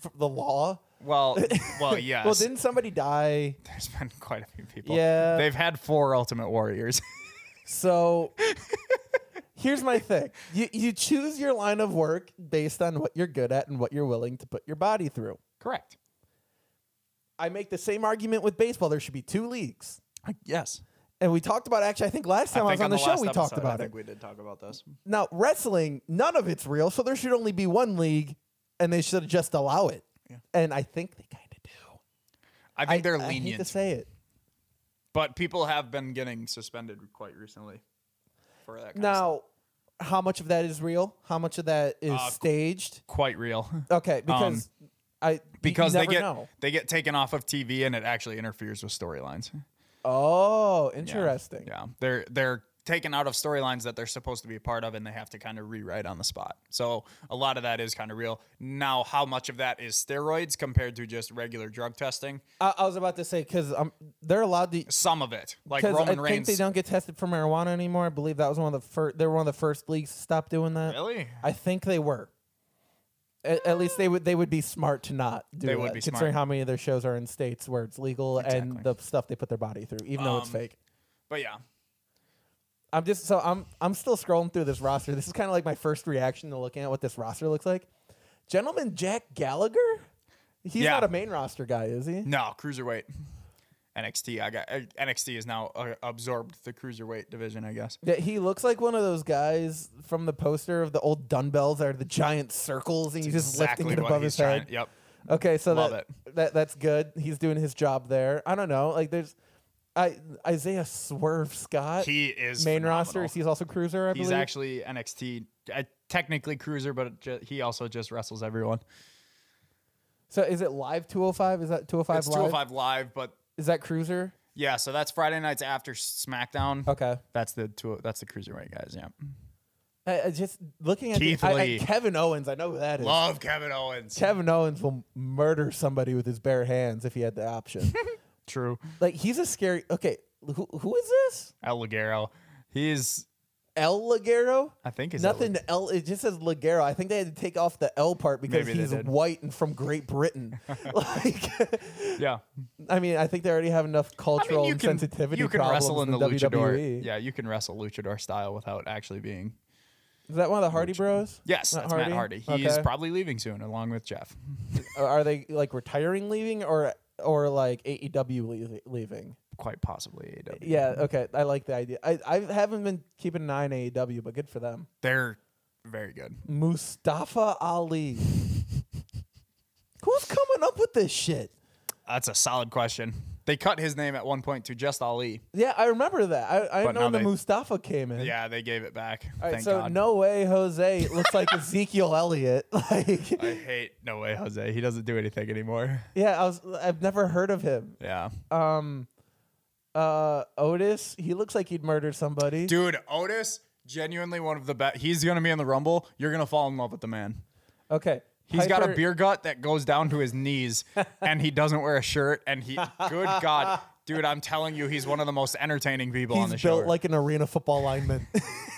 [SPEAKER 3] For the law?
[SPEAKER 1] Well, well, yes.
[SPEAKER 3] Well, didn't somebody die?
[SPEAKER 1] There's been quite a few people.
[SPEAKER 3] Yeah.
[SPEAKER 1] They've had four Ultimate Warriors.
[SPEAKER 3] So here's my thing. You you choose your line of work based on what you're good at and what you're willing to put your body through.
[SPEAKER 1] Correct.
[SPEAKER 3] I make the same argument with baseball. There should be two leagues.
[SPEAKER 1] yes.
[SPEAKER 3] And we talked about actually I think last time I, was on the, show we talked about it.
[SPEAKER 1] we did talk about this.
[SPEAKER 3] Now, wrestling, none of it's real, so there should only be one league and they should just allow it. And I think they kind of do.
[SPEAKER 1] I think they're
[SPEAKER 3] I hate to
[SPEAKER 1] lenient,
[SPEAKER 3] say it.
[SPEAKER 1] but people have been getting suspended quite recently for that. Kind of stuff. Uh,
[SPEAKER 3] Now, how much of that is real? How much of that is staged?
[SPEAKER 1] quite real.
[SPEAKER 3] Okay, because I you
[SPEAKER 1] um, Because they
[SPEAKER 3] Oh, never
[SPEAKER 1] get
[SPEAKER 3] know.
[SPEAKER 1] they get taken off of TV and it actually interferes with storylines.
[SPEAKER 3] Oh,
[SPEAKER 1] Yeah.
[SPEAKER 3] interesting.
[SPEAKER 1] Yeah, they're they're taken out of storylines that they're supposed to be a part of, and they have to kind of rewrite on the spot. So a lot of that is kind of real. Now, how much of that is steroids compared to just regular drug testing?
[SPEAKER 3] I, I was about to say because um, they're allowed to.
[SPEAKER 1] Some of it, like
[SPEAKER 3] Because I
[SPEAKER 1] Roman
[SPEAKER 3] think they
[SPEAKER 1] Reigns.
[SPEAKER 3] don't get tested for marijuana anymore. I believe that was one of the first. They were one of the first leagues to stop doing that.
[SPEAKER 1] Really?
[SPEAKER 3] I think they were. At, at least they would. They would be smart to not do
[SPEAKER 1] They
[SPEAKER 3] that,
[SPEAKER 1] would be smart.
[SPEAKER 3] considering how many of their shows are in states where it's legal and
[SPEAKER 1] Exactly.
[SPEAKER 3] the stuff they put their body through, even though it's
[SPEAKER 1] Um,
[SPEAKER 3] fake.
[SPEAKER 1] But yeah,
[SPEAKER 3] I'm just so I'm I'm still scrolling through this roster. This is kind of like my first reaction to looking at what this roster looks like. Gentleman Jack Gallagher, he's
[SPEAKER 1] Yeah.
[SPEAKER 3] not a main roster guy, is he?
[SPEAKER 1] no cruiserweight. NXT, I got uh, NXT is now uh, absorbed the cruiserweight division, I guess.
[SPEAKER 3] That he looks like one of those guys from the poster of the old dumbbells that are the giant circles, and he's just lifting it above his head.
[SPEAKER 1] Yep.
[SPEAKER 3] Okay, so
[SPEAKER 1] Love
[SPEAKER 3] that, that that's good. He's doing his job there. I don't know. Like there's, I Isaiah Swerve Scott
[SPEAKER 1] He is
[SPEAKER 3] Uh, main
[SPEAKER 1] phenomenal.
[SPEAKER 3] roster. He's also cruiser. I
[SPEAKER 1] He's
[SPEAKER 3] believe.
[SPEAKER 1] actually NXT, uh, technically cruiser, but ju- he also just wrestles everyone.
[SPEAKER 3] so is it live 205? Is that 205
[SPEAKER 1] It's
[SPEAKER 3] live?
[SPEAKER 1] 205 live, but
[SPEAKER 3] Is that cruiser?
[SPEAKER 1] Yeah, so that's Friday nights after SmackDown.
[SPEAKER 3] Okay.
[SPEAKER 1] That's the two. That's the cruiserweight guys. Yeah.
[SPEAKER 3] I, I just looking at, the-
[SPEAKER 1] Keith
[SPEAKER 3] I- I-
[SPEAKER 1] Lee.
[SPEAKER 3] Kevin Owens. I know who that is.
[SPEAKER 1] Love Kevin Owens.
[SPEAKER 3] Kevin Owens will murder somebody with his bare hands if he had the option.
[SPEAKER 1] True.
[SPEAKER 3] like he's a scary. Okay, who who is this?
[SPEAKER 1] El Ligero. He is.
[SPEAKER 3] El Ligero.
[SPEAKER 1] I think is
[SPEAKER 3] Nothing to L. It just says Ligero. I think they had to take off the L part because
[SPEAKER 1] Maybe they
[SPEAKER 3] he's
[SPEAKER 1] did.
[SPEAKER 3] white and from Great Britain. like,
[SPEAKER 1] yeah.
[SPEAKER 3] I mean, I think they already have enough
[SPEAKER 1] I mean,
[SPEAKER 3] cultural
[SPEAKER 1] you
[SPEAKER 3] and
[SPEAKER 1] can
[SPEAKER 3] sensitivity
[SPEAKER 1] you can
[SPEAKER 3] problems
[SPEAKER 1] wrestle in the
[SPEAKER 3] WWE.
[SPEAKER 1] luchador. Yeah, you can wrestle luchador style without actually being.
[SPEAKER 3] Is that one of the Hardy Bros?
[SPEAKER 1] Yes,
[SPEAKER 3] Matt
[SPEAKER 1] that's Matt Hardy. He's
[SPEAKER 3] Okay. Uh,
[SPEAKER 1] probably leaving soon, along with Jeff.
[SPEAKER 3] Are they like retiring, leaving, or or like AEW leav- leaving?
[SPEAKER 1] Quite possibly E. AW.
[SPEAKER 3] Yeah. Okay. I like the idea. I I haven't been keeping an eye on AEW, but good for them.
[SPEAKER 1] They're very good.
[SPEAKER 3] Mustafa Ali. Who's coming up with this shit?
[SPEAKER 1] That's a solid question. They cut his name at one point to just Ali.
[SPEAKER 3] Yeah, I remember that. I, I
[SPEAKER 1] But
[SPEAKER 3] didn't know
[SPEAKER 1] now
[SPEAKER 3] when the
[SPEAKER 1] they-
[SPEAKER 3] Mustafa came in.
[SPEAKER 1] Yeah, they gave it back.
[SPEAKER 3] All right,
[SPEAKER 1] Thank
[SPEAKER 3] so
[SPEAKER 1] God.
[SPEAKER 3] no way, Jose looks like Ezekiel Elliott. Like,
[SPEAKER 1] I hate No Way Jose. He doesn't do anything anymore.
[SPEAKER 3] yeah, I was. I've never heard of him.
[SPEAKER 1] Yeah.
[SPEAKER 3] Um, uh, Otis. He looks like he'd murdered somebody.
[SPEAKER 1] Dude, Otis, genuinely one of the best. He's going to be in the Rumble. You're going to fall in love with the man.
[SPEAKER 3] Okay.
[SPEAKER 1] He's
[SPEAKER 3] He's
[SPEAKER 1] got a beer gut that goes down to his knees and he doesn't wear a shirt. And he, good God, dude, I'm telling you, he's one of the most entertaining people on the
[SPEAKER 3] He's
[SPEAKER 1] show.
[SPEAKER 3] built like an arena football lineman.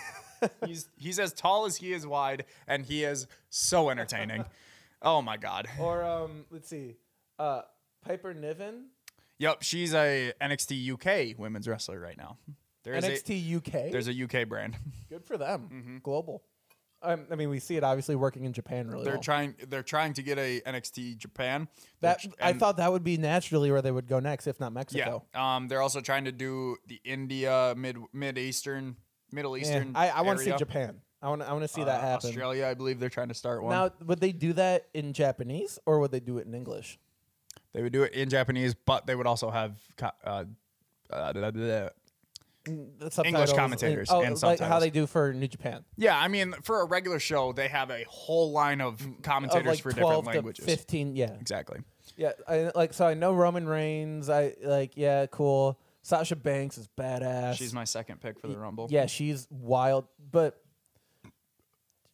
[SPEAKER 1] he's, he's as tall as he is wide and he is so entertaining. oh my God.
[SPEAKER 3] or um, let's see, uh, Piper Niven,
[SPEAKER 1] Yep, she's a NXT UK women's wrestler right now. There's a
[SPEAKER 3] NXT UK.
[SPEAKER 1] there's Mm-hmm. a UK brand.
[SPEAKER 3] Good for them. Global. Um, I mean, we see it obviously working in Japan really
[SPEAKER 1] They're
[SPEAKER 3] well.
[SPEAKER 1] trying they're trying to get a NXT Japan. They're
[SPEAKER 3] that
[SPEAKER 1] tr-
[SPEAKER 3] I
[SPEAKER 1] and-
[SPEAKER 3] thought that would be naturally where they would go next, if not
[SPEAKER 1] yeah.
[SPEAKER 3] Mexico.
[SPEAKER 1] Um, they're also trying to do the India mid mid eastern Middle
[SPEAKER 3] Yeah.
[SPEAKER 1] Eastern.
[SPEAKER 3] I, I want to see
[SPEAKER 1] area.
[SPEAKER 3] Japan. I want I want to see that
[SPEAKER 1] Uh,
[SPEAKER 3] happen.
[SPEAKER 1] Australia, I believe they're trying to start one.
[SPEAKER 3] Now, would they do that in Japanese or would they do it in English?
[SPEAKER 1] they would do it in Japanese, but they would also have co- uh, uh, blah, blah, blah.
[SPEAKER 3] The subtitles
[SPEAKER 1] English
[SPEAKER 3] in-
[SPEAKER 1] commentators
[SPEAKER 3] oh,
[SPEAKER 1] and
[SPEAKER 3] like how
[SPEAKER 1] subtitles.
[SPEAKER 3] they do for New Japan.
[SPEAKER 1] yeah. I mean, for a regular show, they have a whole line of
[SPEAKER 3] Of,
[SPEAKER 1] commentators
[SPEAKER 3] Mm, like
[SPEAKER 1] for different
[SPEAKER 3] twelve
[SPEAKER 1] languages.
[SPEAKER 3] to fifteen, yeah,
[SPEAKER 1] Exactly.
[SPEAKER 3] yeah. I, like so, I know Roman Reigns. I like, yeah, cool. Sasha Banks is badass.
[SPEAKER 1] She's my second pick for the Rumble.
[SPEAKER 3] Yeah, she's wild. But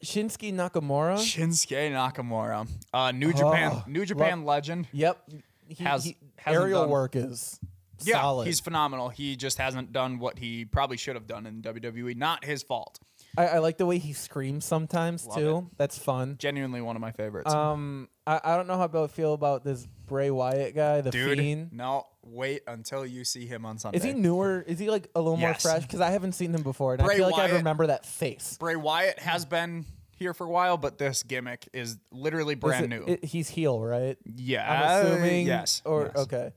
[SPEAKER 3] Shinsuke Nakamura.
[SPEAKER 1] Shinsuke Nakamura, uh, New Japan,
[SPEAKER 3] Oh,
[SPEAKER 1] New Japan legend.
[SPEAKER 3] yep. He,
[SPEAKER 1] Has-
[SPEAKER 3] he-
[SPEAKER 1] hasn't
[SPEAKER 3] aerial
[SPEAKER 1] done-
[SPEAKER 3] work is
[SPEAKER 1] Yeah,
[SPEAKER 3] solid.
[SPEAKER 1] he's phenomenal. He just hasn't done what he probably should have done in WWE. Not his fault.
[SPEAKER 3] I, I like the way he screams sometimes too. That's fun.
[SPEAKER 1] Genuinely one of my favorites.
[SPEAKER 3] Um, I, I don't know how I feel about this Bray Wyatt guy, the
[SPEAKER 1] Dude,
[SPEAKER 3] fiend.
[SPEAKER 1] no, wait until you see him on Sunday.
[SPEAKER 3] Is he newer? Is he like a little
[SPEAKER 1] Yes.
[SPEAKER 3] more fresh? Because I haven't seen him before, and I
[SPEAKER 1] Bray
[SPEAKER 3] feel like I
[SPEAKER 1] Wyatt-
[SPEAKER 3] remember that face.
[SPEAKER 1] Bray Wyatt has been here for a while, but this gimmick is literally
[SPEAKER 3] Is
[SPEAKER 1] brand
[SPEAKER 3] it-
[SPEAKER 1] new.
[SPEAKER 3] it- he's heel, right?
[SPEAKER 1] yeah,
[SPEAKER 3] I'm assuming.
[SPEAKER 1] Yes.
[SPEAKER 3] Or
[SPEAKER 1] yes.
[SPEAKER 3] okay.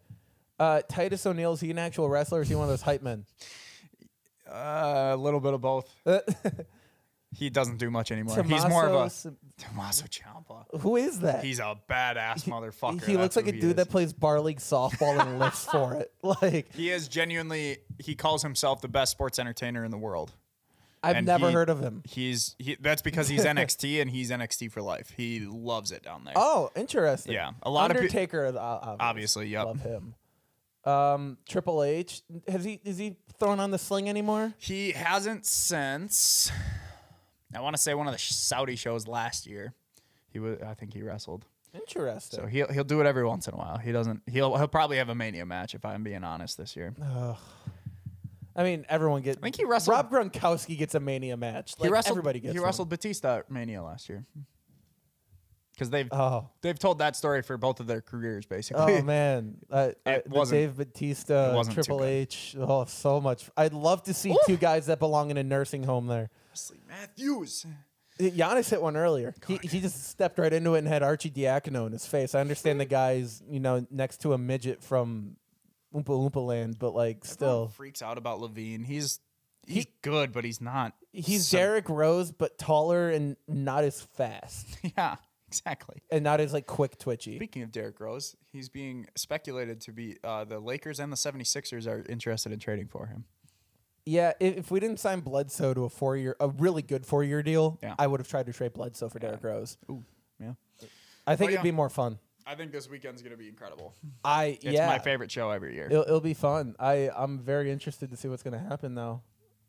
[SPEAKER 3] Uh, Titus O'Neil is he an actual wrestler? Or is he one of those hype men?
[SPEAKER 1] Uh, a little bit of both. he doesn't do much anymore. he's more of a
[SPEAKER 3] Tommaso Sim-
[SPEAKER 1] Tommaso Ciampa.
[SPEAKER 3] Who is that?
[SPEAKER 1] He's a badass motherfucker.
[SPEAKER 3] he
[SPEAKER 1] That's
[SPEAKER 3] looks like
[SPEAKER 1] who
[SPEAKER 3] a
[SPEAKER 1] he
[SPEAKER 3] dude
[SPEAKER 1] is.
[SPEAKER 3] that plays bar league softball and lifts for it. Like
[SPEAKER 1] He is genuinely. He calls himself the best sports entertainer in the world.
[SPEAKER 3] I've
[SPEAKER 1] And
[SPEAKER 3] never
[SPEAKER 1] he-
[SPEAKER 3] heard of him.
[SPEAKER 1] He's he, that's because he's NXT and he's NXT for life. He loves it down there.
[SPEAKER 3] Oh, interesting.
[SPEAKER 1] Yeah, a lot of peo-
[SPEAKER 3] Undertaker. Of Undertaker,
[SPEAKER 1] Obviously, yep.
[SPEAKER 3] love him. Um, Triple H has he is he throwing on the sling anymore?
[SPEAKER 1] He hasn't since. I want to say one of the Saudi shows last year. He was. I think he wrestled.
[SPEAKER 3] Interesting.
[SPEAKER 1] So he'll he'll do it every once in a while. He doesn't. He'll he'll probably have a mania match if I'm being honest this year.
[SPEAKER 3] I mean, everyone gets. I
[SPEAKER 1] think he wrestled-
[SPEAKER 3] Rob Gronkowski gets a Mania match. Like,
[SPEAKER 1] he wrestled.
[SPEAKER 3] Everybody gets.
[SPEAKER 1] He
[SPEAKER 3] one.
[SPEAKER 1] wrestled Batista at Mania last year. Because they've
[SPEAKER 3] Oh,
[SPEAKER 1] they've told that story for both of their careers basically.
[SPEAKER 3] oh man, uh,
[SPEAKER 1] It wasn't-
[SPEAKER 3] Dave Batista,
[SPEAKER 1] it wasn't too
[SPEAKER 3] Triple
[SPEAKER 1] good.
[SPEAKER 3] H. Oh, so much. I'd love to see two guys that belong in a nursing home there.
[SPEAKER 1] Wesley Matthews.
[SPEAKER 3] Giannis hit one earlier. He, he just stepped right into it and had Archie Diacono in his face. I understand the guy's, you know, next to a midget from Oompa Loompa Land, but like
[SPEAKER 1] Everyone
[SPEAKER 3] still.
[SPEAKER 1] freaks out about Levine. He's he's good, but he's not.
[SPEAKER 3] He's
[SPEAKER 1] so-
[SPEAKER 3] Derrick Rose, but taller and not as fast
[SPEAKER 1] Yeah, exactly.
[SPEAKER 3] and not as like quick twitchy.
[SPEAKER 1] Speaking of Derrick Rose, he's being speculated to be uh, the Lakers and the 76ers are interested in trading for him.
[SPEAKER 3] Yeah, if, if we didn't sign Bledsoe to a four year, a really good four year deal,
[SPEAKER 1] Yeah.
[SPEAKER 3] I would have tried to trade Bledsoe for Derrick Rose.
[SPEAKER 1] Ooh, yeah.
[SPEAKER 3] I think
[SPEAKER 1] Oh,
[SPEAKER 3] it'd
[SPEAKER 1] yeah.
[SPEAKER 3] be more fun.
[SPEAKER 1] I think this weekend's gonna be incredible.
[SPEAKER 3] I
[SPEAKER 1] It's
[SPEAKER 3] yeah,
[SPEAKER 1] my favorite show every year.
[SPEAKER 3] It'll, it'll be fun. I I'm very interested to see what's going to happen though.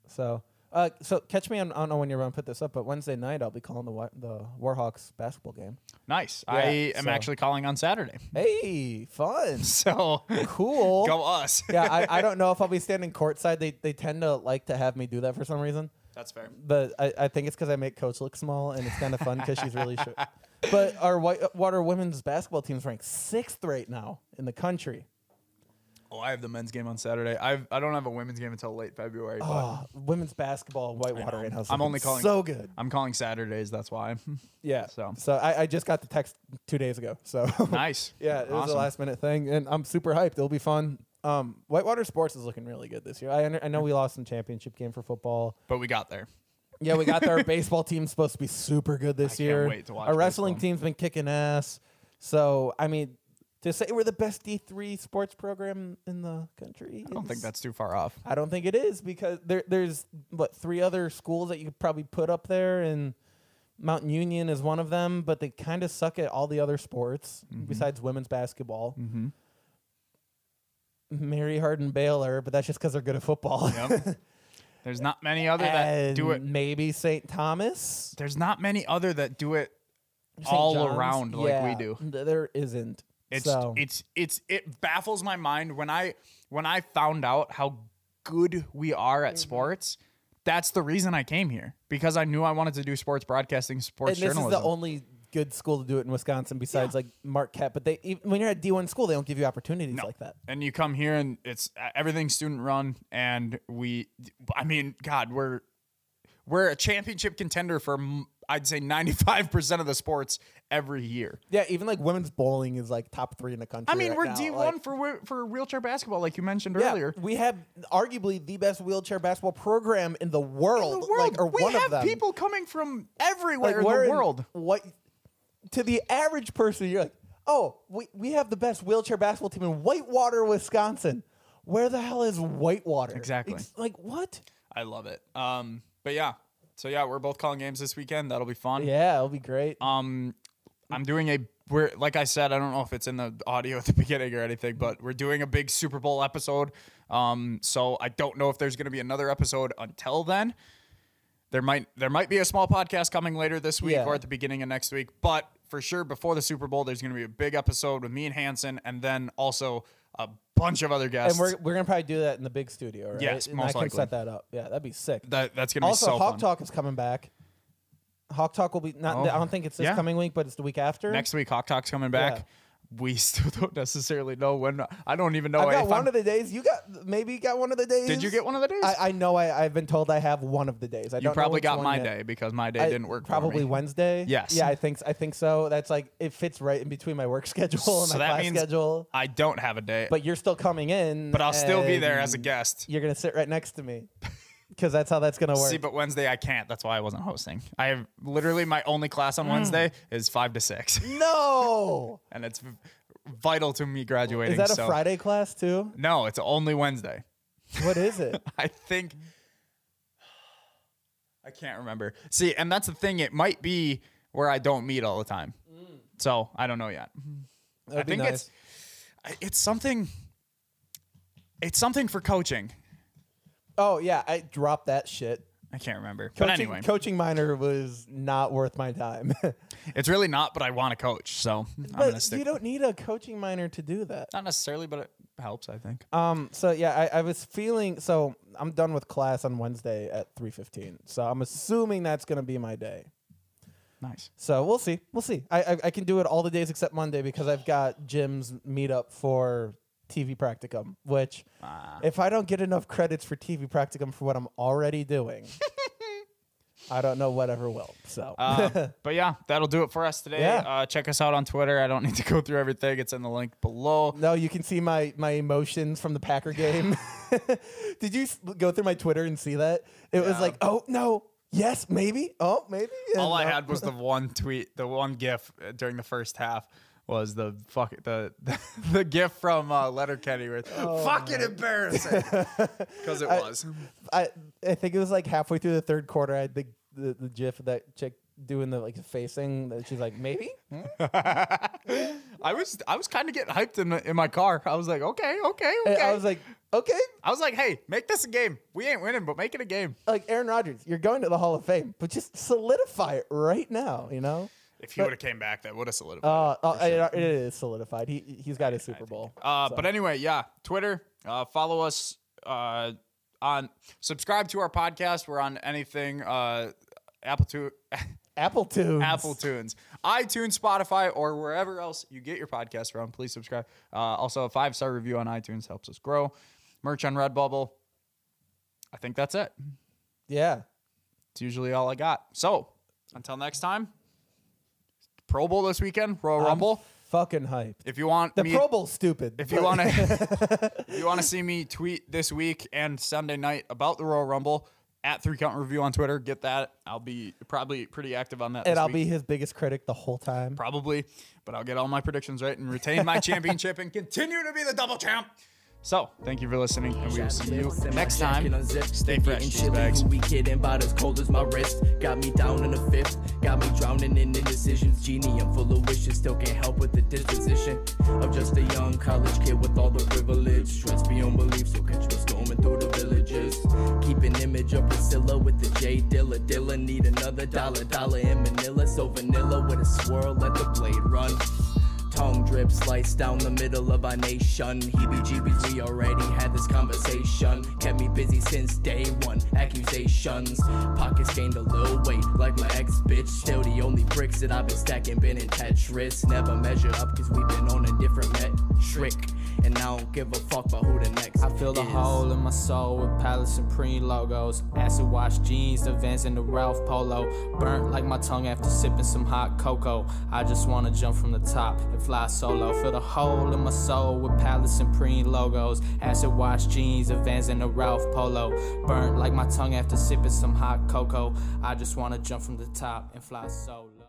[SPEAKER 3] So uh, so catch me on I don't know when you're going to put this up, but Wednesday night I'll be calling the Wa- the Warhawks basketball game.
[SPEAKER 1] Nice. I
[SPEAKER 3] Yeah,
[SPEAKER 1] am
[SPEAKER 3] so-
[SPEAKER 1] actually calling on Saturday.
[SPEAKER 3] Hey, fun,
[SPEAKER 1] So
[SPEAKER 3] cool.
[SPEAKER 1] go us.
[SPEAKER 3] yeah, I, I don't know if I'll be standing courtside. They they tend to like to have me do that for some reason.
[SPEAKER 1] That's fair.
[SPEAKER 3] But I, I think it's because I make Coach look small, and it's kind of fun because she's really short. But our White Water women's basketball team's ranked sixth right now in the country.
[SPEAKER 1] Oh, I have the men's game on Saturday. I've I don't have a women's game until late February. But
[SPEAKER 3] Oh, women's basketball, Whitewater
[SPEAKER 1] know.
[SPEAKER 3] right now. is
[SPEAKER 1] I'm
[SPEAKER 3] looking
[SPEAKER 1] only calling-
[SPEAKER 3] so good.
[SPEAKER 1] I'm calling Saturdays. That's why.
[SPEAKER 3] Yeah.
[SPEAKER 1] So.
[SPEAKER 3] So, I, I just got the text two days ago. So
[SPEAKER 1] nice.
[SPEAKER 3] yeah, it was a
[SPEAKER 1] Awesome.
[SPEAKER 3] last minute thing, and I'm super hyped. It'll be fun. Um, Whitewater Sports is looking really good this year. I, under, I know we lost some championship game for football.
[SPEAKER 1] But we got there.
[SPEAKER 3] Yeah, we got our baseball team's supposed to be super good this
[SPEAKER 1] can't
[SPEAKER 3] year.
[SPEAKER 1] wait to watch
[SPEAKER 3] our wrestling
[SPEAKER 1] baseball.
[SPEAKER 3] team's been kicking ass. So I mean, to say we're the best D three sports program in the country,
[SPEAKER 1] I don't think that's too far off.
[SPEAKER 3] I don't think it is because there, there's what three other schools that you could probably put up there, and Mountain Union is one of them, but they kind of suck at all the other sports
[SPEAKER 1] Mm-hmm.
[SPEAKER 3] besides women's basketball. Mary Hardin Baylor, but that's just because they're good at football.
[SPEAKER 1] Yep. There's not many other that
[SPEAKER 3] and
[SPEAKER 1] do it.
[SPEAKER 3] maybe St. Thomas,
[SPEAKER 1] There's not many other that do it
[SPEAKER 3] St.
[SPEAKER 1] all
[SPEAKER 3] John's.
[SPEAKER 1] around like we
[SPEAKER 3] Yeah,
[SPEAKER 1] do.
[SPEAKER 3] th- There isn't.
[SPEAKER 1] It's
[SPEAKER 3] so
[SPEAKER 1] it's it's it baffles my mind when I when I found out how good we are
[SPEAKER 3] Mm-hmm.
[SPEAKER 1] at sports. That's the reason I came here because I knew I wanted to do sports broadcasting, sports
[SPEAKER 3] and this
[SPEAKER 1] journalism.
[SPEAKER 3] is the only good school to do it in Wisconsin besides like Marquette. But they even, when you're at D1 school, they don't give you opportunities like that.
[SPEAKER 1] and you come here and it's everything student run and we i mean god we're we're a championship contender for mm, i'd say 95% of the sports every year
[SPEAKER 3] Yeah, even like women's bowling is like top three in the country.
[SPEAKER 1] i mean
[SPEAKER 3] right
[SPEAKER 1] we're
[SPEAKER 3] now.
[SPEAKER 1] d1
[SPEAKER 3] Like,
[SPEAKER 1] for wi- for wheelchair basketball like you mentioned
[SPEAKER 3] yeah,
[SPEAKER 1] earlier
[SPEAKER 3] We have arguably the best wheelchair basketball program in the world,
[SPEAKER 1] In the world
[SPEAKER 3] like, or
[SPEAKER 1] we
[SPEAKER 3] one
[SPEAKER 1] have
[SPEAKER 3] of them.
[SPEAKER 1] people coming from
[SPEAKER 3] like,
[SPEAKER 1] everywhere
[SPEAKER 3] we're
[SPEAKER 1] in
[SPEAKER 3] in-
[SPEAKER 1] the world
[SPEAKER 3] What to the average person, you're like, oh, we we have the best wheelchair basketball team in Whitewater, Wisconsin. Where the hell is Whitewater?
[SPEAKER 1] Exactly.
[SPEAKER 3] It's like what?
[SPEAKER 1] i love it um but yeah so yeah we're both calling games this weekend that'll be fun
[SPEAKER 3] Yeah, it'll be great.
[SPEAKER 1] um I'm doing a we're like I said, I don't know if it's in the audio at the beginning or anything, but we're doing a big Super Bowl episode. Um so I don't know if there's going to be another episode until then. There might there might be a small podcast coming later this week
[SPEAKER 3] Yeah.
[SPEAKER 1] or at the beginning of next week, but for sure before the Super Bowl there's going to be a big episode with me and Hanson and then also a bunch of other guests.
[SPEAKER 3] and we're, we're gonna probably do that in the big studio, right?
[SPEAKER 1] Yes,
[SPEAKER 3] and
[SPEAKER 1] most
[SPEAKER 3] I can
[SPEAKER 1] likely.
[SPEAKER 3] set that up. Yeah, that'd be sick.
[SPEAKER 1] that that's going to be
[SPEAKER 3] Also,
[SPEAKER 1] so
[SPEAKER 3] Hawk
[SPEAKER 1] fun.
[SPEAKER 3] Talk is coming back. Hawk Talk will be not.
[SPEAKER 1] Oh,
[SPEAKER 3] I don't think it's this
[SPEAKER 1] yeah.
[SPEAKER 3] coming week, but it's the week after.
[SPEAKER 1] Next week Hawk Talk's coming back.
[SPEAKER 3] Yeah.
[SPEAKER 1] We still don't necessarily know when. I don't even know
[SPEAKER 3] I got
[SPEAKER 1] Oh, if
[SPEAKER 3] one
[SPEAKER 1] I'm-
[SPEAKER 3] of the days. You got maybe you got one of the days.
[SPEAKER 1] Did you get one of the days?
[SPEAKER 3] I, I know. I, I've been told I have one of the days. I
[SPEAKER 1] You
[SPEAKER 3] don't know
[SPEAKER 1] probably
[SPEAKER 3] which
[SPEAKER 1] got
[SPEAKER 3] one
[SPEAKER 1] my
[SPEAKER 3] yet.
[SPEAKER 1] day because my day
[SPEAKER 3] I-
[SPEAKER 1] didn't work.
[SPEAKER 3] Probably
[SPEAKER 1] for me.
[SPEAKER 3] Wednesday.
[SPEAKER 1] Yes.
[SPEAKER 3] Yeah, I think I think so. That's like it fits right in between my work schedule and
[SPEAKER 1] So
[SPEAKER 3] my
[SPEAKER 1] that
[SPEAKER 3] class
[SPEAKER 1] means-
[SPEAKER 3] schedule.
[SPEAKER 1] I don't have a day, but,
[SPEAKER 3] But you're still coming in.
[SPEAKER 1] I'll still be there as a
[SPEAKER 3] and
[SPEAKER 1] guest.
[SPEAKER 3] You're gonna sit right next to me because that's how that's gonna work.
[SPEAKER 1] See, but Wednesday I can't. That's why I wasn't hosting. I have literally my only class
[SPEAKER 3] Mm.
[SPEAKER 1] on Wednesday is five to six,
[SPEAKER 3] no.
[SPEAKER 1] and it's v- vital to me graduating.
[SPEAKER 3] Is that a
[SPEAKER 1] so-
[SPEAKER 3] Friday class too?
[SPEAKER 1] No, it's only Wednesday.
[SPEAKER 3] What is it?
[SPEAKER 1] I think I can't remember. See, and that's the thing. It might be where I don't meet all the time, so I don't know yet. I
[SPEAKER 3] Mm. That'd be
[SPEAKER 1] think
[SPEAKER 3] nice.
[SPEAKER 1] it's I- it's something. It's something for coaching.
[SPEAKER 3] Oh yeah, I dropped that shit.
[SPEAKER 1] I can't remember. but
[SPEAKER 3] Coaching,
[SPEAKER 1] anyway,
[SPEAKER 3] coaching minor was not worth my time.
[SPEAKER 1] it's really not, but I want to coach, so I'm gonna
[SPEAKER 3] but
[SPEAKER 1] stick.
[SPEAKER 3] you don't need a coaching minor to do that.
[SPEAKER 1] not necessarily, but it helps, I think.
[SPEAKER 3] Um. So yeah, I, I was feeling. So I'm done with class on Wednesday at three fifteen. So I'm assuming that's gonna be my day.
[SPEAKER 1] Nice.
[SPEAKER 3] So we'll see. We'll see. I, I I can do it all the days except Monday because I've got Jim's meetup for TV practicum. Which,
[SPEAKER 1] Ah.
[SPEAKER 3] if I don't get enough credits for TV practicum for what I'm already doing, I don't know whatever will. So
[SPEAKER 1] Um, but yeah, that'll do it for us today.
[SPEAKER 3] Yeah.
[SPEAKER 1] Uh, check us out on Twitter. I don't need to go through everything. It's in the link below.
[SPEAKER 3] No, you can see my my emotions from the Packer game. Did you s- go through my Twitter and see that? It was
[SPEAKER 1] Yeah.
[SPEAKER 3] like, oh no, yes, maybe, oh maybe. and
[SPEAKER 1] All I
[SPEAKER 3] no.
[SPEAKER 1] had was the one tweet, the one GIF uh, during the first half was the fuck the the, the GIF from uh, Letter Kenny with fucking embarrassing because it was.
[SPEAKER 3] Oh I I think it was like halfway through the third quarter. I had the the, the gif of that chick doing the like facing that she's like maybe.
[SPEAKER 1] I was I was kind of getting hyped in, in my car. I was like, okay, okay,
[SPEAKER 3] And
[SPEAKER 1] okay.
[SPEAKER 3] I was like, okay,
[SPEAKER 1] hey, make this a game. We ain't winning, but make it a game.
[SPEAKER 3] like Aaron Rodgers, you're going to the Hall of Fame, but just solidify it right now. You know,
[SPEAKER 1] If he would have came back, that would have solidified. it.
[SPEAKER 3] uh, uh, it, it is solidified. He he's got his Super Bowl.
[SPEAKER 1] Uh, But anyway, yeah, Twitter. Uh, follow us uh, on. Subscribe to our podcast. We're on anything. Uh, Apple to
[SPEAKER 3] Apple tunes.
[SPEAKER 1] Apple Tunes, iTunes, Spotify, or wherever else you get your podcast from. Please subscribe. Uh, also, a five star review on iTunes helps us grow. Merch on Redbubble. I think that's it.
[SPEAKER 3] Yeah.
[SPEAKER 1] It's usually all I got. So until next time, Pro Bowl this weekend, Royal Rumble.
[SPEAKER 3] Fucking hyped.
[SPEAKER 1] If you want
[SPEAKER 3] Um, The
[SPEAKER 1] me,
[SPEAKER 3] Pro Bowl's stupid.
[SPEAKER 1] If you
[SPEAKER 3] but-
[SPEAKER 1] want to, you want to see me tweet this week and Sunday night about the Royal Rumble at Three Count Review on Twitter. Get that. I'll be probably pretty active on that.
[SPEAKER 3] and
[SPEAKER 1] this
[SPEAKER 3] I'll
[SPEAKER 1] week.
[SPEAKER 3] be his biggest critic the whole time.
[SPEAKER 1] probably, but I'll get all my predictions right and retain my championship and continue to be the double champ. So thank you for listening, and we will see you next time. Stay fresh, cheese bags.
[SPEAKER 4] We kidding about as cold as my wrist. Got me down in the fifth. Got me drowning in indecisions. Genie, I'm full of wishes. Still can't help with the disposition. I'm just a young college kid with all the privilege. Stress beyond belief, so catch me storming through the villages. Keep an image of Priscilla with the J Dilla. Dilla need another dollar, dollar in Manila. So vanilla with a swirl, let the blade run. Tongue drip sliced down the middle of our nation. Heebie jeebies, we already had this conversation. Kept me busy since day one. Accusations. Pockets gained a little weight, like my ex bitch. Still the only bricks that I've been stacking, been in Tetris. Never measure up, cause we've been on a different metric. And I don't give a fuck about who the next
[SPEAKER 5] I feel the
[SPEAKER 4] is.
[SPEAKER 5] hole in my soul with Palace and Preen logos. Acid wash jeans, the Vans, and the Ralph Polo. Burnt like my tongue after sipping some hot cocoa. I just wanna jump from the top and fly solo. Feel the hole in my soul with Palace and Preen logos. Acid wash jeans, the Vans, and the Ralph Polo. Burnt like my tongue after sipping some hot cocoa. I just wanna jump from the top and fly solo.